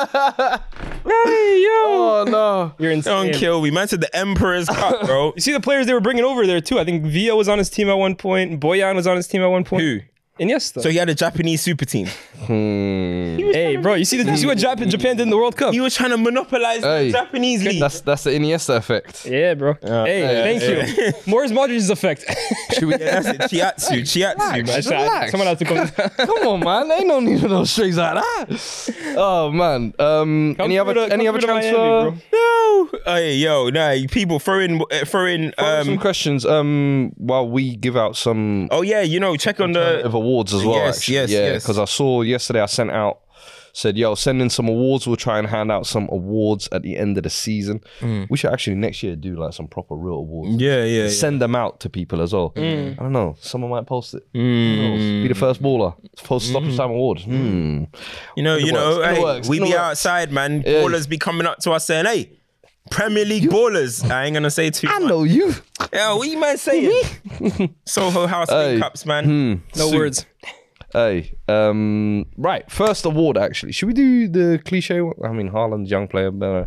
Speaker 1: Oh no.
Speaker 4: You're insane.
Speaker 2: Don't kill me. Man said the Emperor's Cup, bro.
Speaker 4: You see the players they were bringing over there too. I think Villa was on his team at one point. Boyan was on his team at one point.
Speaker 2: Who?
Speaker 4: Iniesta.
Speaker 2: So he had a Japanese super team.
Speaker 4: hey, bro, you see the, you see what Japan, Japan did in the World Cup?
Speaker 2: He was trying to monopolize
Speaker 1: Hey.
Speaker 2: the Japanese league.
Speaker 1: That's that's the Iniesta effect.
Speaker 4: Yeah, bro. hey, thank you. Morris Modric's effect.
Speaker 1: Should we-
Speaker 2: That's it. Chiatsu, Chiatsu, man.
Speaker 1: Relax.
Speaker 4: Someone has to come.
Speaker 1: Come on, man. Ain't no need for those shades like that. Oh man. Um. any
Speaker 4: through
Speaker 1: other
Speaker 4: to-
Speaker 1: any
Speaker 4: come
Speaker 1: other
Speaker 4: through to
Speaker 1: transfer?
Speaker 4: Miami, bro.
Speaker 2: No. Hey, yo, nah, people throwing, uh, throwing,
Speaker 1: some
Speaker 2: um,
Speaker 1: questions. Um. While we give out some
Speaker 2: oh yeah, you know, check on
Speaker 1: of
Speaker 2: the,
Speaker 1: awards as well.
Speaker 2: Yes,
Speaker 1: actually.
Speaker 2: yes,
Speaker 1: yeah.
Speaker 2: yes.
Speaker 1: Because I saw yesterday I sent out said, yo, send in some awards. We'll try and hand out some awards at the end of the season. We should actually next year do like some proper real awards.
Speaker 2: Mm. yeah, yeah, yeah.
Speaker 1: Send them out to people as well.
Speaker 4: Mm.
Speaker 1: I don't know. Someone might post it. Who knows? Be the
Speaker 2: Mm.
Speaker 1: first baller. Post stoppage time award. Hmm.
Speaker 2: you know, you
Speaker 1: works,
Speaker 2: know,
Speaker 1: in the
Speaker 2: hey,
Speaker 1: works,
Speaker 2: we
Speaker 1: in the
Speaker 2: be
Speaker 1: works.
Speaker 2: outside, man. Ballers be coming up to us saying, hey, Premier League ballers. I ain't gonna say too.
Speaker 1: I
Speaker 2: much.
Speaker 1: know you.
Speaker 2: Yeah, what you man saying? Soho House League
Speaker 1: Hey. Hmm.
Speaker 2: cups, man.
Speaker 4: No words.
Speaker 1: Hey, um, right. First award, actually. Should we do the cliche one? I mean, Haaland's young player. But, uh,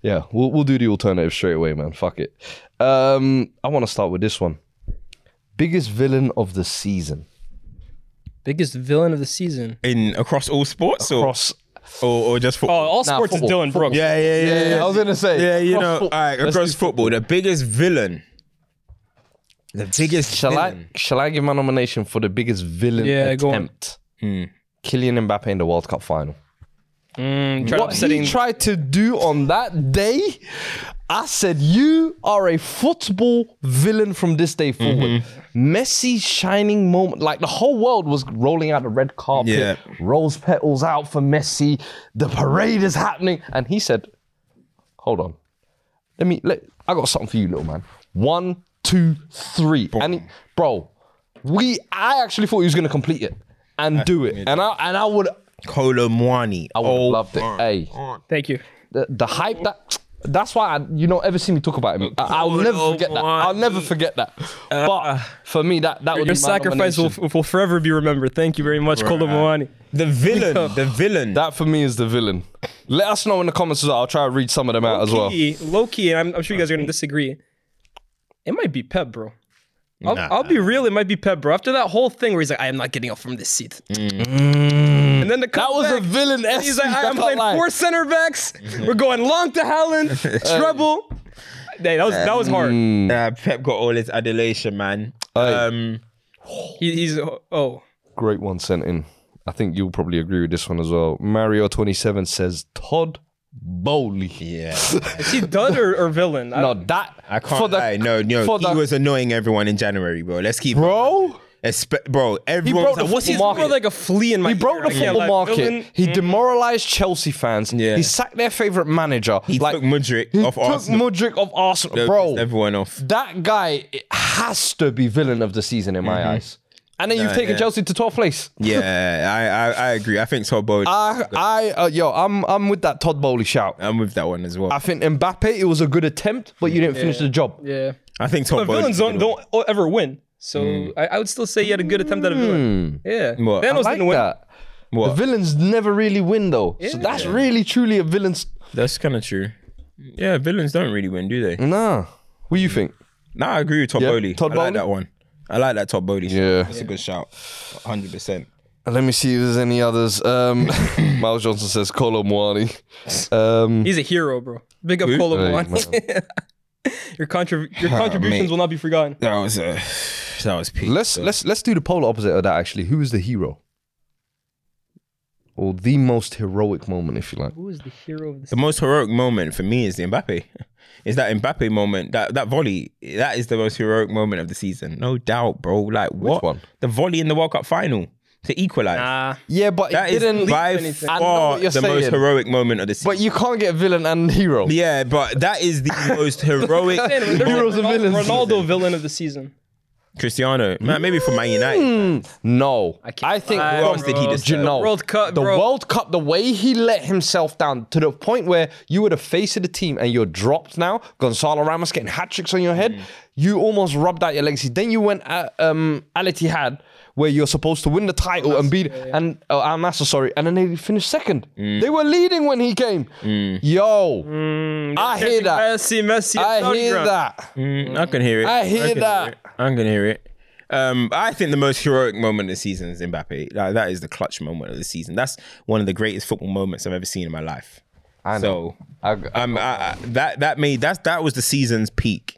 Speaker 1: yeah, we'll, we'll do the alternative straight away, man. Fuck it. Um, I want to start with this one. Biggest villain of the season
Speaker 4: Biggest villain of the season.
Speaker 2: In across all sports,
Speaker 1: across. Oh,
Speaker 2: or, or or just
Speaker 4: Oh,
Speaker 2: football.
Speaker 4: all
Speaker 1: Nah,
Speaker 4: sports
Speaker 1: football,
Speaker 4: is Dylan Brooks.
Speaker 2: yeah, yeah, yeah, yeah,
Speaker 1: I was gonna say.
Speaker 2: Yeah, you
Speaker 1: Across
Speaker 2: know,
Speaker 1: foot-
Speaker 2: all right,
Speaker 1: Let's
Speaker 2: across
Speaker 1: do
Speaker 2: football, the biggest villain, the biggest
Speaker 1: Shall I?
Speaker 2: villain.
Speaker 1: Shall I give my nomination for the biggest villain
Speaker 4: Yeah, go on.
Speaker 1: attempt? Kylian Mbappe in the World Cup final.
Speaker 4: Mm, try to
Speaker 1: What
Speaker 4: upsetting-
Speaker 1: he tried to do on that day, I said, You are a football villain from this day
Speaker 2: Mm-hmm.
Speaker 1: forward. Messi's shining moment, like the whole world was rolling out the red carpet,
Speaker 2: Yeah.
Speaker 1: rose petals out for Messi, the parade is happening. And he said, Hold on, let me, let, I got something for you, little man. One, two, three. And he, bro, we, I actually thought he was going to complete it and do it. And I, and I would,
Speaker 2: Kolo Muani.
Speaker 1: I would have
Speaker 2: Uh, Oh,
Speaker 1: loved it. Hey
Speaker 4: Thank you.
Speaker 1: the, the hype that that's why I, you don't ever see me talk about him. I, will never forget that. I'll never forget that. But for me, that that would
Speaker 4: Your
Speaker 1: be my
Speaker 4: sacrifice will,
Speaker 1: nomination.
Speaker 4: will forever be remembered. Thank you very much, Kolo Muani.
Speaker 2: the villain, the villain.
Speaker 1: that for me is the villain. Let us know in the comments as well. I'll try to read some of them out as well.
Speaker 4: Low-key, low-key, and I'm, I'm sure you guys are going to disagree. It might be Pep, bro. I'll, I'll be real. It might be Pep, bro. After that whole thing where he's like, "I am not getting up from this seat," Mm. and then the
Speaker 1: That was a
Speaker 4: comeback,
Speaker 1: villain.
Speaker 4: and He's like, "I am playing
Speaker 1: lie.
Speaker 4: four center backs. We're going long to Haaland, treble." Hey, that was that was hard.
Speaker 1: Mm.
Speaker 2: Nah, Uh, Pep got all his adulation, man. Um,
Speaker 4: He, he's oh,
Speaker 1: Great one sent in. I think you'll probably agree with this one as well. Mario twenty seven says Todd Bowley. Yeah.
Speaker 4: is he dud or, or villain? I-
Speaker 1: no, that
Speaker 2: I can't
Speaker 1: for the-
Speaker 2: lie. No, no,
Speaker 1: for
Speaker 2: he
Speaker 1: the-
Speaker 2: was annoying everyone in January, bro. Let's keep,
Speaker 1: bro.
Speaker 2: Espe- bro. Everyone,
Speaker 1: broke
Speaker 2: was like,
Speaker 1: the
Speaker 2: what's his
Speaker 1: football
Speaker 4: I feel like a flea in
Speaker 1: He
Speaker 4: my.
Speaker 1: broke the football market. He demoralized Chelsea fans.
Speaker 2: Yeah.
Speaker 1: He sacked their favorite manager.
Speaker 2: He
Speaker 1: like,
Speaker 2: took Mudrick
Speaker 1: he
Speaker 2: off
Speaker 1: took
Speaker 2: Arsenal.
Speaker 1: Mudryk of Arsenal,
Speaker 2: No,
Speaker 1: bro.
Speaker 2: pissed everyone off.
Speaker 1: That guy has to be villain of the season in my eyes. And then you've taken
Speaker 2: Mm-hmm. yeah.
Speaker 1: Chelsea to 12th place.
Speaker 2: Yeah, I, I, I agree. I think Todd Bowley.
Speaker 1: I, I, uh, yo, I'm, I'm with that Todd Bowley shout.
Speaker 2: I'm with that one as well.
Speaker 1: I
Speaker 2: I,
Speaker 1: think Mbappe, it was a good attempt, but you didn't finish the job.
Speaker 4: Yeah,
Speaker 2: think Todd
Speaker 4: but
Speaker 2: Bowley.
Speaker 4: villains don't, don't ever win. So I, I would still say he had a good attempt at a villain. Yeah,
Speaker 2: Well, I
Speaker 4: Thanos
Speaker 1: Hmm. Like
Speaker 4: didn't win.
Speaker 1: that.
Speaker 2: What?
Speaker 1: The villains never really win though, so that's really truly a villain's.
Speaker 2: That's kind of true. Yeah, villains don't really win, do they?
Speaker 1: Nah, what do you think?
Speaker 2: Nah, I agree with Todd
Speaker 1: Mm. Yeah,
Speaker 2: Bowley.
Speaker 1: Todd
Speaker 2: I
Speaker 1: Bowley?
Speaker 2: like that one. I like that Todd Bowley.
Speaker 1: Yeah.
Speaker 2: that's a good shout. 100. percent
Speaker 1: Let me see if there's any others. Um, Miles Johnson says Colo Muani. Um,
Speaker 4: He's a hero, bro. Big up Kolo
Speaker 1: Hey, Oh,
Speaker 4: Muani. your contrib- your contributions
Speaker 2: mate.
Speaker 4: will not be forgotten.
Speaker 2: That was uh, that was peak.
Speaker 1: let's let's let's do the polar opposite of that. Actually, who is the hero? Or the most heroic moment, if you like.
Speaker 4: Who is the hero of this?
Speaker 2: the most heroic moment for me is the Mbappe. Is that Mbappe moment that that volley? That is the most heroic moment of the season, no doubt, bro. Like what?
Speaker 1: one?
Speaker 2: The volley in the World Cup final to equalize.
Speaker 4: Ah,
Speaker 1: Yeah, but
Speaker 2: that
Speaker 1: it
Speaker 2: is
Speaker 1: didn't.
Speaker 2: by
Speaker 1: I know
Speaker 2: far
Speaker 1: what you're
Speaker 2: the most
Speaker 1: saying.
Speaker 2: heroic moment of the season.
Speaker 1: But you can't get villain and hero.
Speaker 2: yeah, but that is the most heroic.
Speaker 4: Man, there's
Speaker 1: Heroes
Speaker 4: a
Speaker 1: and
Speaker 4: Ronaldo-
Speaker 1: villains.
Speaker 4: Ronaldo villain of the season.
Speaker 2: Cristiano, man, maybe for Man
Speaker 1: Mm.
Speaker 2: United.
Speaker 1: No, I,
Speaker 4: can't
Speaker 1: think
Speaker 4: lie,
Speaker 1: from-
Speaker 2: Who else did he disturb?
Speaker 1: you know,
Speaker 4: World Cup,
Speaker 1: the
Speaker 4: bro.
Speaker 1: World Cup, the way he let himself down to the point where you were the face of the team and you're dropped now. Gonzalo Ramos
Speaker 4: Mm.
Speaker 1: getting hat tricks on your head, you almost rubbed out your legacy. Then you went at um, Al Ittihad where you're supposed to win the title and be and uh, Al Nasser, sorry, and then they finished second.
Speaker 4: Mm.
Speaker 1: They were leading when he came. Yo,
Speaker 4: Mm.
Speaker 1: I hear that.
Speaker 4: Messi, Messi,
Speaker 1: I
Speaker 4: Saudi
Speaker 1: hear
Speaker 4: ground.
Speaker 1: that.
Speaker 2: Mm, I can hear it.
Speaker 1: I hear
Speaker 2: can
Speaker 1: that.
Speaker 2: it. I can hear it. Um, I think the most heroic moment of the season is Mbappe. Like, that is the clutch moment of the season. That's one of the greatest football moments I've ever seen in my life. I know. So,
Speaker 1: I- I-
Speaker 2: um, I, I, that that made that that was the season's peak.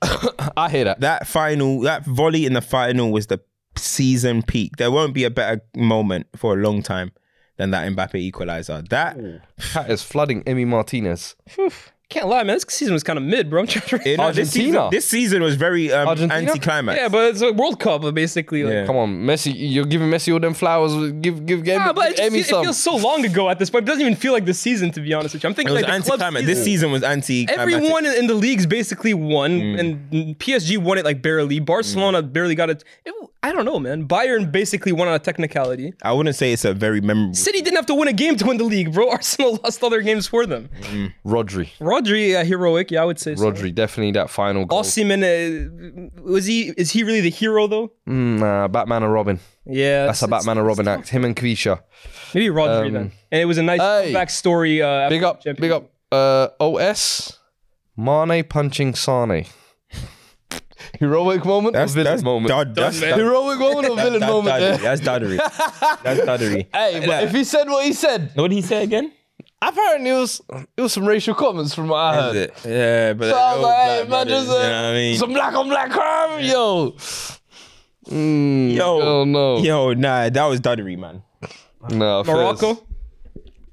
Speaker 1: I hear that.
Speaker 2: that final, that volley in the final was the season peak. There won't be a better moment for a long time than that Mbappe equalizer. That
Speaker 10: Cat is flooding Emmy Martinez.
Speaker 4: Can't lie, man. This season was kind of mid, bro. I'm trying to.
Speaker 2: you know, this season,
Speaker 1: Argentina.
Speaker 2: this season was very um,
Speaker 1: Argentina?
Speaker 2: anti-climax.
Speaker 4: Yeah, but it's a World Cup, basically. Like,
Speaker 2: Yeah.
Speaker 1: Come on, Messi, you're giving Messi all them flowers. Give give, give
Speaker 4: Yeah, but it, just,
Speaker 1: Emmy
Speaker 4: it
Speaker 1: some.
Speaker 4: feels so long ago at this point. It doesn't even feel like the season, to be honest with you. I'm
Speaker 2: it
Speaker 4: thinking
Speaker 2: was
Speaker 4: like the club
Speaker 2: anti-climax. This season was anti-climax.
Speaker 4: Everyone in in the leagues basically won,
Speaker 1: Mm.
Speaker 4: and PSG won it like barely. Barcelona barely got it. it. I don't know, man. Bayern basically won on a technicality.
Speaker 2: I wouldn't say it's a very memorable.
Speaker 4: City didn't have to win a game to win the league, bro. Arsenal lost all their games for them.
Speaker 1: Rodri,
Speaker 4: Rodri, uh, heroic, yeah, I would say. so.
Speaker 1: Rodri, definitely that final goal.
Speaker 4: Osimhen, uh, was he? Is he really the hero though?
Speaker 1: Nah, Mm, uh, Batman and Robin.
Speaker 4: Yeah,
Speaker 1: That's a Batman and Robin act. Him and Kvisha.
Speaker 4: Maybe Rodri then. And it was a nice
Speaker 1: hey.
Speaker 4: backstory. story. Uh,
Speaker 1: Big up,
Speaker 4: Champions
Speaker 1: big up. Uh, OS, Mane punching Sane. Heroic moment
Speaker 2: That's,
Speaker 1: or villain
Speaker 2: that's
Speaker 1: moment?
Speaker 2: dud- that's dud-
Speaker 1: Heroic moment or
Speaker 2: that-
Speaker 1: villain
Speaker 2: that-
Speaker 1: moment
Speaker 2: duddery.
Speaker 1: there?
Speaker 2: That's duddery. That's duddery.
Speaker 1: Hey, but if he said what he said,
Speaker 2: what did he say again?
Speaker 1: apparently it was, it was some racial comments from what I heard.
Speaker 2: Yeah, but
Speaker 1: So I was like, hey, man,
Speaker 2: brothers,
Speaker 1: just, uh,
Speaker 2: you know what I mean?
Speaker 1: some black on black crime, yo. Mm,
Speaker 2: Yo.
Speaker 1: oh no,
Speaker 2: Yo, nah, that was duddery, man.
Speaker 1: no,
Speaker 4: League.
Speaker 1: first-
Speaker 4: Morocco.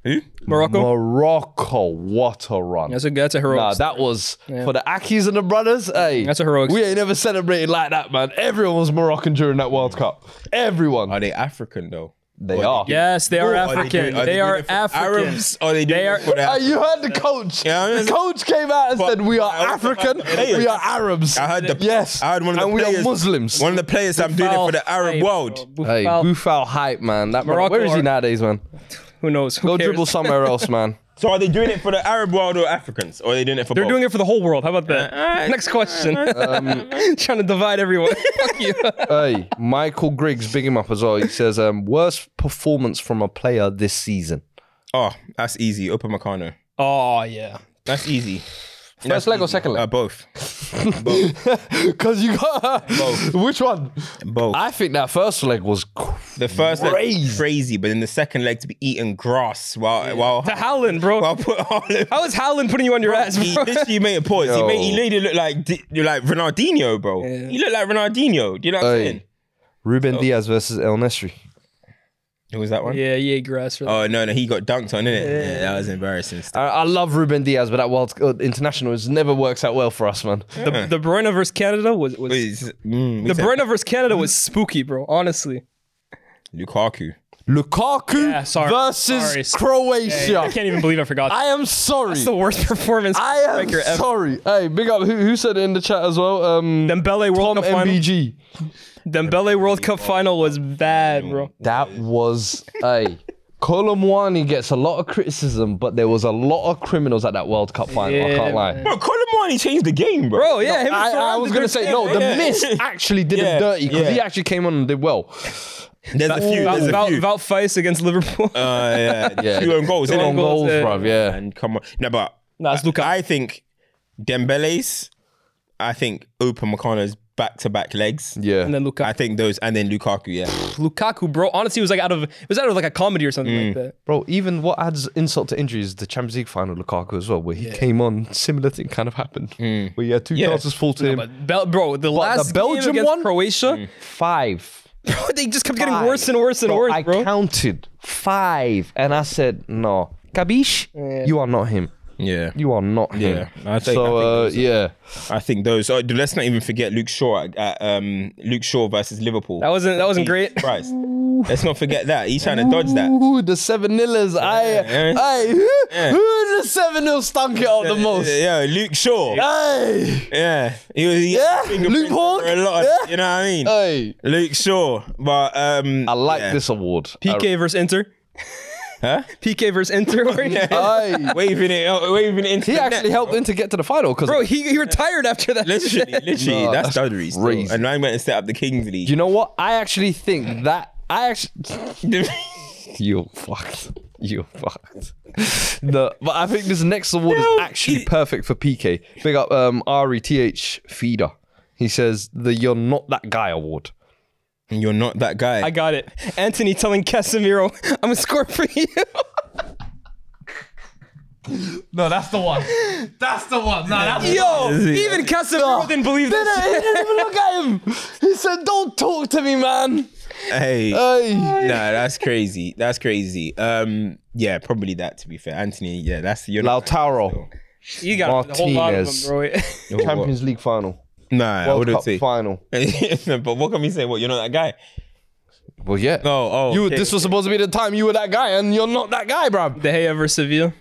Speaker 2: Who?
Speaker 4: Morocco.
Speaker 1: Morocco, what a run!
Speaker 4: that's a that's a heroic.
Speaker 1: Nah, that was for the Akis and the brothers. Hey,
Speaker 4: That's a heroic
Speaker 1: We ain't never celebrated like that, man. Everyone was Moroccan during that World Cup. Everyone.
Speaker 2: Are they African though?
Speaker 1: they are.
Speaker 4: Yes, they are
Speaker 2: Or
Speaker 4: African.
Speaker 2: doing-
Speaker 4: they,
Speaker 2: doing
Speaker 4: are
Speaker 2: it for
Speaker 4: African.
Speaker 2: Arabs? Are they doing
Speaker 4: They are-
Speaker 2: it for
Speaker 1: Hey,
Speaker 2: that?
Speaker 1: you heard the coach.
Speaker 2: Yeah, I mean-
Speaker 1: the coach came out and
Speaker 2: But-
Speaker 1: said, "We are
Speaker 2: I heard the-
Speaker 1: African.
Speaker 2: Hey,
Speaker 1: we are Arabs.
Speaker 2: I heard the
Speaker 1: yes.
Speaker 2: I heard one of the
Speaker 1: and
Speaker 2: players,
Speaker 1: we are Muslims."
Speaker 2: One of the players. I'm doing it for the Arab
Speaker 4: Hey,
Speaker 2: world.
Speaker 4: bro,
Speaker 1: Hey,
Speaker 4: Buffal-
Speaker 1: Bufal hype, man. That
Speaker 4: Morocco
Speaker 1: where is he
Speaker 4: are-
Speaker 1: nowadays, man?
Speaker 4: Who knows? Who
Speaker 1: Go
Speaker 4: cares?
Speaker 1: dribble somewhere else, man.
Speaker 2: So are they doing it for the Arab world or Africans? Or are they doing it for?
Speaker 4: They're
Speaker 2: both?
Speaker 4: doing it for the whole world. How about
Speaker 2: Uh,
Speaker 4: that? Next question. Trying to divide everyone. Fuck you.
Speaker 1: hey, Michael Griggs, big him up as well. He says, um, "Worst performance from a player this season."
Speaker 2: Oh, that's easy. Open Meccano.
Speaker 4: oh yeah.
Speaker 2: That's easy.
Speaker 1: First leg or second
Speaker 2: Uh,
Speaker 1: leg?
Speaker 2: both. both.
Speaker 1: Because you got which one?
Speaker 2: Both.
Speaker 1: I think that first leg was cr-
Speaker 2: The first leg
Speaker 1: Crazy.
Speaker 2: was crazy, but then the second leg to be eating grass while while
Speaker 4: To Howland, bro.
Speaker 2: while put Haaland.
Speaker 4: How is Howland putting you on your ass,
Speaker 2: He
Speaker 4: bro?
Speaker 2: literally made a pause. He,
Speaker 1: Yo.
Speaker 2: made, he literally looked like Di- you're like Ronaldinho, bro. He looked like Ronaldinho. Do you know what I'm
Speaker 1: Hey.
Speaker 2: saying?
Speaker 1: Ruben Diaz versus El Nesri.
Speaker 2: Who was that one?
Speaker 4: yeah, yeah, grass for that.
Speaker 2: Oh no, no, he got dunked on, innit? Yeah, that was embarrassing.
Speaker 1: I, I love Ruben Diaz, but that World uh, International is never works out well for us, man.
Speaker 4: the, the Bruyne versus Canada was, was
Speaker 2: Please, mm,
Speaker 4: the
Speaker 2: the
Speaker 4: Bruyne versus Canada was spooky, bro. Honestly,
Speaker 2: Lukaku.
Speaker 1: Lukaku
Speaker 4: Yeah, sorry. Sorry.
Speaker 1: versus Croatia.
Speaker 4: I can't even believe I forgot.
Speaker 1: I am sorry.
Speaker 4: That's the worst performance.
Speaker 1: I am
Speaker 4: striker ever.
Speaker 1: sorry. Hey, big up. Who, who said it in the chat as well? Um,
Speaker 4: Dembele World
Speaker 1: Tom
Speaker 4: Cup final.
Speaker 1: MBG.
Speaker 4: Dembele World Cup final was bad, bro.
Speaker 1: That was a. Kolomwani gets a lot of criticism, but there was a lot of criminals at that World Cup final. I can't lie.
Speaker 2: Bro, Colomani changed the game, bro.
Speaker 4: Bro, yeah, him and
Speaker 1: I, I
Speaker 4: Ferran
Speaker 1: was
Speaker 4: did
Speaker 1: gonna
Speaker 4: their
Speaker 1: say
Speaker 4: thing,
Speaker 1: no.
Speaker 4: right?
Speaker 1: The
Speaker 2: Yeah.
Speaker 1: miss actually did
Speaker 2: Yeah,
Speaker 1: him dirty because he
Speaker 2: yeah.
Speaker 1: actually came on and did well.
Speaker 2: there's a few.
Speaker 4: Vout,
Speaker 2: There's a
Speaker 4: Vout,
Speaker 2: few.
Speaker 4: Vout Feist against Liverpool.
Speaker 2: Uh, yeah, yeah. Two own goals.
Speaker 1: Two
Speaker 2: innit?
Speaker 1: own goals,
Speaker 4: yeah.
Speaker 1: bruv. Yeah.
Speaker 2: And come on, no, but
Speaker 4: Nah, it's Lukaku.
Speaker 2: I think Dembele's. I think Open Meccano's back-to-back legs.
Speaker 1: Yeah.
Speaker 4: and then Lukaku.
Speaker 2: I think those, and then Lukaku. Yeah.
Speaker 4: Lukaku, bro. Honestly, it was like out of it was out of like a comedy or something
Speaker 1: Mm.
Speaker 4: like that.
Speaker 1: Bro, even what adds insult to injury is the Champions League final Lukaku as well, where he came on. Similar thing kind of happened. Where he had two chances fall to him.
Speaker 4: Hmm. But Bel- bro, the last
Speaker 1: Belgium
Speaker 4: game against
Speaker 1: one?
Speaker 4: Croatia,
Speaker 1: five.
Speaker 4: bro, they just kept getting
Speaker 1: Five.
Speaker 4: worse and worse and
Speaker 1: Bro,
Speaker 4: worse,
Speaker 1: I
Speaker 4: bro.
Speaker 1: counted five, and I said, "No, Kabish, you are not him.
Speaker 2: Yeah.
Speaker 1: You are not him."
Speaker 2: Yeah, I think- I think
Speaker 1: so uh,
Speaker 2: those are-
Speaker 1: yeah,
Speaker 2: I think those. Oh, let's not even forget Luke Shaw at, at, um, Luke Shaw versus Liverpool.
Speaker 4: That wasn't that wasn't great.
Speaker 2: Christ. Let's not forget that. He's trying to dodge that.
Speaker 1: Ooh, the seven nillers. I,
Speaker 2: yeah.
Speaker 1: I, who, who the seven nil stunk it up the most?
Speaker 2: Yeah, Luke Shaw.
Speaker 1: Hey,
Speaker 2: Yeah, he was. He had
Speaker 1: Yeah,
Speaker 2: fingerprints
Speaker 1: Luke Hawke.
Speaker 2: for A lot.
Speaker 1: Yeah.
Speaker 2: Of, You know what I mean?
Speaker 1: hey.
Speaker 2: Luke Shaw, but um,
Speaker 1: I like
Speaker 2: yeah.
Speaker 1: this award.
Speaker 4: PK versus Inter.
Speaker 2: Huh?
Speaker 4: PK versus Inter. uh,
Speaker 1: Uh, Hey.
Speaker 2: Waving it, out- waving it into
Speaker 1: He
Speaker 2: the net.
Speaker 1: actually helped him to get to the final because
Speaker 4: bro, he, he retired after that.
Speaker 2: Literally, literally,
Speaker 1: No,
Speaker 2: that's,
Speaker 1: that's
Speaker 2: duddery.
Speaker 1: crazy.
Speaker 2: Still. And I went and set up the Kings League.
Speaker 1: you know what? I actually think that I actually. You're fucked. You're fucked. No, but I think this next award is actually perfect for PK. Big up um, RETH Feeder. He says the You're Not That Guy award.
Speaker 2: And you're not that guy.
Speaker 4: I got it. Anthony telling Casemiro, I'm a score for you.
Speaker 11: No, that's the one. That's the one. No, that's the
Speaker 4: Yo, even Casemiro didn't believe this.
Speaker 1: look at him. He said, Don't talk to me, man.
Speaker 2: hey.
Speaker 1: Hey.
Speaker 2: Nah, that's crazy. That's crazy. Um, yeah, probably that. To be fair, Anthony. Yeah, that's you're not-
Speaker 1: Lautaro,
Speaker 4: You got the whole lot of them,
Speaker 1: Martinez.
Speaker 4: bro.
Speaker 1: Champions League final,
Speaker 2: Nah, I
Speaker 1: World
Speaker 2: wouldn't
Speaker 1: Cup
Speaker 2: say.
Speaker 1: final.
Speaker 2: but what can we say? What you're not that guy?
Speaker 1: Well, yeah.
Speaker 2: No, oh,
Speaker 1: you.
Speaker 2: okay.
Speaker 1: This was supposed to be the time you were that guy, and you're not that guy, bruv.
Speaker 4: De Gea versus Sevilla.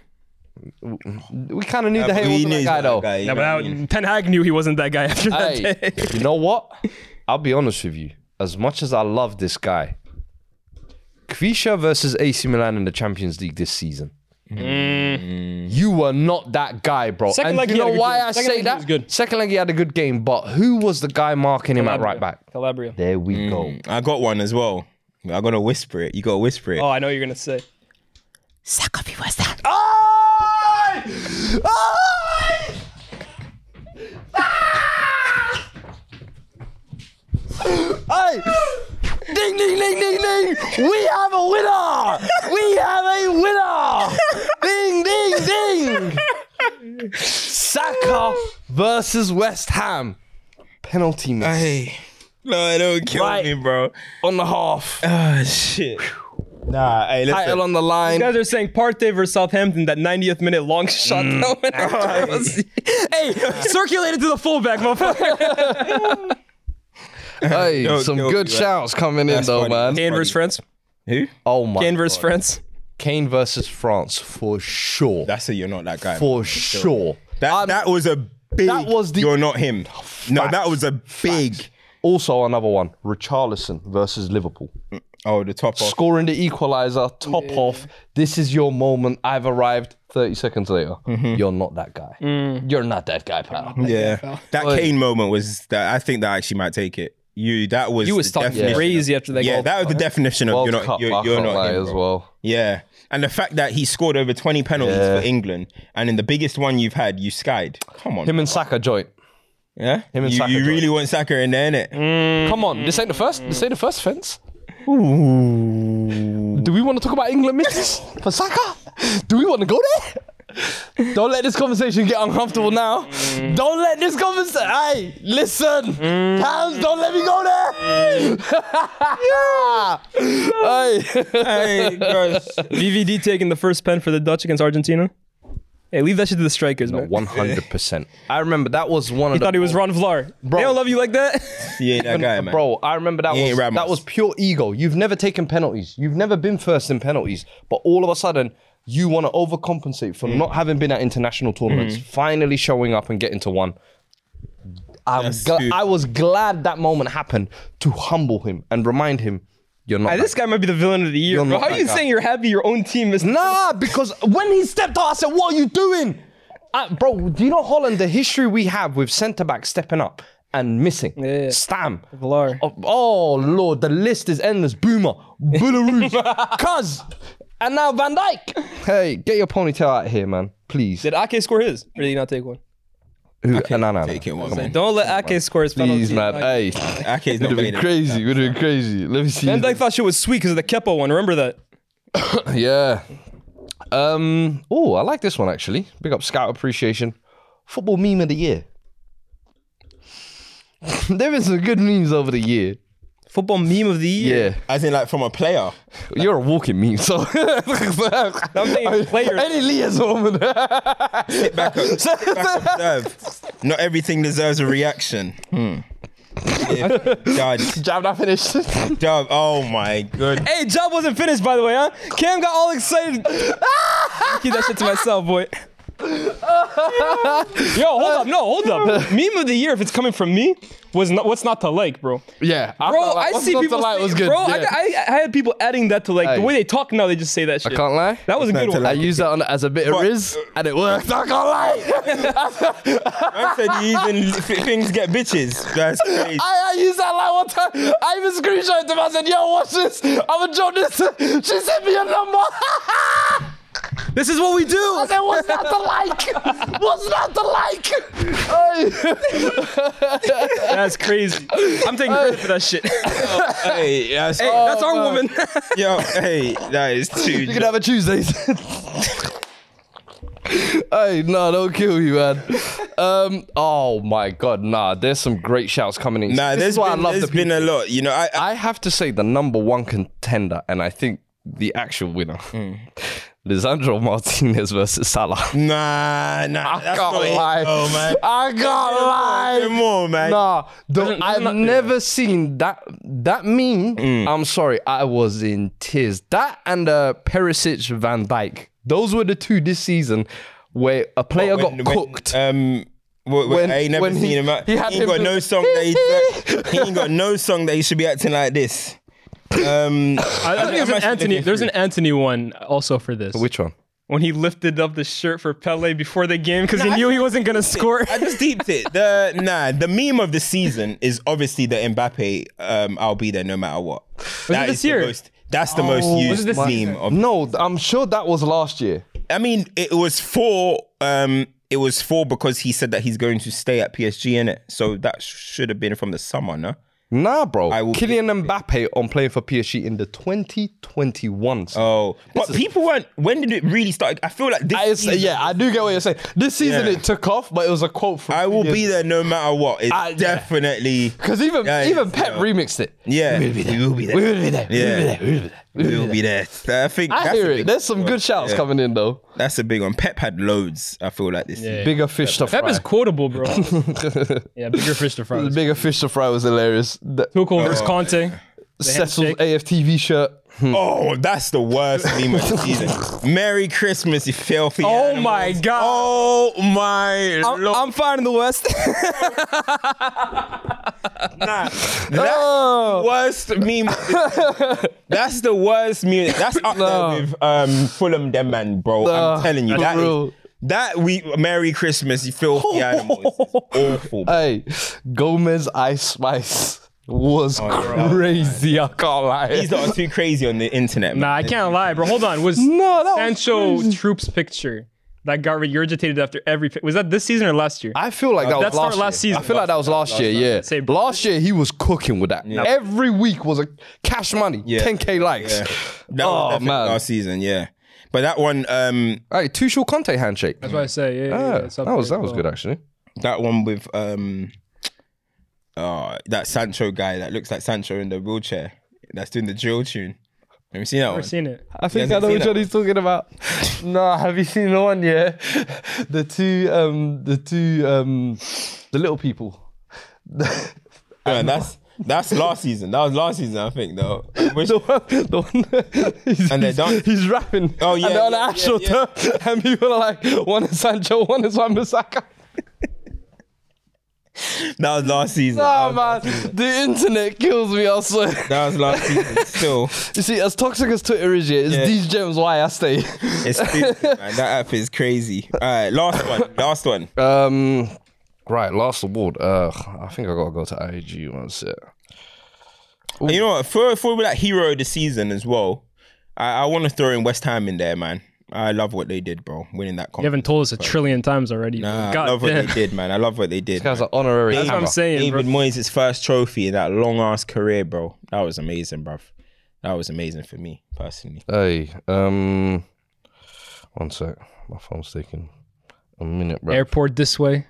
Speaker 1: We kind of knew the
Speaker 2: But
Speaker 1: hate
Speaker 2: he
Speaker 1: wasn't
Speaker 2: knew
Speaker 1: that
Speaker 2: he's
Speaker 1: guy,
Speaker 2: not that
Speaker 1: though.
Speaker 2: guy, you
Speaker 4: Yeah,
Speaker 2: know
Speaker 4: but
Speaker 2: what I
Speaker 4: I,
Speaker 2: mean?
Speaker 4: Ten Hag knew he wasn't that guy after that day.
Speaker 1: Hey, you know what? I'll be honest with you. As much as I love this guy, Kvisha versus AC Milan in the Champions League this season. You were not that guy, bro.
Speaker 4: Mm. Second
Speaker 1: and
Speaker 4: leg
Speaker 1: you
Speaker 4: he had
Speaker 1: know
Speaker 4: a good
Speaker 1: why
Speaker 4: game.
Speaker 1: I
Speaker 4: Second leg
Speaker 1: say
Speaker 4: he
Speaker 1: that?
Speaker 4: was good.
Speaker 1: Second leg he had a good game, but who was the guy marking him at right back?
Speaker 4: Calabria.
Speaker 1: There we
Speaker 4: Mm.
Speaker 1: go.
Speaker 2: I got one as well. I'm gonna whisper it. You gotta whisper it.
Speaker 4: Oh, I know what you're gonna say.
Speaker 1: Ah! Hey! Ding, ding, ding, ding, ding! We have a winner! We have a winner! Ding, ding, ding! Saka versus West Ham. Penalty miss
Speaker 2: Hey. No, I don't kill
Speaker 1: Right.
Speaker 2: me, bro.
Speaker 1: on the half.
Speaker 2: Oh shit. Nah, hey, listen.
Speaker 1: Title on the line.
Speaker 4: You guys are saying Partey versus Southampton, that 90th minute long shot.
Speaker 1: Mm.
Speaker 4: that went out. hey, circulate it to the fullback, motherfucker.
Speaker 1: Hey,
Speaker 2: Yo,
Speaker 1: some
Speaker 2: yo,
Speaker 1: good
Speaker 2: you right.
Speaker 1: shouts coming in
Speaker 2: That's
Speaker 1: though,
Speaker 2: funny.
Speaker 1: man.
Speaker 4: Kane versus France.
Speaker 2: Who?
Speaker 1: Oh my.
Speaker 4: Kane versus
Speaker 1: God.
Speaker 4: France.
Speaker 1: Kane versus France for sure.
Speaker 2: That's a you're not that guy.
Speaker 1: for sure.
Speaker 2: That,
Speaker 1: Um,
Speaker 2: that was a big.
Speaker 1: that was the-
Speaker 2: You're not him. No, that
Speaker 1: Facts.
Speaker 2: was a big.
Speaker 1: also another one. Richarlison versus Liverpool.
Speaker 2: Oh, the top off.
Speaker 1: Scoring the equalizer, top off. This is your moment. I've arrived. 30 seconds later. You're not that guy. You're not that guy, pal.
Speaker 2: Mm-hmm. Yeah, that Kane moment was. That I think that actually might take it. You that was.
Speaker 4: You was
Speaker 2: the
Speaker 4: talking
Speaker 2: definition
Speaker 4: crazy
Speaker 2: of-
Speaker 4: after that
Speaker 2: Yeah,
Speaker 4: goal.
Speaker 2: that was the definition of
Speaker 1: World
Speaker 2: you're not.
Speaker 1: Cup, I
Speaker 2: you're you're
Speaker 1: can't
Speaker 2: not
Speaker 1: lie
Speaker 2: him,
Speaker 1: as
Speaker 2: bro.
Speaker 1: well.
Speaker 2: Yeah, and the fact that he scored over 20 penalties
Speaker 1: Yeah.
Speaker 2: for England, and in the biggest one you've had, you skied. Come on,
Speaker 1: Him and Saka joint.
Speaker 2: yeah.
Speaker 1: him and
Speaker 2: you,
Speaker 1: Saka Mm.
Speaker 2: you
Speaker 1: joined.
Speaker 2: really want Saka in there, innit?
Speaker 1: Come on, this ain't the first. This ain't the first fence. Do we want to talk about England misses for Saka? Do we want to go there? Don't let this conversation get uncomfortable now. Don't let this conversation. Hey, listen, Towns, don't let me go there. Hey.
Speaker 2: Hey, gosh.
Speaker 4: VVD taking the first pen for the Dutch against Argentina. Hey, leave that shit to the strikers, man.
Speaker 1: One hundred percent. I remember that was one of
Speaker 4: He
Speaker 1: the.
Speaker 4: thought he was Ron Vlar.
Speaker 1: Bro.
Speaker 4: They don't love you like that.
Speaker 2: He ain't that guy, man.
Speaker 1: Bro, I remember that
Speaker 2: He ain't
Speaker 1: was
Speaker 2: Ramos.
Speaker 1: that was pure ego. You've never taken penalties. You've never been first in penalties, but all of a sudden you want to overcompensate
Speaker 2: Mm.
Speaker 1: for not having been at international tournaments. Finally showing up and getting to one. I'm
Speaker 2: That's
Speaker 1: gl-
Speaker 2: huge.
Speaker 1: I was glad that moment happened to humble him and remind him you're not.
Speaker 4: Hey,
Speaker 1: that
Speaker 4: this guy might be the villain of the year.
Speaker 1: You're
Speaker 4: Bro.
Speaker 1: not
Speaker 4: How are
Speaker 1: that
Speaker 4: you
Speaker 1: guy.
Speaker 4: saying you're happy your own team is
Speaker 1: Nah, because when he stepped out, I said, "What are you doing, I, bro?" Do you know Holland? The history we have with centre back stepping up and missing,
Speaker 4: Yeah.
Speaker 1: Stam,
Speaker 4: Vlaar.
Speaker 1: Oh, oh, lord, the list is endless. Boomer, Belarus, Cuz, and now Van Dyke. Hey, get your ponytail out of here, man, please.
Speaker 4: Did Ake score his? Or did he not take one?
Speaker 1: Who- no, no, no.
Speaker 2: Take it one second.
Speaker 4: Don't let Ake score his penalty.
Speaker 1: Please, man. Hey,
Speaker 2: Ake's
Speaker 1: would
Speaker 2: not
Speaker 1: have
Speaker 2: made
Speaker 1: been
Speaker 2: it.
Speaker 1: crazy. Would have been crazy. Let me see.
Speaker 4: Van Dyke thought shit was sweet because of the Kepa one. Remember that?
Speaker 1: Yeah. Um. Oh, I like this one actually. Big up Scout Appreciation. Football meme of the year. there been some good memes over the year.
Speaker 4: Football meme of the year.
Speaker 1: Yeah.
Speaker 2: As in, like from a player.
Speaker 1: You're a walking meme, so
Speaker 4: I'm thinking players.
Speaker 1: any liaison with
Speaker 2: Sit back, up, sit back observe. Not everything deserves a reaction. Hmm. Yeah. Dud,
Speaker 1: Jam not finished.
Speaker 2: dud. Oh my god.
Speaker 4: Hey, job wasn't finished, by the way, huh? Cam got all excited. Keep that shit to myself, boy. Yo, hold up. No, hold up. Meme of the year, if it's coming from me, was not, what's not to like, bro.
Speaker 1: Yeah, I
Speaker 4: Bro,
Speaker 1: felt like
Speaker 4: I
Speaker 1: what's
Speaker 4: see
Speaker 1: not to
Speaker 4: people.
Speaker 1: like
Speaker 4: say-
Speaker 1: was good.
Speaker 4: Bro,
Speaker 1: yeah.
Speaker 4: I, I, I had people adding that to like the
Speaker 1: Hey.
Speaker 4: way they talk now. They just say that
Speaker 1: I
Speaker 4: shit.
Speaker 1: can't lie.
Speaker 4: That was a
Speaker 2: It's
Speaker 4: good
Speaker 2: not to
Speaker 4: one.
Speaker 1: I
Speaker 2: like.
Speaker 1: used that on, as a bit of
Speaker 2: But-
Speaker 1: riz, and it worked. I can't lie.
Speaker 2: I said you even f- things get bitches. That's crazy.
Speaker 1: I, I used that like one time. I even screenshot them. I said, "Yo, watch this. I'm a journalist." She sent me a number.
Speaker 4: This is what we do.
Speaker 1: I said, "What's not to like? What's not to like?" Hey.
Speaker 4: That's crazy. I'm taking credit for that shit.
Speaker 2: hey, that's, hey,
Speaker 4: That's
Speaker 1: Oh,
Speaker 4: our woman.
Speaker 2: yo, hey, that is too.
Speaker 1: You can have a Tuesday. hey, no, don't kill you, man. Um, oh my god, nah. There's some great shouts coming in.
Speaker 2: Nah,
Speaker 1: this
Speaker 2: there's
Speaker 1: is why
Speaker 2: been,
Speaker 1: I love the
Speaker 2: there's been a
Speaker 1: people.
Speaker 2: lot. You know, I, I
Speaker 1: I have to say the number one contender, and I think the actual winner,
Speaker 2: Hmm.
Speaker 1: Lisandro Martinez versus Salah.
Speaker 2: nah, nah.
Speaker 1: I
Speaker 2: that's
Speaker 1: can't
Speaker 2: not it.
Speaker 1: lie.
Speaker 2: Oh man.
Speaker 1: I
Speaker 2: Come
Speaker 1: can't lie.
Speaker 2: on, man.
Speaker 1: Nah, the-
Speaker 4: Doesn't-
Speaker 1: I've
Speaker 4: doesn't that-
Speaker 1: never seen that that meme.
Speaker 2: Mm.
Speaker 1: I'm sorry, I was in tears. That and uh, Perisic Van Dyke. Those were the two this season where a player
Speaker 2: When-
Speaker 1: got
Speaker 2: when,
Speaker 1: cooked.
Speaker 2: um, when,
Speaker 1: When-
Speaker 2: I ain't never
Speaker 1: when he-
Speaker 2: seen him. Out.
Speaker 1: he
Speaker 2: He,
Speaker 1: had
Speaker 2: ain't
Speaker 1: him
Speaker 2: got
Speaker 1: do-
Speaker 2: no song that he, he ain't got no song that he should be acting like this. Um,
Speaker 4: I think there's an Anthony. There's an Anthony one also for this.
Speaker 1: Which one?
Speaker 4: when he lifted up the shirt for Pele before the game because he knew he wasn't gonna score.
Speaker 2: I just deeped it. The nah, the meme of the season is obviously the Mbappe. Um, I'll be there no matter what. That
Speaker 4: this
Speaker 2: is
Speaker 4: year?
Speaker 2: the most. That's the
Speaker 1: Oh,
Speaker 2: most used
Speaker 4: this
Speaker 2: meme
Speaker 4: season?
Speaker 2: of
Speaker 1: No, I'm sure that was last year.
Speaker 2: I mean, it was four. Um, it was four because he said that he's going to stay at PSG in it. So that should have been from the summer, no?
Speaker 1: Nah, bro.
Speaker 2: I will-
Speaker 1: Kylian Mbappe on playing for PSG in the 2021. season.
Speaker 2: Oh, but people weren't. When did it really start? I feel like this.
Speaker 1: I,
Speaker 2: season,
Speaker 1: yeah, I do get what you're saying. This season
Speaker 2: Yeah.
Speaker 1: it took off, but it was a quote from.
Speaker 2: I will
Speaker 1: Kylian.
Speaker 2: be there no matter what. It's
Speaker 1: Ah, yeah.
Speaker 2: definitely
Speaker 1: Because even
Speaker 2: Yeah,
Speaker 1: even
Speaker 2: yeah.
Speaker 1: Pep remixed it.
Speaker 2: Yeah, we will be there.
Speaker 1: We will be there. We will be there. We will be there.
Speaker 2: We will be there. I think
Speaker 1: I
Speaker 2: that's
Speaker 1: hear
Speaker 2: a
Speaker 1: it.
Speaker 2: big-
Speaker 1: There's some good shouts
Speaker 2: Yeah.
Speaker 1: coming in though.
Speaker 2: That's a big one. Pep had loads. I feel like this. season.
Speaker 1: Bigger fish to fry.
Speaker 4: That is quotable, bro. yeah, bigger fish to fry.
Speaker 1: Bigger fish to fry was hilarious. The
Speaker 4: Tuchel
Speaker 1: Oh.
Speaker 4: versus Conte.
Speaker 1: Cecil's
Speaker 4: handshake.
Speaker 1: AFTV shirt.
Speaker 2: Oh, that's the worst meme of the season. Merry Christmas, you filthy.
Speaker 4: Oh
Speaker 2: animal.
Speaker 4: my god.
Speaker 2: Oh my lord.
Speaker 4: I'm fine in the West.
Speaker 1: Oh,
Speaker 2: worst meme. that's the worst meme. That's up there with um, Fulham them man, bro.
Speaker 1: No,
Speaker 2: I'm telling you,
Speaker 1: for
Speaker 2: that is-
Speaker 1: real.
Speaker 2: that we Merry Christmas, you filthy animals. is Awful.
Speaker 4: Uh,
Speaker 2: bro.
Speaker 1: hey, Gomez Ice Spice was crazy. I can't lie.
Speaker 2: These lot are too crazy on the internet.
Speaker 4: Nah, I
Speaker 2: man.
Speaker 4: can't lie, bro. Hold on. Was
Speaker 1: No, that was
Speaker 4: Sancho Troops picture that got regurgitated after every pi- was that this season or last year?
Speaker 1: I feel like that was
Speaker 4: that's not
Speaker 1: last,
Speaker 4: last
Speaker 1: year.
Speaker 4: season.
Speaker 1: I feel like that was last year. Yeah,
Speaker 4: Same.
Speaker 1: last year he was cooking with that.
Speaker 2: Yeah.
Speaker 1: Every week was a cash money,
Speaker 2: Yeah.
Speaker 1: 10k likes.
Speaker 2: Yeah. That
Speaker 1: Oh,
Speaker 2: was definitely
Speaker 1: man.
Speaker 2: last season, yeah. But that one, um,
Speaker 1: Hey, Tuchel Conte handshake.
Speaker 4: That's what I say. Yeah, yeah, yeah,
Speaker 1: Yeah,
Speaker 4: it's up
Speaker 1: Ah, that was
Speaker 4: there
Speaker 1: that
Speaker 4: as
Speaker 1: was
Speaker 4: well.
Speaker 1: good actually.
Speaker 2: that one with um, uh, that Sancho guy that looks like Sancho in the wheelchair that's doing the drill tune. Have you seen that one?
Speaker 4: I've seen it.
Speaker 1: I think I
Speaker 2: hasn't
Speaker 1: know
Speaker 2: seen
Speaker 1: which
Speaker 2: that
Speaker 1: one he's talking about. no, have you seen the one? Yeah, the two, um, the two, um, the little people.
Speaker 2: Yeah, that's that's last season. That was last season, I think, though. I wish-
Speaker 1: The one, the one he's,
Speaker 2: And they
Speaker 1: he's,
Speaker 2: don't-
Speaker 1: he's rapping.
Speaker 2: Oh, yeah,
Speaker 1: and they're on
Speaker 2: yeah,
Speaker 1: an actual
Speaker 2: yeah,
Speaker 1: turf, and people are like, one is Sancho, one is Wan Bissaka.
Speaker 2: that was last season.
Speaker 1: Oh
Speaker 2: that, was,
Speaker 1: man, the internet kills me. I swear.
Speaker 2: that was last season. Still,
Speaker 1: You see, as toxic as Twitter is, yeah, it's
Speaker 2: Yeah.
Speaker 1: these gems why I stay.
Speaker 2: it's stupid, man. That app is crazy. All right, last one. Last one.
Speaker 1: Um, right, last award. Uh, I think I gotta go to IG once.
Speaker 2: And you know what? For for that hero of the season as well, I, I want to throw in West Ham in there, man. I love what they did, bro. Winning that.
Speaker 4: You haven't told us a trillion times already.
Speaker 2: Nah, I
Speaker 4: God
Speaker 2: love what
Speaker 4: damn.
Speaker 2: they did, man. I love what they did.
Speaker 1: Guys,
Speaker 2: man.
Speaker 1: an honorary.
Speaker 2: That's
Speaker 4: That's what I'm
Speaker 1: member.
Speaker 4: saying, bro.
Speaker 2: David Moyes' first trophy in that long ass career, bro. That was amazing, bruv. That was amazing for me personally.
Speaker 1: Hey, um, one sec. My phone's taking a minute, bro.
Speaker 4: Airport this way.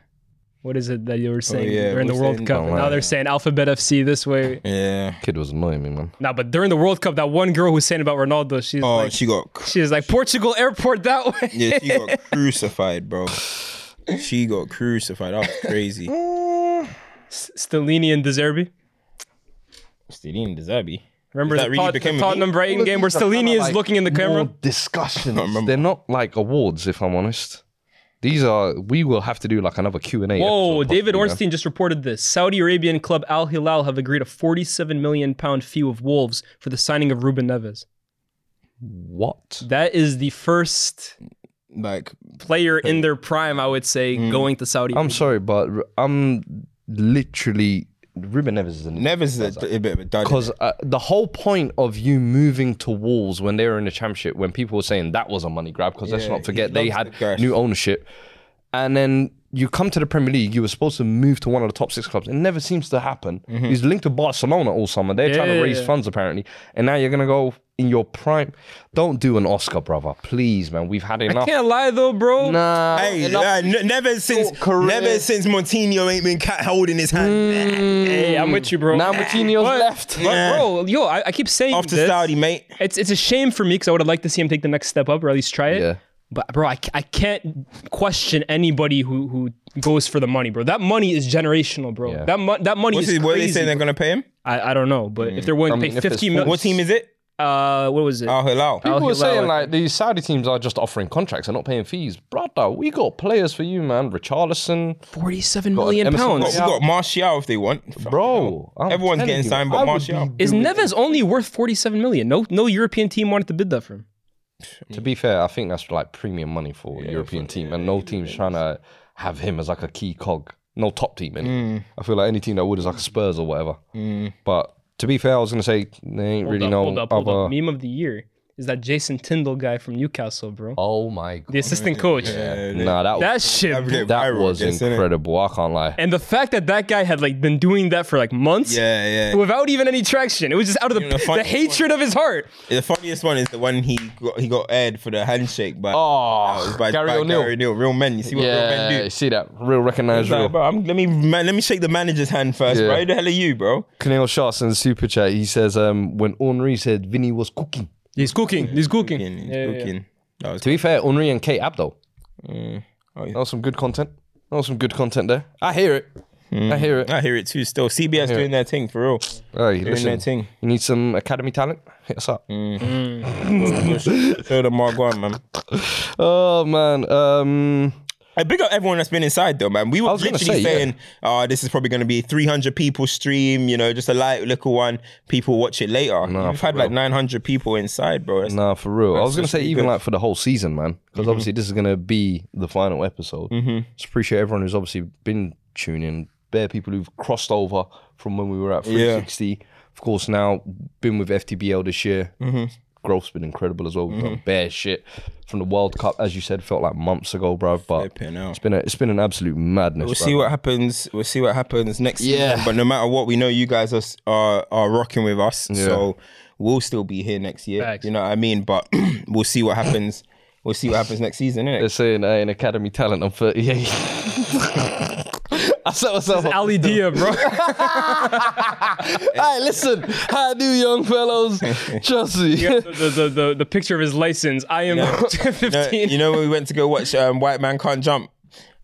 Speaker 4: What is it that you were saying
Speaker 1: Oh,
Speaker 2: yeah,
Speaker 4: during the
Speaker 2: we're
Speaker 4: World
Speaker 2: saying
Speaker 4: Cup?
Speaker 2: down
Speaker 4: and Now
Speaker 2: right.
Speaker 4: they're saying Alphabet FC this way.
Speaker 2: Yeah.
Speaker 1: Kid was annoying me, man.
Speaker 4: Nah, but during the World Cup, that one girl who's saying about Ronaldo, she's
Speaker 2: Oh,
Speaker 4: like,
Speaker 2: she got
Speaker 4: she was like Portugal airport that way.
Speaker 2: Yeah, she got crucified, bro. She got crucified. That was crazy.
Speaker 4: Stellini and Deserbi.
Speaker 2: Stadium Deserbi.
Speaker 4: Remember
Speaker 2: That
Speaker 4: the,
Speaker 2: really
Speaker 4: Tot-
Speaker 2: became
Speaker 4: the
Speaker 2: a
Speaker 4: Tottenham
Speaker 2: meme?
Speaker 4: Brighton game where Stellini is looking in the camera?
Speaker 2: Um,
Speaker 1: More discussions.
Speaker 2: remember.
Speaker 1: They're not like awards, if I'm honest. These are we will have to do like another Q and A.
Speaker 4: Whoa,
Speaker 1: episode,
Speaker 4: David
Speaker 1: possibly, man.
Speaker 4: Ornstein just reported this. Saudi Arabian club Al Hilal have agreed a 47 million pound fee with Wolves for the signing of Ruben Neves.
Speaker 1: What?
Speaker 4: That is the first
Speaker 2: Like
Speaker 4: player in their prime, I would say,
Speaker 2: Mm.
Speaker 4: going to Saudi.
Speaker 1: I'm sorry, but r- I'm literally Ruben Neves is an
Speaker 2: Neves is a, a bit of a dud.
Speaker 1: because uh, the whole point of you moving to Wolves when they were in the championship, when people were saying that was a money grab, because let's
Speaker 2: Yeah,
Speaker 1: not
Speaker 2: he
Speaker 1: forget they
Speaker 2: loves
Speaker 1: had
Speaker 2: the cash.
Speaker 1: new ownership, and then you come to the Premier League, you were supposed to move to one of the top six clubs. It never seems to happen.
Speaker 2: Mm-hmm.
Speaker 1: He's linked to Barcelona all summer. They're trying to raise funds apparently, and now you're gonna go in your prime. Don't do an Oscar, brother, please, man. We've had enough.
Speaker 4: Can't lie though, bro.
Speaker 1: Nah,
Speaker 2: Hey,
Speaker 1: enough
Speaker 2: uh, n- never since
Speaker 1: career.
Speaker 2: never since Montinho ain't been cat holding his hand.
Speaker 4: Mm, Hey, I'm with you, bro.
Speaker 1: Now Moutinho's left.
Speaker 4: But bro, yo, I, I keep saying
Speaker 2: Off to
Speaker 4: this.
Speaker 2: Saudi, mate.
Speaker 4: It's it's a shame for me because I would have liked to see him take the next step up or at least try it.
Speaker 1: Yeah.
Speaker 4: But bro, I, ca- I can't question anybody who who goes for the money, bro. That money is generational, bro.
Speaker 1: Yeah.
Speaker 4: That mo- that money
Speaker 2: What's
Speaker 4: is
Speaker 2: his, what are they
Speaker 4: crazy.
Speaker 2: saying they're gonna pay him?
Speaker 4: I, I don't know, but if they're willing
Speaker 1: Mm. I mean,
Speaker 4: to pay
Speaker 1: if it's
Speaker 4: fifty million,
Speaker 1: four-
Speaker 2: What team is it?
Speaker 4: Uh, what was it?
Speaker 2: Al Hilal.
Speaker 4: Al
Speaker 1: People were
Speaker 4: Hilal,
Speaker 1: saying
Speaker 4: I
Speaker 1: like these Saudi teams are just offering contracts and not paying fees. Brother, we got players for you, man. Richarlison,
Speaker 4: forty-seven
Speaker 1: got
Speaker 4: million
Speaker 1: Emerson
Speaker 4: pounds.
Speaker 2: We've got Martial if they want.
Speaker 1: bro. I'm
Speaker 2: Everyone's
Speaker 1: telling
Speaker 2: getting
Speaker 1: you,
Speaker 2: signed
Speaker 1: I
Speaker 2: by
Speaker 1: would
Speaker 2: Martial.
Speaker 1: be-
Speaker 4: Is Neves only worth forty-seven million? No, no European team wanted to bid that for him.
Speaker 1: to be fair, I think that's like premium money for a European team, and no team's trying to have him as like a key cog. No top team. Anyway.
Speaker 2: Mm.
Speaker 1: I feel like any team that would is like a Spurs or whatever. But to be fair, I was gonna say they ain't really
Speaker 4: Hold up,
Speaker 1: no
Speaker 4: hold up, hold up.
Speaker 1: other.
Speaker 4: Meme of the year is that Jason Tyndall guy from Newcastle, bro.
Speaker 1: Oh my
Speaker 4: The
Speaker 1: god!
Speaker 4: assistant coach.
Speaker 1: Nah, that
Speaker 4: That
Speaker 1: was,
Speaker 4: shit.
Speaker 2: That'd be
Speaker 4: blew-
Speaker 2: good.
Speaker 1: that
Speaker 2: viral,
Speaker 1: was
Speaker 2: yes, innit?
Speaker 1: incredible. I can't lie.
Speaker 4: And the fact that that guy had like been doing that for like months
Speaker 2: Yeah, yeah.
Speaker 4: without even any traction. It was just out of the,
Speaker 2: know, the
Speaker 4: the,
Speaker 2: funniest
Speaker 4: hatred of his heart.
Speaker 2: The funniest one is the one he got he got aired for the handshake, but that was Oh, by,
Speaker 1: Oh, Gary
Speaker 2: by
Speaker 1: O'Neill.
Speaker 2: Gary O'Neill. Real men. You see what real men
Speaker 1: Yeah,
Speaker 2: do?
Speaker 1: you see that real recognized
Speaker 2: It's
Speaker 1: real.
Speaker 2: Like, bro, I'm, let me man, let me shake the manager's hand first,
Speaker 1: Yeah.
Speaker 2: bro. Who the hell are you, bro?
Speaker 1: Canelo Shots in the super chat, he says, um, when Henri said Vinny was cooking.
Speaker 4: He's cooking. He's cooking.
Speaker 2: Fucking- fucking- That was
Speaker 1: To be fair, Henri and Kate Abdo.
Speaker 2: oh, yeah.
Speaker 1: That was some good content. That was some good content there. I hear it. I hear it.
Speaker 2: I hear it too. Still, CBS doing their thing for real.
Speaker 1: Hey,
Speaker 2: Doing their
Speaker 1: listen,
Speaker 2: thing. Mm.
Speaker 1: you need some academy talent? Hit us up.
Speaker 2: Throw the Marguan, man.
Speaker 1: Oh man. Um
Speaker 2: I big up everyone that's been inside though, man. We were
Speaker 1: was gonna
Speaker 2: literally
Speaker 1: say, yeah.
Speaker 2: saying, "Oh, this is probably going to be 300 people stream." You know, just a light little one. People watch it later. We've had like 900 people inside, bro. That's-
Speaker 1: Nah, for real. I was gonna
Speaker 2: just
Speaker 1: say
Speaker 2: pretty
Speaker 1: even
Speaker 2: good. Mm-hmm.
Speaker 1: like for the whole season, man, because obviously this is gonna be the final episode. Just appreciate everyone who's obviously been tuning. Bare people who've crossed over from when we were at 360. Of course, now been with FTBL this year.
Speaker 2: Mm-hmm.
Speaker 1: Growth's been incredible as well. We've done bare shit from the World Cup, as you said, felt like months ago, bro. But
Speaker 2: Flipping hell.
Speaker 1: it's been a, it's been an absolute madness.
Speaker 2: We'll
Speaker 1: bruv.
Speaker 2: see what happens. We'll see what happens next
Speaker 1: Yeah.
Speaker 2: season. But no matter what, we know you guys are s- are, are rocking with us. So we'll still be here next year.
Speaker 4: Facts.
Speaker 2: You know what I mean? But we'll see what happens. We'll see what happens next season, innit?
Speaker 1: They're saying uh, an academy talent on 38. I set myself up.
Speaker 4: Ali Dia, bro.
Speaker 1: Hey, listen, how do young fellows? Trust me.
Speaker 4: the, the, the, the picture of his license. I am 15.
Speaker 2: No, you know when we went to go watch um, White Man Can't Jump,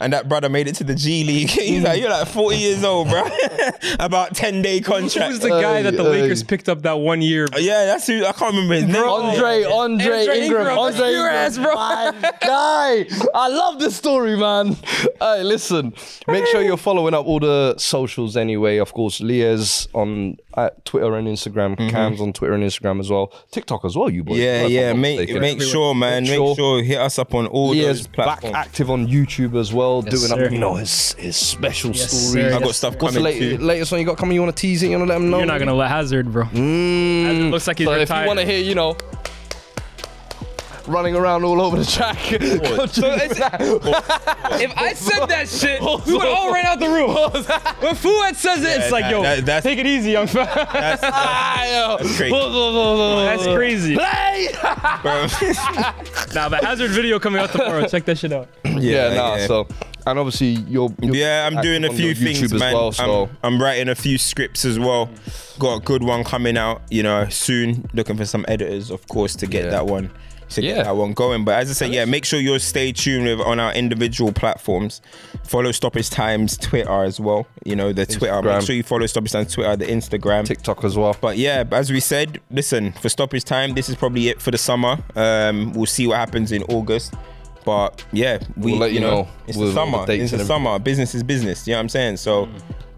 Speaker 2: and that brother made it to the G League. He's like, you're like 40 years old, bro. About 10 day contract.
Speaker 4: Who's the guy that the
Speaker 1: Hey,
Speaker 4: Lakers
Speaker 1: hey.
Speaker 4: picked up that one year?
Speaker 2: yeah, that's who. I can't remember his name.
Speaker 1: Andre, Andre,
Speaker 4: Andre
Speaker 1: Ingram,
Speaker 4: Ingram,
Speaker 1: Andre
Speaker 4: your
Speaker 1: Ingram.
Speaker 4: ass, bro.
Speaker 1: My guy. I love this story, man. Hey, listen, make sure you're following up all the socials anyway. Of course, Leah's on at Twitter and Instagram, Cam's on Twitter and Instagram as well, TikTok as well, you boys.
Speaker 2: Mm-hmm. Yeah,
Speaker 1: if
Speaker 2: yeah.
Speaker 1: I'm not
Speaker 2: Make,
Speaker 1: mistaken.
Speaker 2: make sure, man. Make
Speaker 1: sure.
Speaker 2: sure. hit us up on all
Speaker 1: Leah's
Speaker 2: those
Speaker 1: back
Speaker 2: platforms.
Speaker 1: active on YouTube as well, doing
Speaker 4: sir.
Speaker 1: up, you know, his his special
Speaker 4: sir.
Speaker 1: stories.
Speaker 2: I got stuff
Speaker 1: What's the
Speaker 2: coming
Speaker 1: late-
Speaker 2: too.
Speaker 1: latest one you got coming? You want to tease it? You want to let them know?
Speaker 4: You're not going to let Hazard, bro.
Speaker 1: Mm.
Speaker 4: looks like he's
Speaker 1: so If
Speaker 4: retired.
Speaker 1: you want to hear, you know, running around all over the track, go check it out.
Speaker 4: If I said that shit, we would all ran out the room. when Fuad says it, it's like,
Speaker 2: that-
Speaker 4: yo,
Speaker 2: that- that's-
Speaker 4: take it easy, young fella.
Speaker 2: That's, that's, that's crazy,
Speaker 4: That's crazy.
Speaker 2: bro.
Speaker 4: nah, but Hazard video coming out tomorrow. Check that shit out.
Speaker 1: yeah, nah.
Speaker 2: yeah.
Speaker 1: So, and obviously you're, you're
Speaker 2: Yeah, I'm doing a
Speaker 1: on
Speaker 2: few
Speaker 1: your YouTube
Speaker 2: things, man.
Speaker 1: as well. So
Speaker 2: I'm, I'm writing a few scripts as well. Got a good one coming out, you know, soon. Looking for some editors, of course, to get that one. To
Speaker 1: Yeah.
Speaker 2: get that one going. But as I said, yeah, make sure you stay tuned with on our individual platforms. Follow Stoppage Times Twitter as well. You know, the Twitter. Make
Speaker 1: Instagram.
Speaker 2: sure you follow Stoppage Times Twitter, the Instagram.
Speaker 1: TikTok as well.
Speaker 2: But yeah, as we said, listen, for stoppage time, this is probably it for the summer. Um, we'll see what happens in August. But yeah, we
Speaker 1: We'll let you
Speaker 2: you know,
Speaker 1: know
Speaker 2: it's
Speaker 1: with
Speaker 2: the
Speaker 1: the
Speaker 2: summer.
Speaker 1: dates
Speaker 2: It's the
Speaker 1: and everything.
Speaker 2: summer. Business is business. You know what I'm saying? So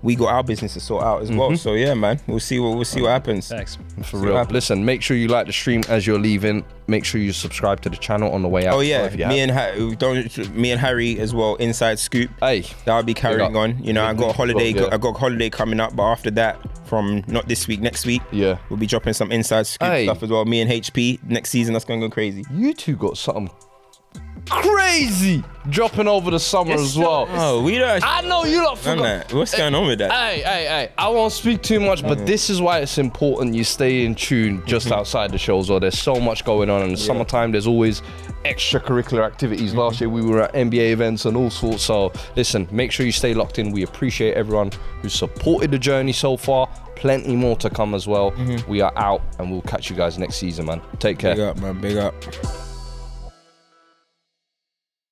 Speaker 2: we got our business to sort out as well. So yeah, man, we'll see what we'll see what happens.
Speaker 4: Thanks.
Speaker 1: Mm-hmm. For real. Listen, make sure you like the stream as you're leaving. Make sure you subscribe to the channel on the way out.
Speaker 2: Oh yeah,
Speaker 1: if you
Speaker 2: me
Speaker 1: have.
Speaker 2: and ha- don't me and Harry as well. Inside scoop.
Speaker 1: Hey.
Speaker 2: that will be carrying
Speaker 1: up.
Speaker 2: on. You know, I got a holiday.
Speaker 1: Yeah.
Speaker 2: I got a holiday coming up, but after that, from not this week, next week,
Speaker 1: Yeah.
Speaker 2: we'll be dropping some inside scoop
Speaker 1: Hey.
Speaker 2: stuff as well. Me and HP next season. That's gonna go crazy.
Speaker 1: you two got something crazy dropping over the summer as well.
Speaker 2: Oh, we don't.
Speaker 1: I know you lot
Speaker 2: Man,
Speaker 1: forgot.
Speaker 2: what's going on with that?
Speaker 1: Hey, hey, hey, I won't speak too much, but this is why it's important you stay in tune just outside the show as well. There's so much going on in the summertime. There's always extracurricular activities. Last year we were at NBA events and all sorts. So listen, make sure you stay locked in. We appreciate everyone who supported the journey so far. Plenty more to come as well. We are out and we'll catch you guys next season, man. Take care.
Speaker 2: Big up, man. Big up.